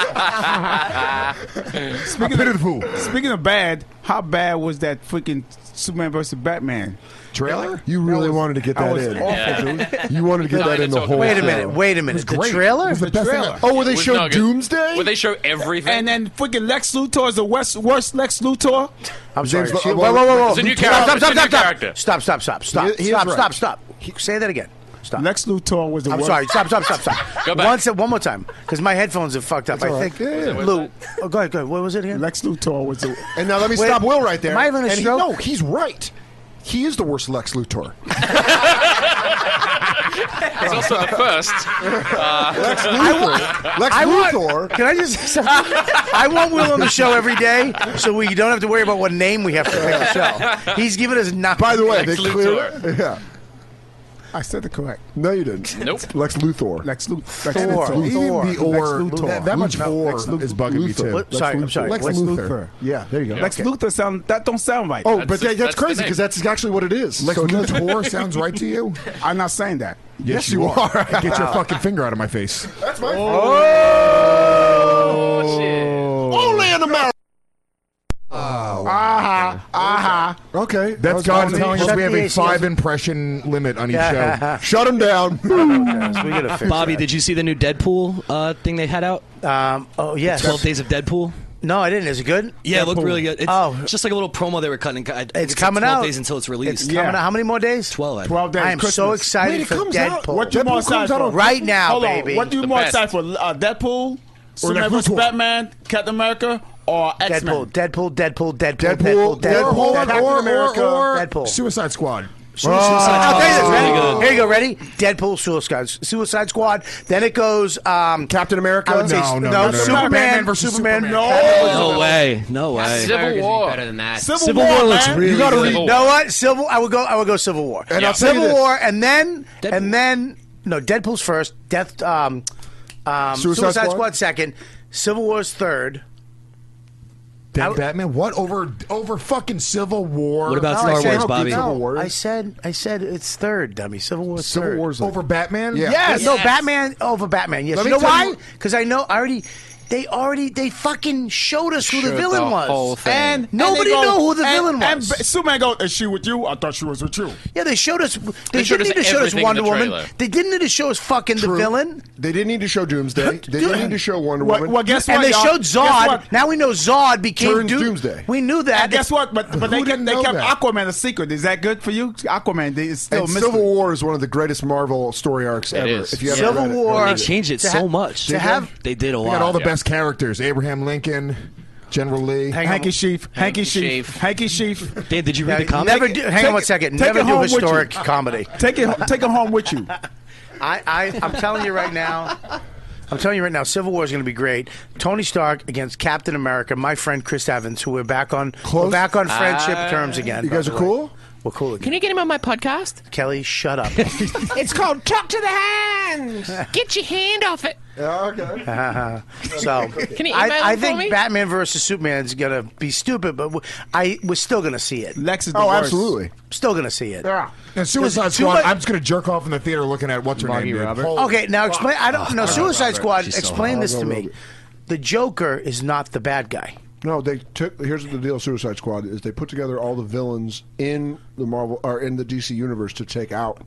I'm co-host.
Speaking of, speaking of bad, how bad was that freaking Superman versus Batman trailer?
You really wanted to get
that
that
was
in.
awful, Yeah.
You wanted to get that in the whole.
Wait a minute. Wait a minute. The trailer?
Was the
The
best thing
trailer.
ever. Oh, where they
Was
showed
not good.
Doomsday?
Where they show everything.
And then freaking Lex Luthor is the worst, worst Lex Luthor.
I'm sorry.
James oh, Lo-
Whoa, whoa, whoa, whoa.
It's a new
Stop,
character.
stop,
It's a
stop,
new character.
stop, stop. Stop, stop, stop, stop.
He- he is
Stop,
right.
stop, stop. He- Say that again. Stop.
Lex Luthor was the
I'm
worst.
sorry. Stop, stop, stop, stop.
Go back.
Once, one more time, because my headphones are fucked up.
That's all
I
right.
think.
Yeah, yeah.
Lou, oh, go ahead, go ahead. What was it again?
Lex Luthor was the.
And now let me
Wait,
stop Will right there.
am I having a
and he-
stroke?
no, he's right. He is the worst Lex Luthor.
It's also the first. Uh,
Lex Luthor. Lex
I want-
Luthor.
Can I just say something? I want Will on the show every day, so we don't have to worry about what name we have to pick the show. He's giving us nine.
By the way,
Lex
they clear. Yeah.
I said it correct.
No, you didn't.
Nope.
Lex Luthor.
Lex Luthor. Lex
And it's-
Luthor.
Even the
Lex
or
Luthor.
that, that much
Luthor.
or
Lex Luthor.
is bugging me too.
Luthor.
Lex
Sorry, I'm
Luthor.
sorry.
Lex,
Lex
Luthor.
Luthor. Yeah, there you go.
Lex
Okay.
Luthor sound that don't sound right.
Oh,
That's
but
the-
that, that's,
that's the
crazy
name.
because that's actually what it is.
Lex
So no-
Luthor sounds right to you?
I'm not saying that.
Yes, you are. Get your fucking finger out of my face.
That's my
oh, shit.
Only in America.
Aha, aha.
Okay, that
That's
was
God
only-
telling us
Shut
we have
the
a
AC.
five impression limit on each show.
Shut him down.
we gotta fix
Bobby, did you see the new Deadpool uh, thing they had out?
that. Um, oh yes.
Twelve Days of Deadpool.
No, I didn't. Is it good?
Yeah, it looked really good. It's
Oh.
just like a little promo they were cutting. I- I think
It's,
like
coming
12
out.
days until it's released.
It's coming out. How many more days?
Twelve. I think.
Twelve days.
I am so
Oh, Christmas.
excited
Wait, it
for
comes out.
Deadpool.
What you more
Deadpool comes
excited
out
for?
on-
Right now,
Hold
baby.
On. What you
The
more
best.
excited for? Uh, Deadpool, Superman
Lex
vs.
Luthor.
Batman, Captain America, or X Men?
Deadpool, Deadpool, Deadpool,
Deadpool,
Deadpool, Deadpool, Deadpool,
Deadpool,
Deadpool,
or-
America,
or-
Deadpool.
Suicide Squad.
I'll tell you this, ready?
really good.
Here you go, ready? Deadpool, Suicide, Suicide Squad. Then it goes um,
Captain America?
I would say,
No, no,
no,
no, no, no.
Superman,
Batman versus Superman.
No way. No way.
Civil War.
Better than that.
Civil,
Civil War looks
man.
really
You gotta read-
good.
You know what? Civil. I would go. I would go Civil War.
And I'll tell you
Civil
this.
War, and then and then no. Deadpool's first. Death. Um, um,
Suicide
Suicide, Squad?
Squad
second. Civil War's third.
Dead Batman? What over over fucking Civil War?
No, I said-
Civil
No,
War.
I said, I said it's third, dummy. Civil War.
Civil
third.
War's like- Over Batman? Yeah.
Yes. No,
Yes.
Batman over Batman. Yes.
Let
you
me
know
tell
why?
you-
Because I know I already. They already they fucking showed us who the
Showed
villain
the
was,
whole thing. And- and
nobody
they go-
knew who the
and-
villain
and
was.
Ba- Superman go, "Is she with you? I thought she was with you."
Yeah, they showed us. They,
They showed
didn't
us
need to show us
everything in
Wonder
the
Woman.
trailer.
They didn't need to show us fucking the villain.
They didn't need to show Doomsday. They didn't need to show Wonder
Well-
Woman.
well, guess
and
what,
they
y'all?
showed
Guess
Zod.
what?
Now we know Zod became
Turns
Doom-
Doomsday.
We knew that.
And guess what? But, but they kept, they
know
kept
that?
Aquaman a secret. Is that good for you? Aquaman they, is still
and
mystery.
Civil War is one of the greatest Marvel story arcs ever.
is.
If you haven't
Civil
read it,
War.
read
They changed it
to
so
ha-
much.
To have
they did a
They
lot.
got all the
Yeah.
best characters: Abraham Lincoln, General Lee,
Hang on. Hanky Sheaf, Hanky Hanky Sheaf,
Sheaf, Hanky
Sheaf.
Dan, did you read
Yeah,
the comic?
never do- hang on one second. Never do historic
comedy.
Take it, take it home with you.
I, I, I'm telling you right now. I'm telling you right now, Civil War is going to be great. Tony Stark against Captain America. My friend Chris Evans, who we're back on, we're back on friendship
Ah.
terms again.
You
by
guys
the
are
way.
cool?
We're cool again.
Can you get him on my podcast?
Kelly, shut up.
It's called Talk to the Hand.
Get your hand off it.
okay.
so
Can you email
I, I
him for
think
me?
Batman versus Superman is going to be stupid, but w- I we're still going to see it.
Lex is
the Oh, worst. absolutely.
Still going to see it.
Yeah. And Suicide
There's too
Squad.
much-
I'm just gonna jerk off in the theater looking at what's her
Margot
name. dude.
Robbie.
Holy
Okay, now
fuck.
explain. I don't
Oh,
know.
Margot
Suicide
Robbie.
Squad.
She's so
explain
hot.
this to
Margot
me.
Robbie.
The Joker is not the bad guy.
No, they took. Here's the deal: Suicide Squad is they put together all the villains in the Marvel or in the DC universe to take out.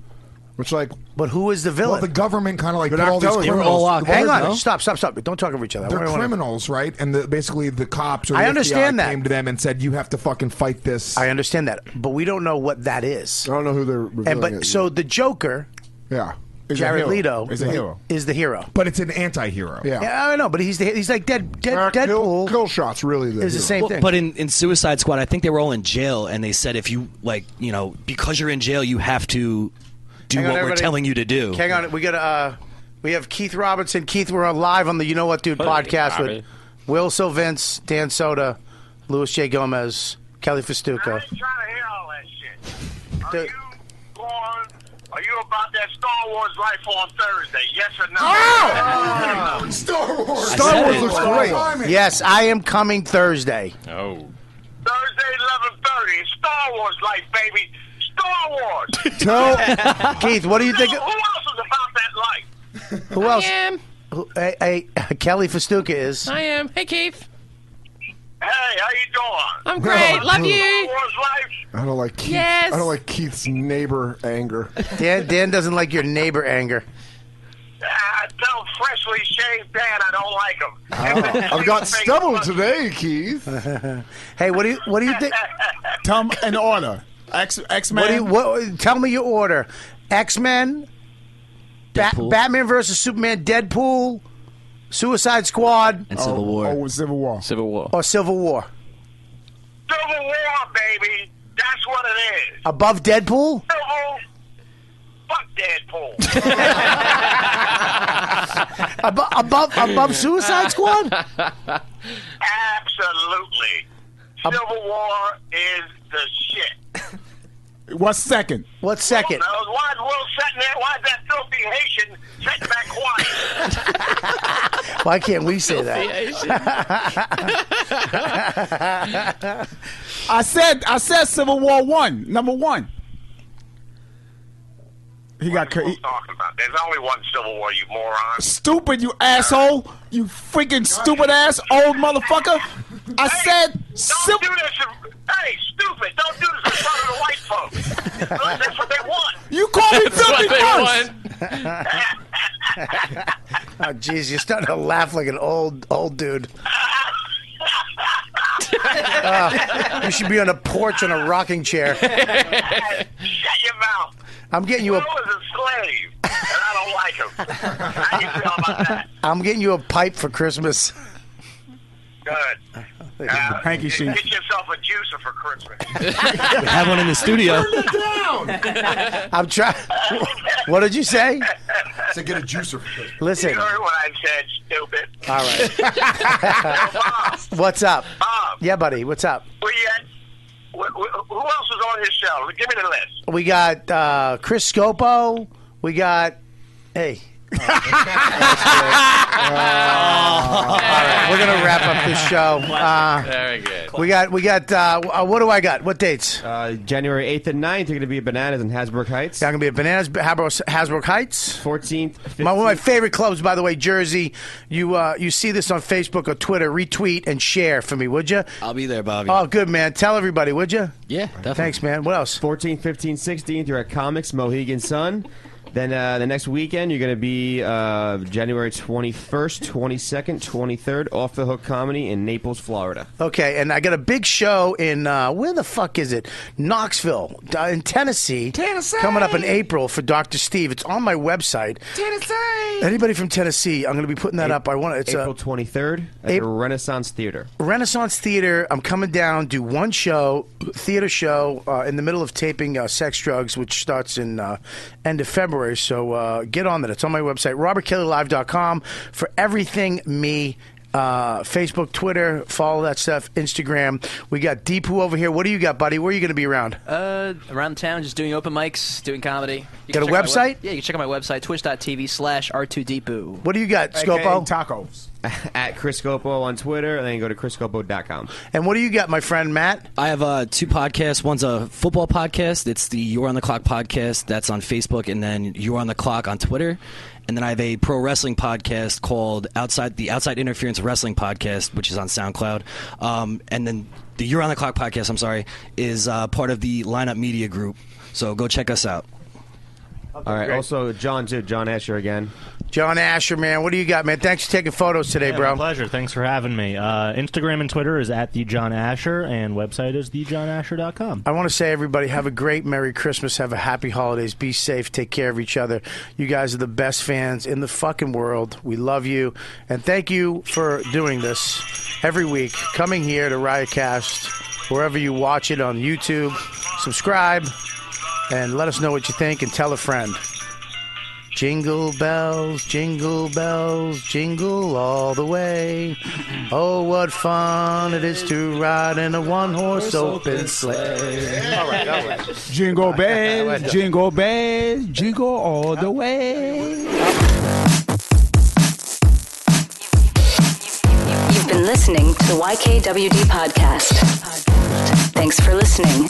Which like,
but who is the villain?
Well, the government kind of like
They're
put
not
all these
telling you. They were
criminals.
all locked
Hang
Lord,
on.
no?
Stop. Stop. Stop. Don't talk over each other.
They're
I wanna-
criminals, right? And the, basically, the cops or
I
the
understand
FBI
that.
came to them and said, "You have to fucking fight this."
I understand that, but we don't know what that is.
I don't know who they're.
And
revealing
but
it.
so the Joker,
yeah,
Is a
Jared
hero.
Leto,
Is a hero.
Is the hero.
But it's an anti-hero.
Yeah. Uh,
I know, but he's the, he's like dead, dead Deadpool.
Kill, shots really the
Is the
hero.
same
Well,
thing.
But in, in Suicide Squad, I think they were all in jail, and they said if you like, you know, because you're in jail, you have to do
Hang on,
what we're
everybody.
telling you to do.
Hang on, we got uh, we have Keith Robinson. Keith, we're on live on the You Know What Dude podcast with
Robbie.
Will Silvince, Dan Soda, Louis J. Gomez, Kelly Festuca.
Are you going? Are you about that Star Wars life on Thursday? Yes or no?
Star Wars.
I said
Star Wars
it.
looks great.
Yes, I am coming Thursday.
Oh. Thursday, eleven thirty. Star Wars life, baby. Star Wars.
So, Keith, what do you think?
Who else is about that life?
Who else?
I am.
Who- Hey, hey, Kelly Festuca is.
I am. Hey, Keith.
Hey, how you doing?
I'm great. Love
Star
you.
Wars life.
I don't like Keith.
Yes.
I don't like Keith's neighbor anger.
Dan, Dan doesn't like your neighbor anger.
I tell freshly shaved Dan I don't like him.
Uh-huh.
I've got stubble today, Keith.
hey, what do you what do you think?
Tell me an order. X X
What do you,
Men.
what, tell me your order. X Men, ba-
Deadpool.
Batman versus Superman, Deadpool, Suicide Squad,
Civil War. Oh, Civil War.
Civil War.
or Civil War.
Civil War, baby. That's what it is.
Above Deadpool?
Civil. Fuck Deadpool.
Above above, above Suicide Squad?
Absolutely. Civil War is the shit.
What's second?
What's second?
Now, Why is Will sitting there? Why is that filthy Haitian sitting back quiet?
Why can't we say
that? I said I said Civil War one, number one. He got cut.
What are you talking about? There's only one Civil War, you moron.
Stupid, you asshole! You freaking stupid ass old motherfucker! I said
Don't do this. In, hey, stupid! Don't do this in front of the white folks. That's what they want.
you called me
That's
filthy
what they
first.
oh, jeez, you're starting to laugh like an old old dude. Uh, you should be on a porch on a rocking chair.
Shut your mouth.
I'm getting you
Will
a
is a slave, and I don't like him. How you feel about that?
I'm getting you a pipe for Christmas.
Good. Uh,
Hanky sheet.
Get yourself a juicer for Christmas.
We have one in the studio.
I'm trying. What did you say?
To get a juicer. For Christmas.
Listen.
You heard what I said, stupid.
All right. what's up? Yeah, buddy. What's up?
We had, wh- wh- who else was on your show? Give me the list.
We got uh, Chris Scopo. We got. Hey,
Oh.
We're gonna wrap up this show. Uh,
Very good.
We got, we got. Uh, uh, what do I got? What dates?
Uh, January 8th and 9th, you're going to be at Bananas in Hasbrook Heights.
Yeah, I'm going to be at Bananas, Hasbrook, Hasbrook Heights.
14th,
My, one of my favorite clubs, by the way, Jersey. You uh, you see this on Facebook or Twitter? Retweet and share for me, would you?
I'll be there, Bobby.
Oh, good man. Tell everybody, would you?
Uh, Yeah, definitely.
Thanks, man. What else?
14th, 15th, 16th, you're at Comics, Mohegan Sun. Then uh, the next weekend, you're going to be uh, January 21st, 22nd, 23rd, Off the Hook Comedy in Naples, Florida.
Okay, and I got a big show in uh, where the fuck is it? Knoxville, uh, in Tennessee. Tennessee coming up in April for Doctor Steve. It's on my website.
Tennessee.
Anybody from Tennessee? I'm going to be putting that up. I want it's
April
a,
23rd at the Renaissance Theater.
Renaissance Theater. I'm coming down, do one show, theater show, uh, in the middle of taping uh, Sex Drugs, which starts in uh, end of February. So uh, get on that. It's on my website, robertkellylive.com, for everything me. Uh, Facebook, Twitter, follow that stuff. Instagram. We got Deepu over here. What do you got, buddy? Where are you going to be around?
Uh, around town, just doing open mics, doing comedy. You
Got
can
a
check out my
website?
yeah, you can check out my website, twitch.tv slash r2dpoo.
What do you got, Scopo?
Tacos. at Chris Scopo on Twitter, and then go to chriscopo.com.
And what do you got, my friend Matt?
I have uh, two podcasts. One's a football podcast. It's the You're on the Clock podcast. That's on Facebook, and then You're on the Clock on Twitter. And then I have a pro wrestling podcast called Outside the Outside Interference Wrestling Podcast, which is on SoundCloud. Um, and then the You're on the Clock podcast. I'm sorry, is uh, part of the Lineup Media Group. So go check us out.
All right. Also, John too. John Asher again.
John Asher, man. What do you got, man? Thanks for taking photos today,
Yeah,
bro.
my pleasure. Thanks for having me. Uh, Instagram and Twitter is at the John Asher, and website is thejohnasher.com.
I want to say, everybody, have a great Merry Christmas. Have a happy holidays. Be safe. Take care of each other. You guys are the best fans in the fucking world. We love you. And thank you for doing this every week, coming here to Riotcast, wherever you watch it on YouTube. Subscribe and let us know what you think and tell a friend. Jingle bells, jingle bells, jingle all the way. Oh, what fun it is to ride in a one horse open sleigh. All right, all right.
Jingle bells, jingle bells, jingle all the way.
You've been listening to the YKWD podcast. Thanks for listening.